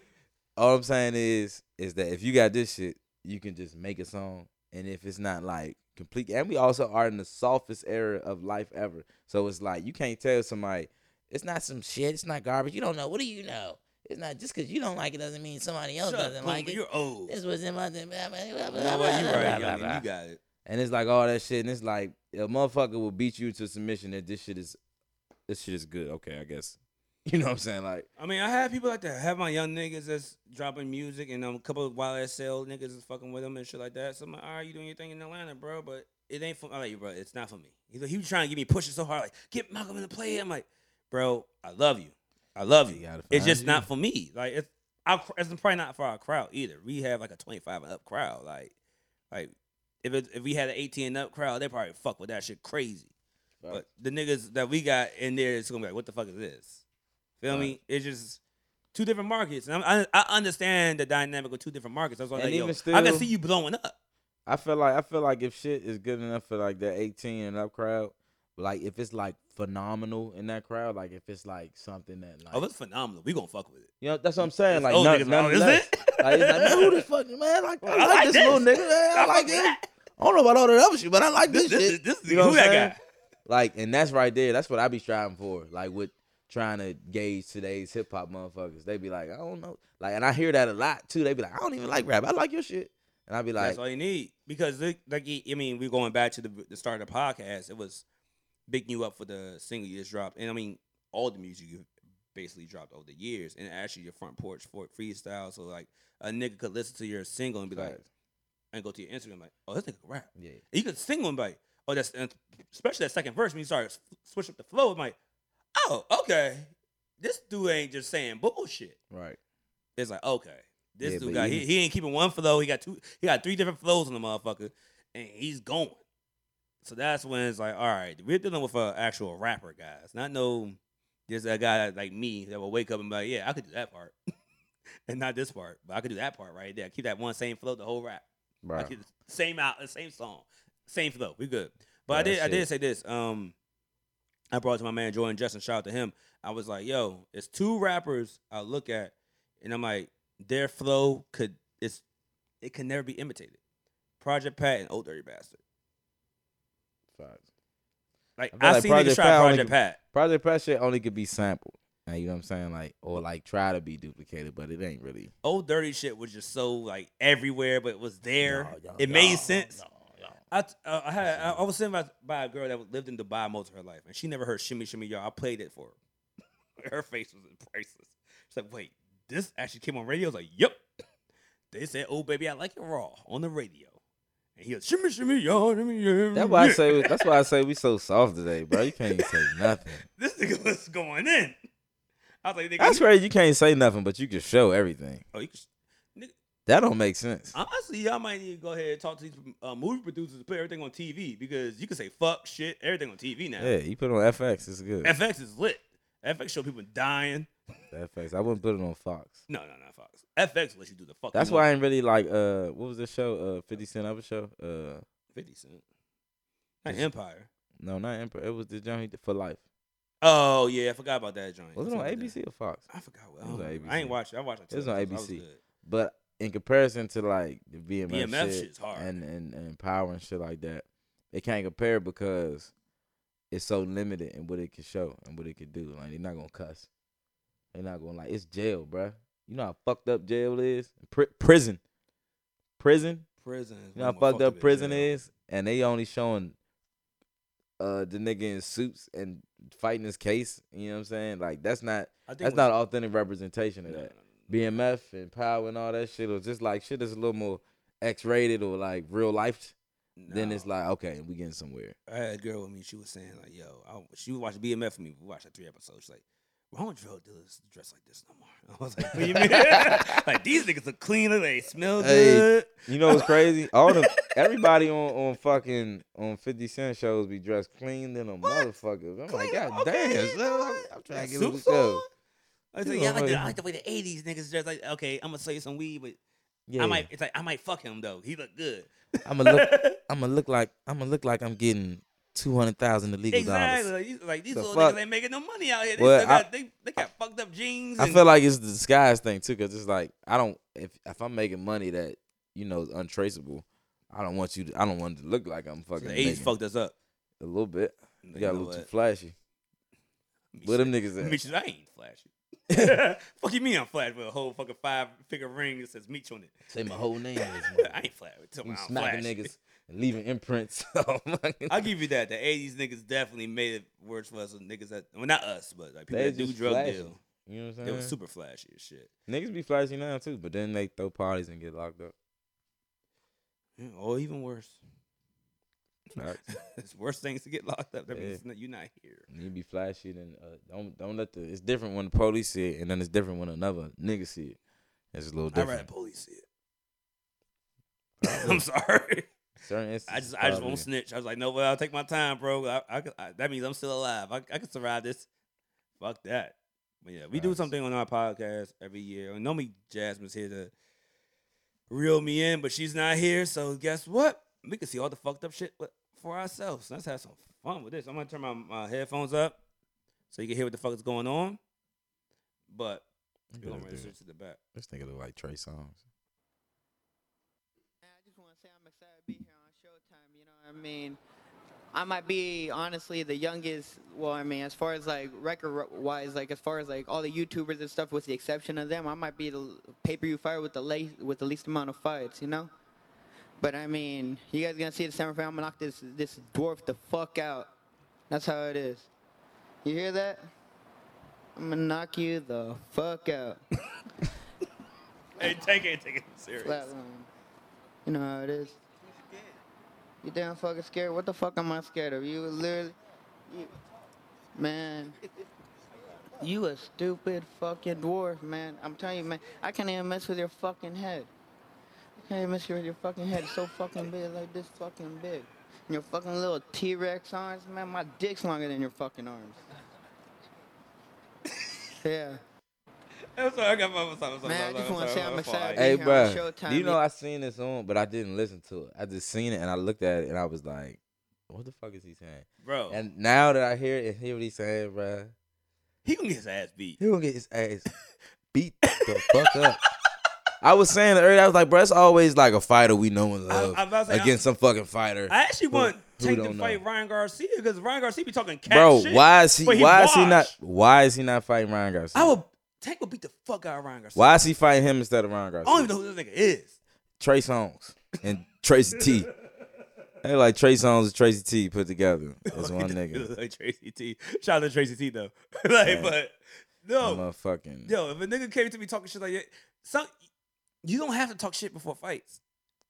[SPEAKER 4] all I'm saying is, is that if you got this shit, you can just make a song, and if it's not like complete, and we also are in the softest era of life ever, so it's like you can't tell somebody it's not some shit, it's not garbage. You don't know. What do you know? It's not just because you don't like it doesn't mean somebody else
[SPEAKER 1] Shut up,
[SPEAKER 4] doesn't
[SPEAKER 1] Boomer,
[SPEAKER 4] like it.
[SPEAKER 1] You're old.
[SPEAKER 4] This was in my blah, blah, blah, blah,
[SPEAKER 1] You know what? You're
[SPEAKER 4] blah,
[SPEAKER 1] right,
[SPEAKER 4] blah,
[SPEAKER 1] youngin.
[SPEAKER 4] blah.
[SPEAKER 1] You got it.
[SPEAKER 4] And it's like all that shit, and it's like a motherfucker will beat you to submission that this shit is, this shit is good. Okay, I guess. You know what I'm saying? Like
[SPEAKER 1] I mean, I have people like that. I have my young niggas that's dropping music, and um, a couple of wild SL niggas is fucking with them and shit like that. So I'm like, all right, you doing your thing in Atlanta, bro, but it ain't for. I'm like, bro, it's not for me. He he was trying to get me pushing so hard, like get Malcolm in the play. I'm like, bro, I love you, I love you.
[SPEAKER 4] gotta
[SPEAKER 1] It's
[SPEAKER 4] find
[SPEAKER 1] just
[SPEAKER 4] you.
[SPEAKER 1] not for me. Like it's, our, cr- it's probably not for our crowd either. We have like a 25 and up crowd. Like, like if it, if we had an 18 and up crowd, they probably fuck with that shit crazy. But the niggas that we got in there, it's gonna be like, what the fuck is this? Feel me? It's just two different markets, and I'm, I, I understand the dynamic of two different markets. That's why I'm
[SPEAKER 4] And
[SPEAKER 1] like, yo,
[SPEAKER 4] even
[SPEAKER 1] I can
[SPEAKER 4] still-
[SPEAKER 1] see you blowing up.
[SPEAKER 4] I feel like I feel like if shit is good enough for like that 18 and up crowd, like if it's like phenomenal in that crowd, like if it's like something that like
[SPEAKER 1] Oh, it's phenomenal. We gonna fuck with it.
[SPEAKER 4] you know that's what I'm saying.
[SPEAKER 1] It's
[SPEAKER 4] Like
[SPEAKER 1] old
[SPEAKER 4] none,
[SPEAKER 1] niggas, like, oh, is
[SPEAKER 4] nonetheless.
[SPEAKER 1] it?
[SPEAKER 4] Like, it's like man, who this fucking man? Like I, like, this, little nigga. Man, I,
[SPEAKER 1] I fuck
[SPEAKER 4] like
[SPEAKER 1] with
[SPEAKER 4] him.
[SPEAKER 1] that.
[SPEAKER 4] I don't know about all that other shit, but I like
[SPEAKER 1] This,
[SPEAKER 4] this,
[SPEAKER 1] this,
[SPEAKER 4] shit.
[SPEAKER 1] this, this
[SPEAKER 4] You know
[SPEAKER 1] who
[SPEAKER 4] what I'm
[SPEAKER 1] that guy?
[SPEAKER 4] Like, and that's right there. That's what I be striving for. Like with trying to gauge today's hip hop motherfuckers. They be like, I don't know. Like, and I hear that a lot too. They be like, I don't even like rap. I like your shit. And I be like,
[SPEAKER 1] That's all you need because they- like y- I mean, we're going back to the, the start of the podcast. It was bigging you up for the single you just dropped, and I mean all the music you basically dropped over the years, and actually your front porch for freestyle. So like a nigga could listen to your single and be like,
[SPEAKER 4] Facts.
[SPEAKER 1] and go to your Instagram like, oh this nigga can rap.
[SPEAKER 4] yeah,
[SPEAKER 1] You could sing one like, oh that's and especially that second verse when you start s- switch up the flow. I'm like, oh okay, this dude ain't just saying bullshit
[SPEAKER 4] right.
[SPEAKER 1] it's like okay, this
[SPEAKER 4] Yeah,
[SPEAKER 1] dude
[SPEAKER 4] but
[SPEAKER 1] got he,
[SPEAKER 4] even-
[SPEAKER 1] he ain't keeping one flow. He got two. He got three different flows on the motherfucker, and he's going. So that's when it's like, all right, we're dealing with an actual rapper, guys. Not no, just a guy like me that will wake up and be like, yeah, I could do that part, and not this part, but I could do that part right there. Keep that one same flow the whole rap. I
[SPEAKER 4] Right.
[SPEAKER 1] keep the same out, the same song, same flow. We good. But
[SPEAKER 4] Yeah,
[SPEAKER 1] I did,
[SPEAKER 4] that
[SPEAKER 1] I did
[SPEAKER 4] shit-
[SPEAKER 1] say this. Um, I brought it to my man Jordan Justin. Shout out to him. I was like, yo, it's two rappers I look at, and I'm like, their flow could it's it can never be imitated. Project Pat and Old Dirty Bastard.
[SPEAKER 4] Facts.
[SPEAKER 1] Like
[SPEAKER 4] I feel
[SPEAKER 1] I
[SPEAKER 4] like
[SPEAKER 1] seen niggas
[SPEAKER 4] Project
[SPEAKER 1] try
[SPEAKER 4] Pat only
[SPEAKER 1] Project
[SPEAKER 4] can-
[SPEAKER 1] Pat.
[SPEAKER 4] Project Pressure only could be sampled. And you know what I'm saying? Like, or like try to be duplicated, but it ain't really.
[SPEAKER 1] Old Dirty shit was just so like everywhere, but it was there.
[SPEAKER 4] No, no,
[SPEAKER 1] it made
[SPEAKER 4] no,
[SPEAKER 1] sense.
[SPEAKER 4] no, no.
[SPEAKER 1] I, t- uh, I had I, I was sitting by, by a girl that lived in Dubai most of her life, and she never heard "Shimmy Shimmy Y'all." I played it for her. her face was priceless. She's like, "Wait, this actually came on radio?" I was like, "Yep." They said, "Oh baby, I like it raw on the radio," and he was "Shimmy Shimmy Y'all." shimmy, yeah,
[SPEAKER 4] That's why I
[SPEAKER 1] yeah."
[SPEAKER 4] say that's why I say we so soft today, bro. You can't even say nothing.
[SPEAKER 1] this nigga was going in. I was like, "Nigga,
[SPEAKER 4] That's
[SPEAKER 1] you,
[SPEAKER 4] crazy. You can't say nothing, but you can show everything.
[SPEAKER 1] oh, you can,
[SPEAKER 4] That don't make sense.
[SPEAKER 1] honestly, y'all might need to go ahead and talk to these uh, movie producers to put everything on TV because you can say fuck, shit, everything on TV now."
[SPEAKER 4] Yeah, you put it on FX, it's good.
[SPEAKER 1] FX is lit. FX show people dying.
[SPEAKER 4] FX. I wouldn't put it on Fox.
[SPEAKER 1] No, no, not Fox. FX lets you do the fuck.
[SPEAKER 4] That's
[SPEAKER 1] you
[SPEAKER 4] why I
[SPEAKER 1] want.
[SPEAKER 4] ain't really like uh what was this show? Uh fifty cent other show? Uh
[SPEAKER 1] Fifty Cent. Not
[SPEAKER 4] Just-
[SPEAKER 1] Empire.
[SPEAKER 4] no, not Emperor. It was the joint he did for life.
[SPEAKER 1] Oh yeah, I forgot about that joint.
[SPEAKER 4] Was it
[SPEAKER 1] Something like
[SPEAKER 4] on
[SPEAKER 1] that.
[SPEAKER 4] ABC or Fox?
[SPEAKER 1] I forgot. What,
[SPEAKER 4] It
[SPEAKER 1] I,
[SPEAKER 4] was
[SPEAKER 1] don't
[SPEAKER 4] on
[SPEAKER 1] remember. I ain't
[SPEAKER 4] ABC.
[SPEAKER 1] watched. It. I watched. Like
[SPEAKER 4] It was
[SPEAKER 1] two
[SPEAKER 4] on
[SPEAKER 1] episodes. I was
[SPEAKER 4] ABC.
[SPEAKER 1] good.
[SPEAKER 4] But in comparison to like the VMF,
[SPEAKER 1] BMF
[SPEAKER 4] shit
[SPEAKER 1] shit's hard.
[SPEAKER 4] and, and and power and shit like that, they can't compare because it's so limited in what it can show and what it can do. Like they're not gonna cuss. They're not gonna like it's jail, bruh. You know how fucked up jail is. Pri- prison, prison.
[SPEAKER 1] Prison. is
[SPEAKER 4] You know
[SPEAKER 1] one
[SPEAKER 4] how
[SPEAKER 1] more
[SPEAKER 4] fucked up
[SPEAKER 1] in
[SPEAKER 4] prison
[SPEAKER 1] jail.
[SPEAKER 4] is, and they only showing uh the nigga in suits and fighting his case. You know what I'm saying? Like that's not
[SPEAKER 1] I think
[SPEAKER 4] that's
[SPEAKER 1] when-
[SPEAKER 4] not authentic representation of
[SPEAKER 1] no, no, no,
[SPEAKER 4] that.
[SPEAKER 1] no.
[SPEAKER 4] BMF and Power and all that shit, or just like shit that's a little more X rated or like real life, then it's
[SPEAKER 1] No.
[SPEAKER 4] like okay, we getting somewhere.
[SPEAKER 1] I had a girl with me. She was saying like, "Yo, I, she was watching BMF with me. We watched like three episodes. She's like, why don't drug dealers dress like this no more?" I was like, "What do you mean? like these niggas are cleaner. They smell
[SPEAKER 4] Hey,
[SPEAKER 1] good."
[SPEAKER 4] You know what's crazy? All the everybody on on fucking on Fifty Cent shows be dressed clean than a motherfucker. I'm
[SPEAKER 1] Clean?
[SPEAKER 4] like, god
[SPEAKER 1] Okay, yeah,
[SPEAKER 4] damn,
[SPEAKER 1] all
[SPEAKER 4] son,
[SPEAKER 1] right.
[SPEAKER 4] I'm
[SPEAKER 1] Got
[SPEAKER 4] trying to get
[SPEAKER 1] suits
[SPEAKER 4] this go.
[SPEAKER 1] on? I was
[SPEAKER 4] You
[SPEAKER 1] like, yeah, I
[SPEAKER 4] know,
[SPEAKER 1] like, the,
[SPEAKER 4] like-
[SPEAKER 1] I like the way the '80s niggas dress. Like, okay, I'm gonna sell you some weed, but
[SPEAKER 4] Yeah,
[SPEAKER 1] I might. It's like I might fuck him though. He look good.
[SPEAKER 4] I'm gonna look, I'm gonna look like I'm gonna look like I'm getting two hundred thousand illegal
[SPEAKER 1] exactly.
[SPEAKER 4] dollars.
[SPEAKER 1] Like, these- Like these
[SPEAKER 4] The
[SPEAKER 1] little
[SPEAKER 4] fuck?
[SPEAKER 1] niggas ain't making no money out here. They,
[SPEAKER 4] Well,
[SPEAKER 1] still
[SPEAKER 4] I-
[SPEAKER 1] got, they, they got fucked up jeans.
[SPEAKER 4] I
[SPEAKER 1] And,
[SPEAKER 4] feel like it's the disguise thing too, because it's like I don't if if I'm making money that you know is untraceable, I don't want you. To, I don't want it to look like I'm fucking.
[SPEAKER 1] the '80s
[SPEAKER 4] making-
[SPEAKER 1] fucked us up.
[SPEAKER 4] a little bit. You got a
[SPEAKER 1] know
[SPEAKER 4] little too
[SPEAKER 1] what?
[SPEAKER 4] flashy.
[SPEAKER 1] Me
[SPEAKER 4] Where them
[SPEAKER 1] shit.
[SPEAKER 4] niggas at?
[SPEAKER 1] Meech, I ain't flashy. fuck you mean I'm flash with a whole fucking five figure ring that says Meech on it.
[SPEAKER 4] Say my whole name. Is,
[SPEAKER 1] I ain't flash. Tell me
[SPEAKER 4] you
[SPEAKER 1] I'm
[SPEAKER 4] smacking
[SPEAKER 1] flashy.
[SPEAKER 4] niggas and leaving imprints. oh my
[SPEAKER 1] I'll give you that. The '80s niggas definitely made it worse for us. than Niggas that, well, not us, but like people
[SPEAKER 4] They
[SPEAKER 1] that do
[SPEAKER 4] just
[SPEAKER 1] drug
[SPEAKER 4] flashy.
[SPEAKER 1] deal.
[SPEAKER 4] You know what I'm
[SPEAKER 1] They
[SPEAKER 4] saying?
[SPEAKER 1] was super flashy as shit.
[SPEAKER 4] niggas be flashy now too, but then they throw parties and get locked up.
[SPEAKER 1] Yeah, Or even worse.
[SPEAKER 4] Facts.
[SPEAKER 1] it's worse things to get locked up. That
[SPEAKER 4] Yeah.
[SPEAKER 1] means that you're not here.
[SPEAKER 4] And You be flashy and uh, don't don't let the. It's different when the police see it, and then it's different when another nigga see it. It's a little
[SPEAKER 1] I'd rather
[SPEAKER 4] different.
[SPEAKER 1] police see it. I'm sorry.
[SPEAKER 4] Certain
[SPEAKER 1] I just
[SPEAKER 4] instances
[SPEAKER 1] I just
[SPEAKER 4] probably.
[SPEAKER 1] won't snitch. I was like, no, well, I'll take my time, bro. I, I, could- I- that means I'm still alive. I, I can survive this. Fuck that. But yeah, we do
[SPEAKER 4] Facts.
[SPEAKER 1] something on our podcast every year. And normally Jasmine's here to reel me in, but she's not here. So guess what? We can see all the fucked up shit wi- for ourselves. Let's have some fun with this. I'm gonna turn my, my headphones up so you can hear what the fuck is going on. But
[SPEAKER 4] Look
[SPEAKER 1] we're
[SPEAKER 4] at
[SPEAKER 1] gonna
[SPEAKER 4] this
[SPEAKER 1] register to the
[SPEAKER 4] dude.
[SPEAKER 1] back.
[SPEAKER 4] This nigga look like Trey Songz.
[SPEAKER 6] Man, I just want to say I'm excited to be here on Showtime. You know what I mean? I might be honestly the youngest. Well, I mean, as far as like record wise, like as far as like all the YouTubers and stuff, with the exception of them, I might be the pay per view fighter with the late, with the least amount of fights, you know. But I mean, you guys gonna see the summer I'm gonna knock this this dwarf the fuck out. That's how it is. You hear that? I'm gonna knock you the fuck out.
[SPEAKER 1] Hey, take it, take it serious.
[SPEAKER 6] Flatline. You know how it is. You damn fucking scared. What the fuck am I scared of? You literally, you, man. You a stupid fucking dwarf, man. I'm telling you, man. I can't even mess with your fucking head. I can't even mess with your fucking head. It's so fucking big, like this fucking big. And your fucking little T-Rex arms, man. My dick's longer than your fucking arms. yeah.
[SPEAKER 1] I'm sorry, I got my. I'm sorry, I'm sorry,
[SPEAKER 6] Man, I
[SPEAKER 1] I'm
[SPEAKER 6] just
[SPEAKER 1] sorry,
[SPEAKER 6] wanna say
[SPEAKER 1] sorry,
[SPEAKER 6] I'm
[SPEAKER 1] my
[SPEAKER 6] excited.
[SPEAKER 1] fault.
[SPEAKER 6] Hey,
[SPEAKER 4] Hey,
[SPEAKER 6] on
[SPEAKER 4] bro.
[SPEAKER 6] Showtime,
[SPEAKER 4] Do you know
[SPEAKER 6] yeah.
[SPEAKER 4] I seen this on, but I didn't listen to it. I just seen it and I looked at it and I was like, "What the fuck is he saying?"
[SPEAKER 1] bro.
[SPEAKER 4] And now that I hear it and hear what he's saying, bro,
[SPEAKER 1] he gonna get his ass beat.
[SPEAKER 4] he gonna get his ass beat the fuck up. I was saying earlier, I was like, "Bro, it's always like a fighter we know and
[SPEAKER 1] I,
[SPEAKER 4] love
[SPEAKER 1] I, about to say, I-
[SPEAKER 4] against some fucking fighter."
[SPEAKER 1] I actually want
[SPEAKER 4] who
[SPEAKER 1] Tank to
[SPEAKER 4] don't
[SPEAKER 1] fight
[SPEAKER 4] know?
[SPEAKER 1] Ryan Garcia because Ryan Garcia be talking cat
[SPEAKER 4] Bro,
[SPEAKER 1] shit.
[SPEAKER 4] why is he?
[SPEAKER 1] but he
[SPEAKER 4] Why is he not?
[SPEAKER 1] washed.
[SPEAKER 4] Why is he not fighting Ryan Garcia?
[SPEAKER 1] I would Tank would beat the fuck out of Ryan Garcia.
[SPEAKER 4] why is he fighting him instead of Ryan
[SPEAKER 1] I
[SPEAKER 4] Garcia?
[SPEAKER 1] don't even know who this nigga is.
[SPEAKER 4] Trey Songz and Tracy T. They like Trey Songz and Tracy T put together as one nigga.
[SPEAKER 1] like Tracy T. Shout out to Tracy T though. like,
[SPEAKER 4] Yeah.
[SPEAKER 1] but no,
[SPEAKER 4] Motherfucking.
[SPEAKER 1] yo, if a nigga came to me talking shit like that, some you don't have to talk shit before fights.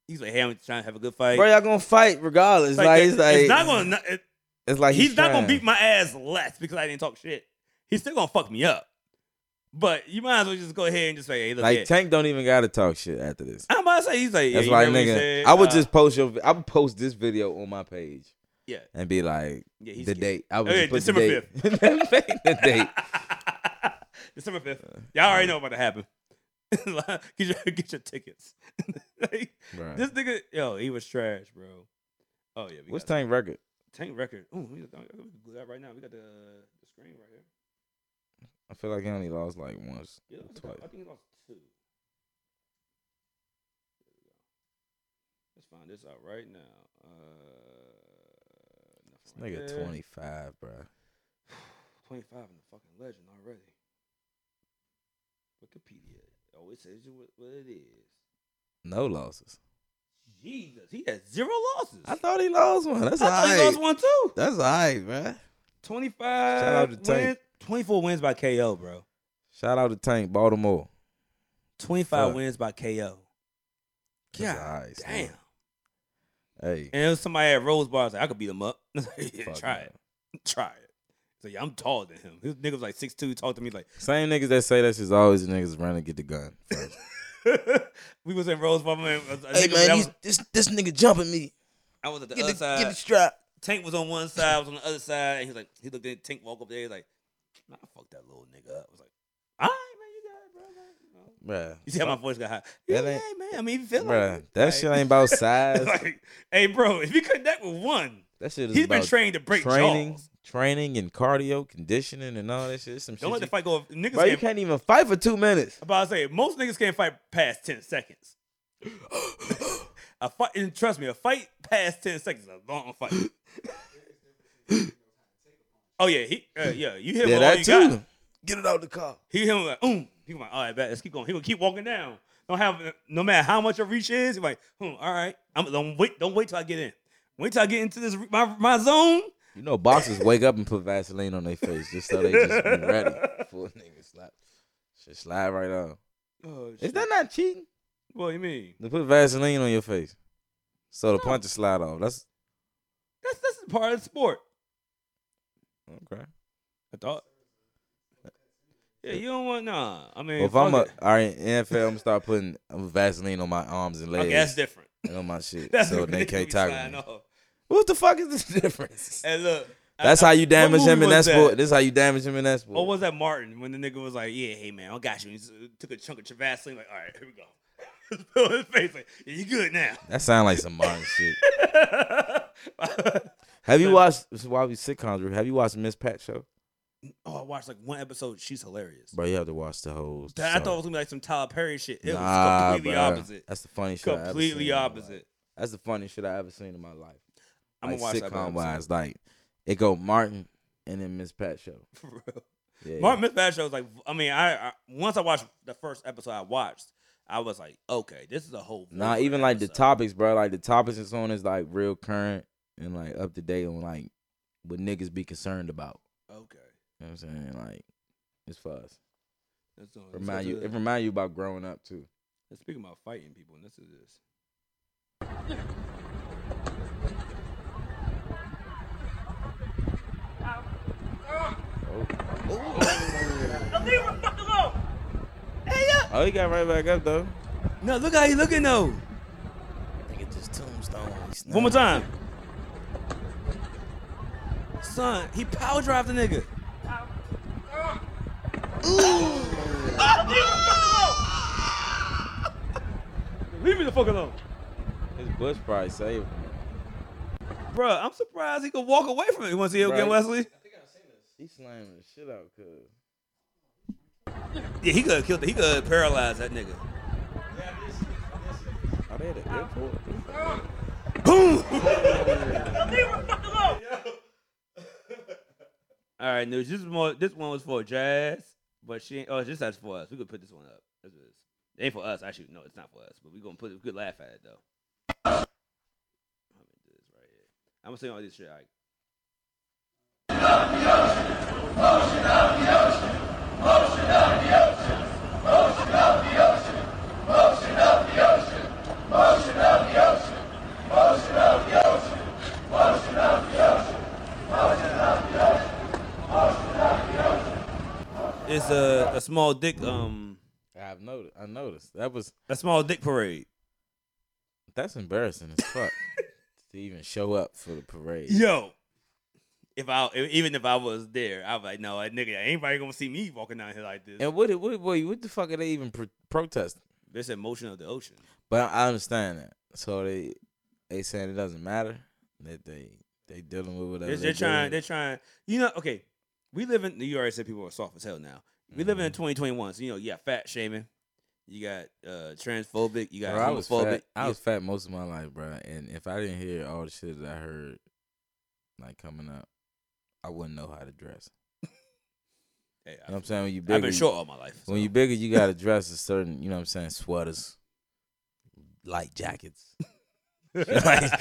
[SPEAKER 1] He's like, hey, I'm trying to have a good fight.
[SPEAKER 4] Bro, y'all gonna fight regardless.
[SPEAKER 1] it's
[SPEAKER 4] Like,
[SPEAKER 1] like,
[SPEAKER 4] it's like
[SPEAKER 1] it's not gonna. not- it-
[SPEAKER 4] It's like
[SPEAKER 1] he's not gonna
[SPEAKER 4] trying.
[SPEAKER 1] beat my ass less because I didn't talk shit. He's still gonna fuck me up. But you might as well just go ahead and just say, hey, look,
[SPEAKER 4] Like
[SPEAKER 1] yeah.
[SPEAKER 4] Tank don't even gotta talk shit after this.
[SPEAKER 1] I'm about to say he's like, yeah,
[SPEAKER 4] That's
[SPEAKER 1] you
[SPEAKER 4] why,
[SPEAKER 1] heard what he
[SPEAKER 4] nigga.
[SPEAKER 1] said,
[SPEAKER 4] I would
[SPEAKER 1] uh,
[SPEAKER 4] just post your. I would post this video on my page.
[SPEAKER 1] Yeah.
[SPEAKER 4] And be like
[SPEAKER 1] yeah,
[SPEAKER 4] the
[SPEAKER 1] he's scared.
[SPEAKER 4] date. I would
[SPEAKER 1] Okay,
[SPEAKER 4] just put
[SPEAKER 1] December
[SPEAKER 4] the date. the date.
[SPEAKER 1] December fifth. Y'all already know about to happen. get your get your tickets. Like,
[SPEAKER 4] Bro.
[SPEAKER 1] this nigga, yo, he was trash, bro. Oh yeah, we
[SPEAKER 4] What's
[SPEAKER 1] got
[SPEAKER 4] Tank record?
[SPEAKER 1] Tank record? Ooh, we got, we can glue that right now. We got the, the screen right here.
[SPEAKER 4] I feel like he only lost like once.
[SPEAKER 1] Yeah, I think-
[SPEAKER 4] Twice.
[SPEAKER 1] I think he lost two. There we go. Let's find this out right now. Uh,
[SPEAKER 4] This
[SPEAKER 1] nothing right
[SPEAKER 4] nigga
[SPEAKER 1] there.
[SPEAKER 4] twenty five, bro.
[SPEAKER 1] 25 in the fucking legend already. Wikipedia. Oh, it says you what, what it is.
[SPEAKER 4] No losses.
[SPEAKER 1] Jesus, he has zero losses.
[SPEAKER 4] I thought he lost one. That's
[SPEAKER 1] I
[SPEAKER 4] all
[SPEAKER 1] thought
[SPEAKER 4] right.
[SPEAKER 1] he lost one too.
[SPEAKER 4] That's all right, man.
[SPEAKER 1] 25
[SPEAKER 4] Shout out to Tank.
[SPEAKER 1] wins, 24 wins by KO, bro.
[SPEAKER 4] Shout out to Tank, Baltimore.
[SPEAKER 1] 25
[SPEAKER 4] Fuck.
[SPEAKER 1] wins by KO.
[SPEAKER 4] That's
[SPEAKER 1] God
[SPEAKER 4] all right, son.
[SPEAKER 1] damn.
[SPEAKER 4] Hey,
[SPEAKER 1] And it was somebody at Rose Bar. I was like, I could beat him up. I was like, yeah,
[SPEAKER 4] Fuck
[SPEAKER 1] try
[SPEAKER 4] no.
[SPEAKER 1] it. Try it. So yeah, I'm taller than him. This nigga was like 6'2", talked to me like,
[SPEAKER 4] same niggas that say that shit's always the niggas running to get the gun. first.
[SPEAKER 1] we was in Rose Bar. Man, a nigga,
[SPEAKER 4] hey
[SPEAKER 1] that
[SPEAKER 4] man,
[SPEAKER 1] was,
[SPEAKER 4] these- this this nigga jumping me.
[SPEAKER 1] I was at the
[SPEAKER 4] Get
[SPEAKER 1] other
[SPEAKER 4] the,
[SPEAKER 1] side.
[SPEAKER 4] get the strap.
[SPEAKER 1] Tank was on one side, I was on the other side, and he was like, he looked at Tank walk up there, he's like, nah, fuck that little nigga up. I was like, all right, man, you got it, bro. Like, you know.
[SPEAKER 4] Bruh,
[SPEAKER 1] You see how my voice got high? Yeah,
[SPEAKER 4] That ain't-
[SPEAKER 1] man. I mean, you feel
[SPEAKER 4] bruh,
[SPEAKER 1] like it.
[SPEAKER 4] that
[SPEAKER 1] Like-
[SPEAKER 4] shit ain't about size.
[SPEAKER 1] like, hey, bro, if you connect with one,
[SPEAKER 4] that shit is
[SPEAKER 1] he's
[SPEAKER 4] about
[SPEAKER 1] been trained to break
[SPEAKER 4] training,
[SPEAKER 1] jaws.
[SPEAKER 4] training and cardio, conditioning and all that shit. It's Some
[SPEAKER 1] Don't let
[SPEAKER 4] shit.
[SPEAKER 1] the fight
[SPEAKER 4] you-
[SPEAKER 1] go. Niggas
[SPEAKER 4] Bruh, you
[SPEAKER 1] can't,
[SPEAKER 4] can't even fight for two minutes.
[SPEAKER 1] about to say most niggas can't fight past ten seconds. a fight, and trust me, a fight past ten seconds is a long fight. oh yeah, he, uh, yeah, you hit him
[SPEAKER 4] Yeah,
[SPEAKER 1] all
[SPEAKER 4] that
[SPEAKER 1] you
[SPEAKER 4] too.
[SPEAKER 1] got.
[SPEAKER 4] Get it out the car.
[SPEAKER 1] He him like, um, he like, all right, bet, let's keep going. He gonna keep walking down. Don't have no matter how much your reach is. He like, hmm, all right, I'm don't wait, don't wait till I get in. Wait till I get into this re- my my zone.
[SPEAKER 4] You know, boxers wake up and put Vaseline on their face just so they just be ready for a nigga slap. Shit slide right off.
[SPEAKER 1] Oh,
[SPEAKER 4] Is that not cheating?
[SPEAKER 1] what you mean?
[SPEAKER 4] They put Vaseline on your face. So the punches slide off. That's
[SPEAKER 1] That's that's part of the sport.
[SPEAKER 4] okay.
[SPEAKER 1] I thought. Yeah, you don't want nah. I mean,
[SPEAKER 4] Well, if I'm a, all
[SPEAKER 1] fuck
[SPEAKER 4] right, NFL, I'm gonna start putting Vaseline on my arms and
[SPEAKER 1] it.
[SPEAKER 4] legs
[SPEAKER 1] okay, that's different.
[SPEAKER 4] and on my shit,
[SPEAKER 1] That's
[SPEAKER 4] so they
[SPEAKER 1] different.
[SPEAKER 4] can't
[SPEAKER 1] We
[SPEAKER 4] tackle
[SPEAKER 1] sign
[SPEAKER 4] me.
[SPEAKER 1] off.
[SPEAKER 4] What the fuck is this difference?
[SPEAKER 1] And look, I-
[SPEAKER 4] That's
[SPEAKER 1] I-
[SPEAKER 4] how you
[SPEAKER 1] what
[SPEAKER 4] damage him
[SPEAKER 1] movie
[SPEAKER 4] in that
[SPEAKER 1] was
[SPEAKER 4] sport. This is how you damage him in that
[SPEAKER 1] Or
[SPEAKER 4] sport.
[SPEAKER 1] was that Martin when the nigga was like, "Yeah, hey man, I got you." He s- took a chunk of Travasline, like, "All right, here we go." Put his face like, yeah, "You good now?"
[SPEAKER 4] That sound like some modern shit.
[SPEAKER 1] oh,
[SPEAKER 4] Have you
[SPEAKER 1] Son.
[SPEAKER 4] watched? This is why we sitcoms. Ruth. Have you watched Miss Pat show?
[SPEAKER 1] Oh, I watched like one episode. She's hilarious.
[SPEAKER 4] Bro, you have to watch the whole.
[SPEAKER 1] That- I thought it
[SPEAKER 4] show.
[SPEAKER 1] was gonna be like some Tyler Perry shit. It
[SPEAKER 4] Nah,
[SPEAKER 1] was completely
[SPEAKER 4] bruh.
[SPEAKER 1] opposite.
[SPEAKER 4] That's the funniest shit. I ever seen
[SPEAKER 1] Completely
[SPEAKER 4] in my life.
[SPEAKER 1] opposite.
[SPEAKER 4] That's the funniest shit I ever seen in my life.
[SPEAKER 1] I'm
[SPEAKER 4] like
[SPEAKER 1] gonna watch that by
[SPEAKER 4] sitcom
[SPEAKER 1] myself.
[SPEAKER 4] wise. Like it go Martin and then Miss Pat show.
[SPEAKER 1] For real.
[SPEAKER 4] Yeah.
[SPEAKER 1] Martin Miss Bad Show was like, I mean, I, I once I watched the first episode I watched, I was like, okay, this is a whole.
[SPEAKER 4] Nah,
[SPEAKER 1] different
[SPEAKER 4] even like the
[SPEAKER 1] episode.
[SPEAKER 4] topics, bro. Like the topics and so on is like real current and like up to date on like what niggas be concerned about.
[SPEAKER 1] Okay.
[SPEAKER 4] You know what I'm saying? Like it's fuzz.
[SPEAKER 1] That's all-
[SPEAKER 4] Remind
[SPEAKER 1] so
[SPEAKER 4] you
[SPEAKER 1] to-
[SPEAKER 4] it remind you about growing up too.
[SPEAKER 1] Let's speak about fighting people, and this is this.
[SPEAKER 4] Oh, he got right back up though.
[SPEAKER 1] No, look how he looking though.
[SPEAKER 4] Nigga just tombstone.
[SPEAKER 1] One more time. Son, he power drive the nigga. Ooh. Leave me the fuck alone.
[SPEAKER 4] His bush probably saved him.
[SPEAKER 1] Bruh, I'm surprised he could walk away from it. You want to see it again,
[SPEAKER 4] Right.
[SPEAKER 1] Wesley?
[SPEAKER 4] He slamming the shit out, cuz.
[SPEAKER 1] Yeah, he could have killed. He could have paralyzed that nigga.
[SPEAKER 4] Are oh, they at the airport?
[SPEAKER 1] Boom. All right, news. This is more. This one was for Jazz, but she. ain't Oh, this that's for us. We could put this one up. That's what it is. It ain't for us. Actually, no, it's not for us. But we gonna put. it. We could laugh at it though. I'm gonna do this right here. I'm gonna say all this shit. Like, it's a a small dick. Um,
[SPEAKER 4] I've noticed. I noticed. That was
[SPEAKER 1] a small dick parade.
[SPEAKER 4] that's embarrassing as fuck to even show up for the parade.
[SPEAKER 1] Yo. If I if- even if I was there, I was like, no, that nigga, anybody gonna see me walking down here like this?
[SPEAKER 4] And what, what, boy, what the fuck are they even pro- protesting?
[SPEAKER 1] This emotion of the ocean.
[SPEAKER 4] But I, I understand that. So they, they saying it doesn't matter that they, they dealing with whatever.
[SPEAKER 1] They're,
[SPEAKER 4] they
[SPEAKER 1] they're trying. They're
[SPEAKER 4] dealing
[SPEAKER 1] trying. You know, okay. We live in. You already said people are soft as hell now. We live in
[SPEAKER 4] Mm-hmm.
[SPEAKER 1] 2021. So you know, you got fat shaming. You got uh transphobic. You got
[SPEAKER 4] Bro, I was
[SPEAKER 1] homophobic.
[SPEAKER 4] fat. I
[SPEAKER 1] you-
[SPEAKER 4] was fat most of my life, bro. And if I didn't hear all the shit that I heard, like coming up, I wouldn't know how to dress.
[SPEAKER 1] Hey,
[SPEAKER 4] You know what I'm saying? When you
[SPEAKER 1] I've, I've
[SPEAKER 4] bigger,
[SPEAKER 1] been short all my life.
[SPEAKER 4] When
[SPEAKER 1] so.
[SPEAKER 4] you bigger, you gotta dress a certain, you know what I'm saying, sweaters, light jackets, like-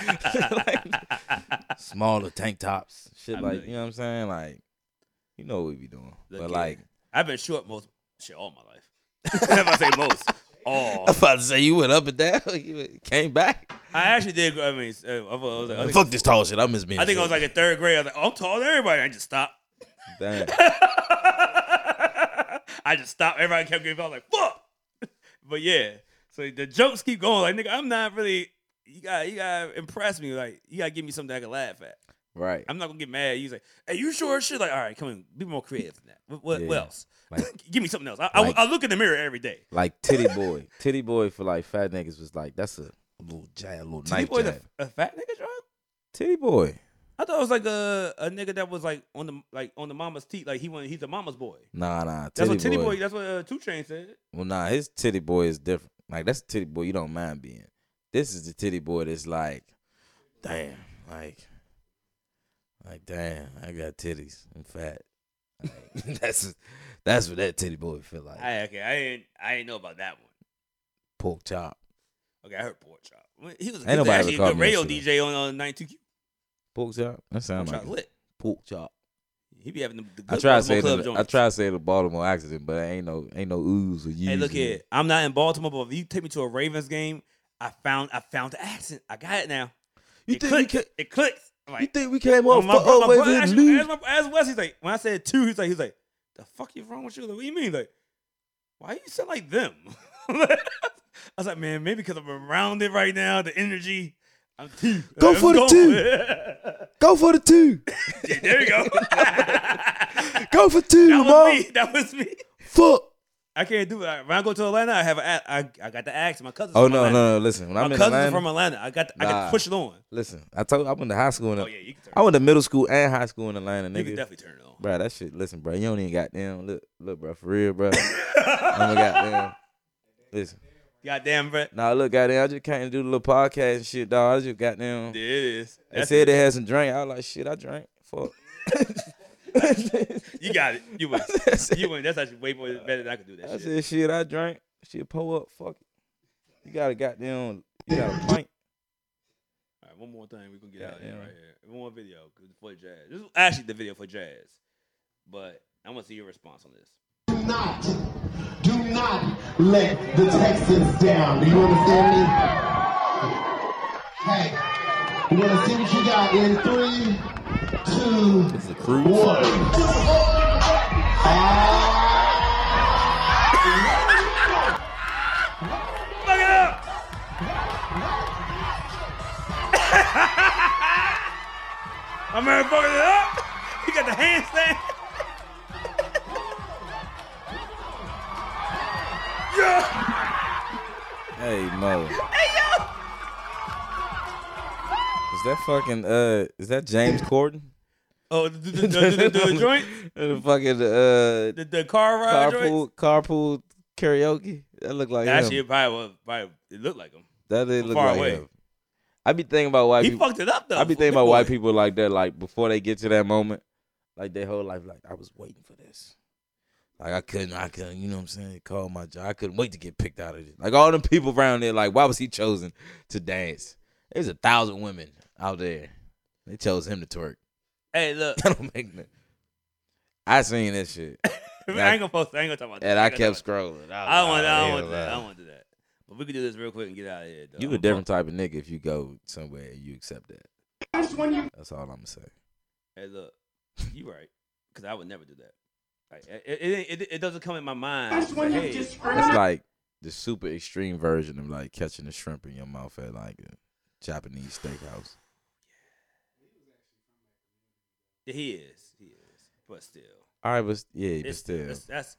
[SPEAKER 4] smaller tank tops, shit
[SPEAKER 1] I
[SPEAKER 4] like,
[SPEAKER 1] know
[SPEAKER 4] you know what I'm saying? Like, you know what we be doing.
[SPEAKER 1] Look here.
[SPEAKER 4] but like,
[SPEAKER 1] I've been short most shit all my life. if I say most, all.
[SPEAKER 4] I'm about to say you went up and down, you came back.
[SPEAKER 1] I actually did. I mean, uh, I was like, I think,
[SPEAKER 4] Fuck this tall shit. I miss being.
[SPEAKER 1] I think I was
[SPEAKER 4] short.
[SPEAKER 1] like in third grade. I was like, oh, I'm taller than everybody. I just stopped.
[SPEAKER 4] Damn.
[SPEAKER 1] I just stopped. Everybody kept getting. I was like, "Fuck!" But yeah, so the jokes keep going. Like, nigga, I'm not really. You got, you got to impress me. Like, you got to give me something I can laugh at.
[SPEAKER 4] right.
[SPEAKER 1] I'm not gonna get mad. He's like, "Hey, you sure?" as Shit, like, all right, come on, be more creative than that. What, what, what
[SPEAKER 4] Yeah.
[SPEAKER 1] else?
[SPEAKER 4] Like-
[SPEAKER 1] give me something else. I, I-
[SPEAKER 4] Like-
[SPEAKER 1] I look in the mirror every day.
[SPEAKER 4] Like titty boy, titty boy for like fat niggas was like that's a little jab, a little
[SPEAKER 1] Titty
[SPEAKER 4] knife
[SPEAKER 1] boy,
[SPEAKER 4] jab.
[SPEAKER 1] the, a fat nigga drunk.
[SPEAKER 4] Titty boy.
[SPEAKER 1] I thought it was like a a nigga that was like on the like on the mama's teeth. Like he went, he's a mama's boy.
[SPEAKER 4] Nah, nah.
[SPEAKER 1] That's what Titty boy. That's what uh, Two Chain said.
[SPEAKER 4] Well, nah, his titty boy is different. Like that's the titty boy you don't mind being. This is the titty boy that's like, damn, like, like damn, I got titties. I'm fat. Like, that's that's what that titty boy feel like.
[SPEAKER 1] I, okay, I ain't I ain't know about that one.
[SPEAKER 4] Pork chop,
[SPEAKER 1] Okay, I heard pork chop. Well, He was, he
[SPEAKER 4] nobody
[SPEAKER 1] was
[SPEAKER 4] ever
[SPEAKER 1] actually a
[SPEAKER 4] called
[SPEAKER 1] good
[SPEAKER 4] me that
[SPEAKER 1] radio
[SPEAKER 4] shit.
[SPEAKER 1] DJ on uh, on 92Q.
[SPEAKER 4] pork chop. That
[SPEAKER 1] Pork
[SPEAKER 4] sounds
[SPEAKER 1] chop
[SPEAKER 4] like it.
[SPEAKER 1] lit.
[SPEAKER 4] pork chop.
[SPEAKER 1] He be having the, the
[SPEAKER 4] I
[SPEAKER 1] good
[SPEAKER 4] try to
[SPEAKER 1] Baltimore
[SPEAKER 4] say it.
[SPEAKER 1] club
[SPEAKER 4] in the- I
[SPEAKER 1] joints.
[SPEAKER 4] try to say the Baltimore accident, but ain't no ain't no ooze or you.
[SPEAKER 1] Hey, look here. I'm not in Baltimore, but if you take me to a Ravens game, I found I found the accent. I got it now.
[SPEAKER 4] You
[SPEAKER 1] it
[SPEAKER 4] think we
[SPEAKER 1] clicks.
[SPEAKER 4] ca-
[SPEAKER 1] It clicks. I'm
[SPEAKER 4] you
[SPEAKER 1] like,
[SPEAKER 4] think we came
[SPEAKER 1] well,
[SPEAKER 4] off
[SPEAKER 1] my, bro- my
[SPEAKER 4] always
[SPEAKER 1] brother
[SPEAKER 4] in
[SPEAKER 1] actually-
[SPEAKER 4] lose?
[SPEAKER 1] as my- as Wes, he's like, when I said two, he's like, he's like, the fuck you wrong with you? Like, what do you mean? Like, why you sound like them? I was like, man, maybe because I'm around it right now, the energy. I'm T.
[SPEAKER 4] Go
[SPEAKER 1] I'm
[SPEAKER 4] for the
[SPEAKER 1] going
[SPEAKER 4] two.
[SPEAKER 1] with it.
[SPEAKER 4] Go for the two.
[SPEAKER 1] Yeah, there you go. that
[SPEAKER 4] Go for two,
[SPEAKER 1] was
[SPEAKER 4] mom.
[SPEAKER 1] me. That was me.
[SPEAKER 4] Fuck.
[SPEAKER 1] I can't do it. When I go to Atlanta, I have a, I, I got the axe. My cousins.
[SPEAKER 4] Oh
[SPEAKER 1] from
[SPEAKER 4] no, no,
[SPEAKER 1] Atlanta.
[SPEAKER 4] no! Listen, when
[SPEAKER 1] My
[SPEAKER 4] I'm in
[SPEAKER 1] cousins
[SPEAKER 4] Atlanta,
[SPEAKER 1] are from Atlanta. I got, I
[SPEAKER 4] Nah.
[SPEAKER 1] got pushed on.
[SPEAKER 4] listen, I told I went to high school. In,
[SPEAKER 1] Oh yeah, you can turn.
[SPEAKER 4] I went to middle school and high school in Atlanta,
[SPEAKER 1] you can
[SPEAKER 4] nigga.
[SPEAKER 1] definitely turn it on.
[SPEAKER 4] Bro, that shit. Listen, bro, you don't even got damn look, look, bro, for real, bro. I'm a goddamn. Listen,
[SPEAKER 1] Goddamn, bro.
[SPEAKER 4] Nah, look, goddamn, I just came to do the little podcast and shit, dog. I just got them.
[SPEAKER 1] There it is.
[SPEAKER 4] They
[SPEAKER 1] That's
[SPEAKER 4] said
[SPEAKER 1] it.
[SPEAKER 4] they had some drink. I was like, shit, I drank. Fuck.
[SPEAKER 1] You got it. You win.
[SPEAKER 4] That's it.
[SPEAKER 1] you win. That's actually way more better than I could do that
[SPEAKER 4] I
[SPEAKER 1] shit.
[SPEAKER 4] said, shit, I drank. Shit, pull up. Fuck it. You got a goddamn, you got a pint.
[SPEAKER 1] All right, one more thing. We're gonna get
[SPEAKER 4] Yeah,
[SPEAKER 1] out of here
[SPEAKER 4] yeah.
[SPEAKER 1] right here. One more video for Jazz. This is actually the video for Jazz. But I want to see your response on this.
[SPEAKER 7] Do not, do not let the Texans down. Do you understand me? Hey, we're gonna see what you got in three, two, one.
[SPEAKER 8] It's a cruise.
[SPEAKER 1] Fuck it up! I'm fucking it up. He got the handstand. yeah.
[SPEAKER 4] Hey, Mo. Hey, yo. Is that fucking, uh, is that James Corden?
[SPEAKER 1] Oh, the, the, the, the, the joint,
[SPEAKER 4] The fucking, uh,
[SPEAKER 1] the, the car ride joint.
[SPEAKER 4] carpool, carpool karaoke? That look like
[SPEAKER 1] Actually,
[SPEAKER 4] him.
[SPEAKER 1] it probably, was, probably it looked like him.
[SPEAKER 4] That did
[SPEAKER 1] I'm
[SPEAKER 4] look
[SPEAKER 1] far
[SPEAKER 4] like
[SPEAKER 1] away.
[SPEAKER 4] him. I be thinking about white
[SPEAKER 1] He
[SPEAKER 4] people.
[SPEAKER 1] fucked it up though.
[SPEAKER 4] I be
[SPEAKER 1] for Big
[SPEAKER 4] thinking about white
[SPEAKER 1] Boy.
[SPEAKER 4] people like that, like before they get to that moment, like their whole life, like I was waiting for this. Like I couldn't, I couldn't, you know what I'm saying? Call my job. I couldn't wait to get picked out of this. Like all them people around there, like why was he chosen to dance? There's a thousand women out there. They chose him to twerk.
[SPEAKER 1] Hey, look,
[SPEAKER 4] That don't make no. I seen this shit,
[SPEAKER 1] I ain't gonna post. I ain't gonna talk about that.
[SPEAKER 4] and I
[SPEAKER 1] ain't gonna
[SPEAKER 4] kept
[SPEAKER 1] talk
[SPEAKER 4] scrolling.
[SPEAKER 1] about- I don't want. I don't
[SPEAKER 4] like,
[SPEAKER 1] want that. I
[SPEAKER 4] hell,
[SPEAKER 1] don't want to do that. But we can do this real quick and get out of here. Though.
[SPEAKER 4] You a different type of nigga if you go somewhere and you accept that. That's all I'm gonna say.
[SPEAKER 1] Hey, look, you right, because I would never do that. Like, it, it, it, it doesn't come in my mind. Like, hey,
[SPEAKER 4] That's like the super extreme version of like catching a shrimp in your mouth at like a Japanese steakhouse.
[SPEAKER 1] he is, he is, but still,
[SPEAKER 4] All right, but yeah, but
[SPEAKER 1] It's-
[SPEAKER 4] still,
[SPEAKER 1] it's- that's.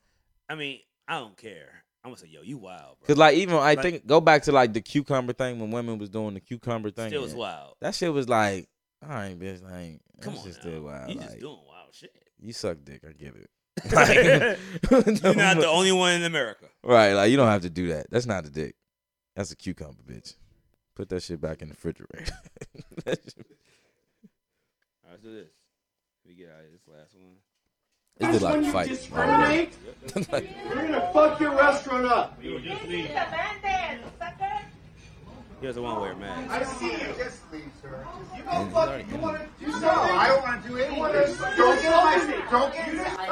[SPEAKER 1] I mean, I don't care. I'm gonna say, yo, you wild, bro.
[SPEAKER 4] because like even I
[SPEAKER 1] Like-
[SPEAKER 4] think go back to like the cucumber thing when women was doing the cucumber thing.
[SPEAKER 1] still is
[SPEAKER 4] yeah.
[SPEAKER 1] wild.
[SPEAKER 4] That shit was like, all right, bitch, like
[SPEAKER 1] Come
[SPEAKER 4] that
[SPEAKER 1] on,
[SPEAKER 4] shit's still
[SPEAKER 1] now.
[SPEAKER 4] wild.
[SPEAKER 1] you
[SPEAKER 4] like,
[SPEAKER 1] just doing wild shit.
[SPEAKER 4] you suck dick, I get it.
[SPEAKER 1] You're not the only one in America.
[SPEAKER 4] right, like you don't have to do that. That's not a dick. That's a cucumber, bitch. Put that shit back in the refrigerator. That shit-
[SPEAKER 1] All right, let's do this. We get out of this last one.
[SPEAKER 4] It's just like a fight. Right? Like-
[SPEAKER 1] Here's the one where man.
[SPEAKER 7] I see you. Just leave, sir. You
[SPEAKER 4] And- fuck- you wanna
[SPEAKER 7] do something? I don't want to do anything. Don't get on my Don't get I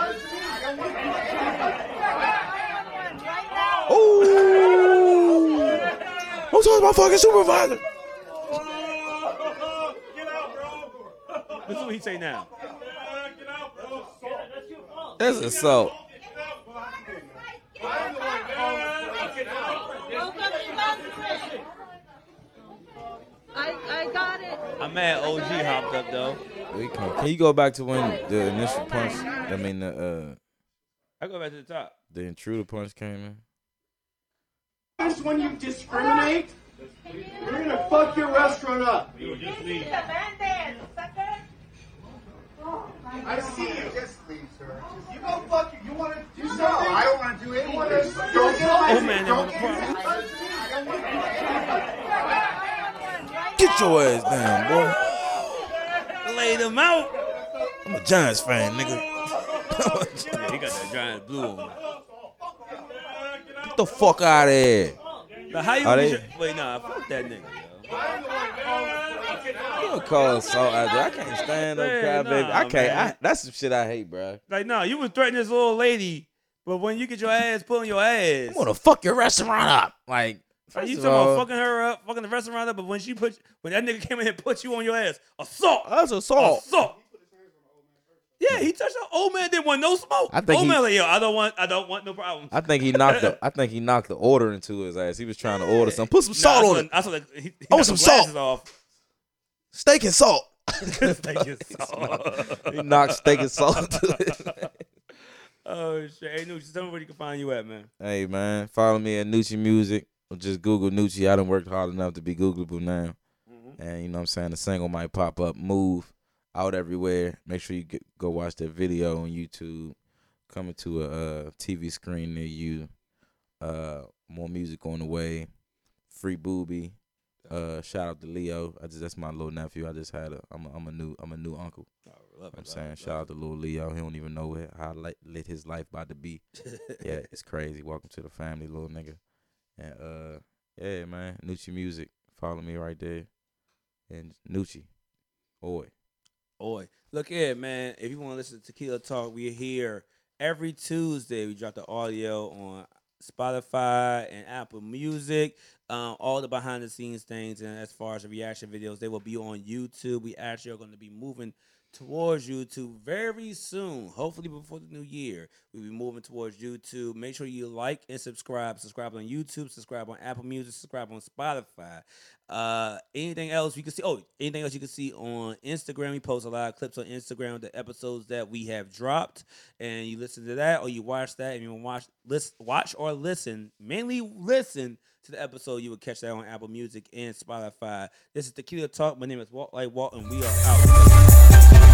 [SPEAKER 7] don't want to do
[SPEAKER 4] Ooh. I'm talking about fucking supervisor.
[SPEAKER 1] This is what he say now.
[SPEAKER 4] That's assault.
[SPEAKER 3] I got it.
[SPEAKER 1] I'm mad OG hopped up though.
[SPEAKER 4] We come- Can you go back to when the initial punch? I mean the uh
[SPEAKER 1] I go back to the top.
[SPEAKER 4] the intruder punch came in.
[SPEAKER 7] That's when you discriminate. We're gonna fuck your restaurant up. I see you. Just leave, sir. You go fuck you. You want to do something? I don't want to do anything. Don't get on
[SPEAKER 1] Oh, man,
[SPEAKER 7] Don't
[SPEAKER 1] they
[SPEAKER 7] get
[SPEAKER 1] want to
[SPEAKER 7] I don't want to do
[SPEAKER 4] Get your ass down, boy.
[SPEAKER 1] Laid him out.
[SPEAKER 4] I'm a Giants fan, nigga.
[SPEAKER 1] Yeah, he got that giant blue on.
[SPEAKER 4] Get the fuck out of here.
[SPEAKER 1] But how you
[SPEAKER 4] Are
[SPEAKER 1] gonna
[SPEAKER 4] they-
[SPEAKER 1] get your- wait nah, fuck that nigga, yo.
[SPEAKER 4] You don't call assault out there. I can't stand up,
[SPEAKER 1] Man,
[SPEAKER 4] crybaby.
[SPEAKER 1] nah,
[SPEAKER 4] I can't. I,
[SPEAKER 1] man.
[SPEAKER 4] that's some shit I hate, bro.
[SPEAKER 1] Like nah, you was threatening this little lady, but when you get your ass pulling your ass.
[SPEAKER 4] I'm gonna fuck your restaurant up. Like,
[SPEAKER 1] Like,
[SPEAKER 4] first
[SPEAKER 1] you
[SPEAKER 4] of
[SPEAKER 1] talking about
[SPEAKER 4] all,
[SPEAKER 1] fucking her up, fucking the restaurant up, but when she put when that nigga came in and put you on your ass, assault,
[SPEAKER 4] that's assault.
[SPEAKER 1] assault. Oh, Yeah, he touched her. Old man didn't want no smoke.
[SPEAKER 4] I think
[SPEAKER 1] old
[SPEAKER 4] he-
[SPEAKER 1] man like yo, I don't want, I don't want no problems.
[SPEAKER 4] I think he knocked the. I think he knocked the order into his ass. He was trying to order some. Put some
[SPEAKER 1] Nah,
[SPEAKER 4] salt
[SPEAKER 1] I saw,
[SPEAKER 4] on it.
[SPEAKER 1] I saw that he, he
[SPEAKER 4] I want
[SPEAKER 1] knocked
[SPEAKER 4] some
[SPEAKER 1] the
[SPEAKER 4] salt.
[SPEAKER 1] glasses Off.
[SPEAKER 4] Steak and salt.
[SPEAKER 1] Thank you, salt.
[SPEAKER 4] He knocked steak and salt into it.
[SPEAKER 1] Oh shit! Hey, Nooch, tell me where you can find you at, man.
[SPEAKER 4] Hey man, follow me at Nucci Music. Or just Google Nucci. I done worked hard enough to be Googleable now. And you know what I'm saying? The single might pop up, move out everywhere. Make sure you get, go watch that video on YouTube. Coming to a uh, TV screen near you. Uh, more music on the way. Free booby. Uh, shout out to Leo. I just that's my little nephew. I just had a. I'm a, I'm a new I'm a new uncle. I'm saying shout out to little Leo. He don't even know where- how lit, lit his life about to be. yeah, it's crazy. Welcome to the family, little nigga. And uh, yeah, man, Nucci music. Follow me right there. And Nucci, oi.
[SPEAKER 1] Oi. Look here, man. If you want to listen to Tequila Talk, we're here every Tuesday. We drop the audio on Spotify and Apple Music. Um, all the behind the scenes things, and as far as the reaction videos, they will be on YouTube. We actually are going to be moving towards YouTube very soon. Hopefully before the new year, we'll be moving towards YouTube. Make sure you like and subscribe. Subscribe on YouTube. Subscribe on Apple Music. Subscribe on Spotify. Uh, anything else you can see? Oh, anything else you can see on Instagram? We post a lot of clips on Instagram, the episodes that we have dropped, and you listen to that or you watch that, and you watch, list, watch or listen, mainly listen to the episode. You will catch that on Apple Music and Spotify. This is Tequila Talk. My name is Walt Like Walt, and we are out.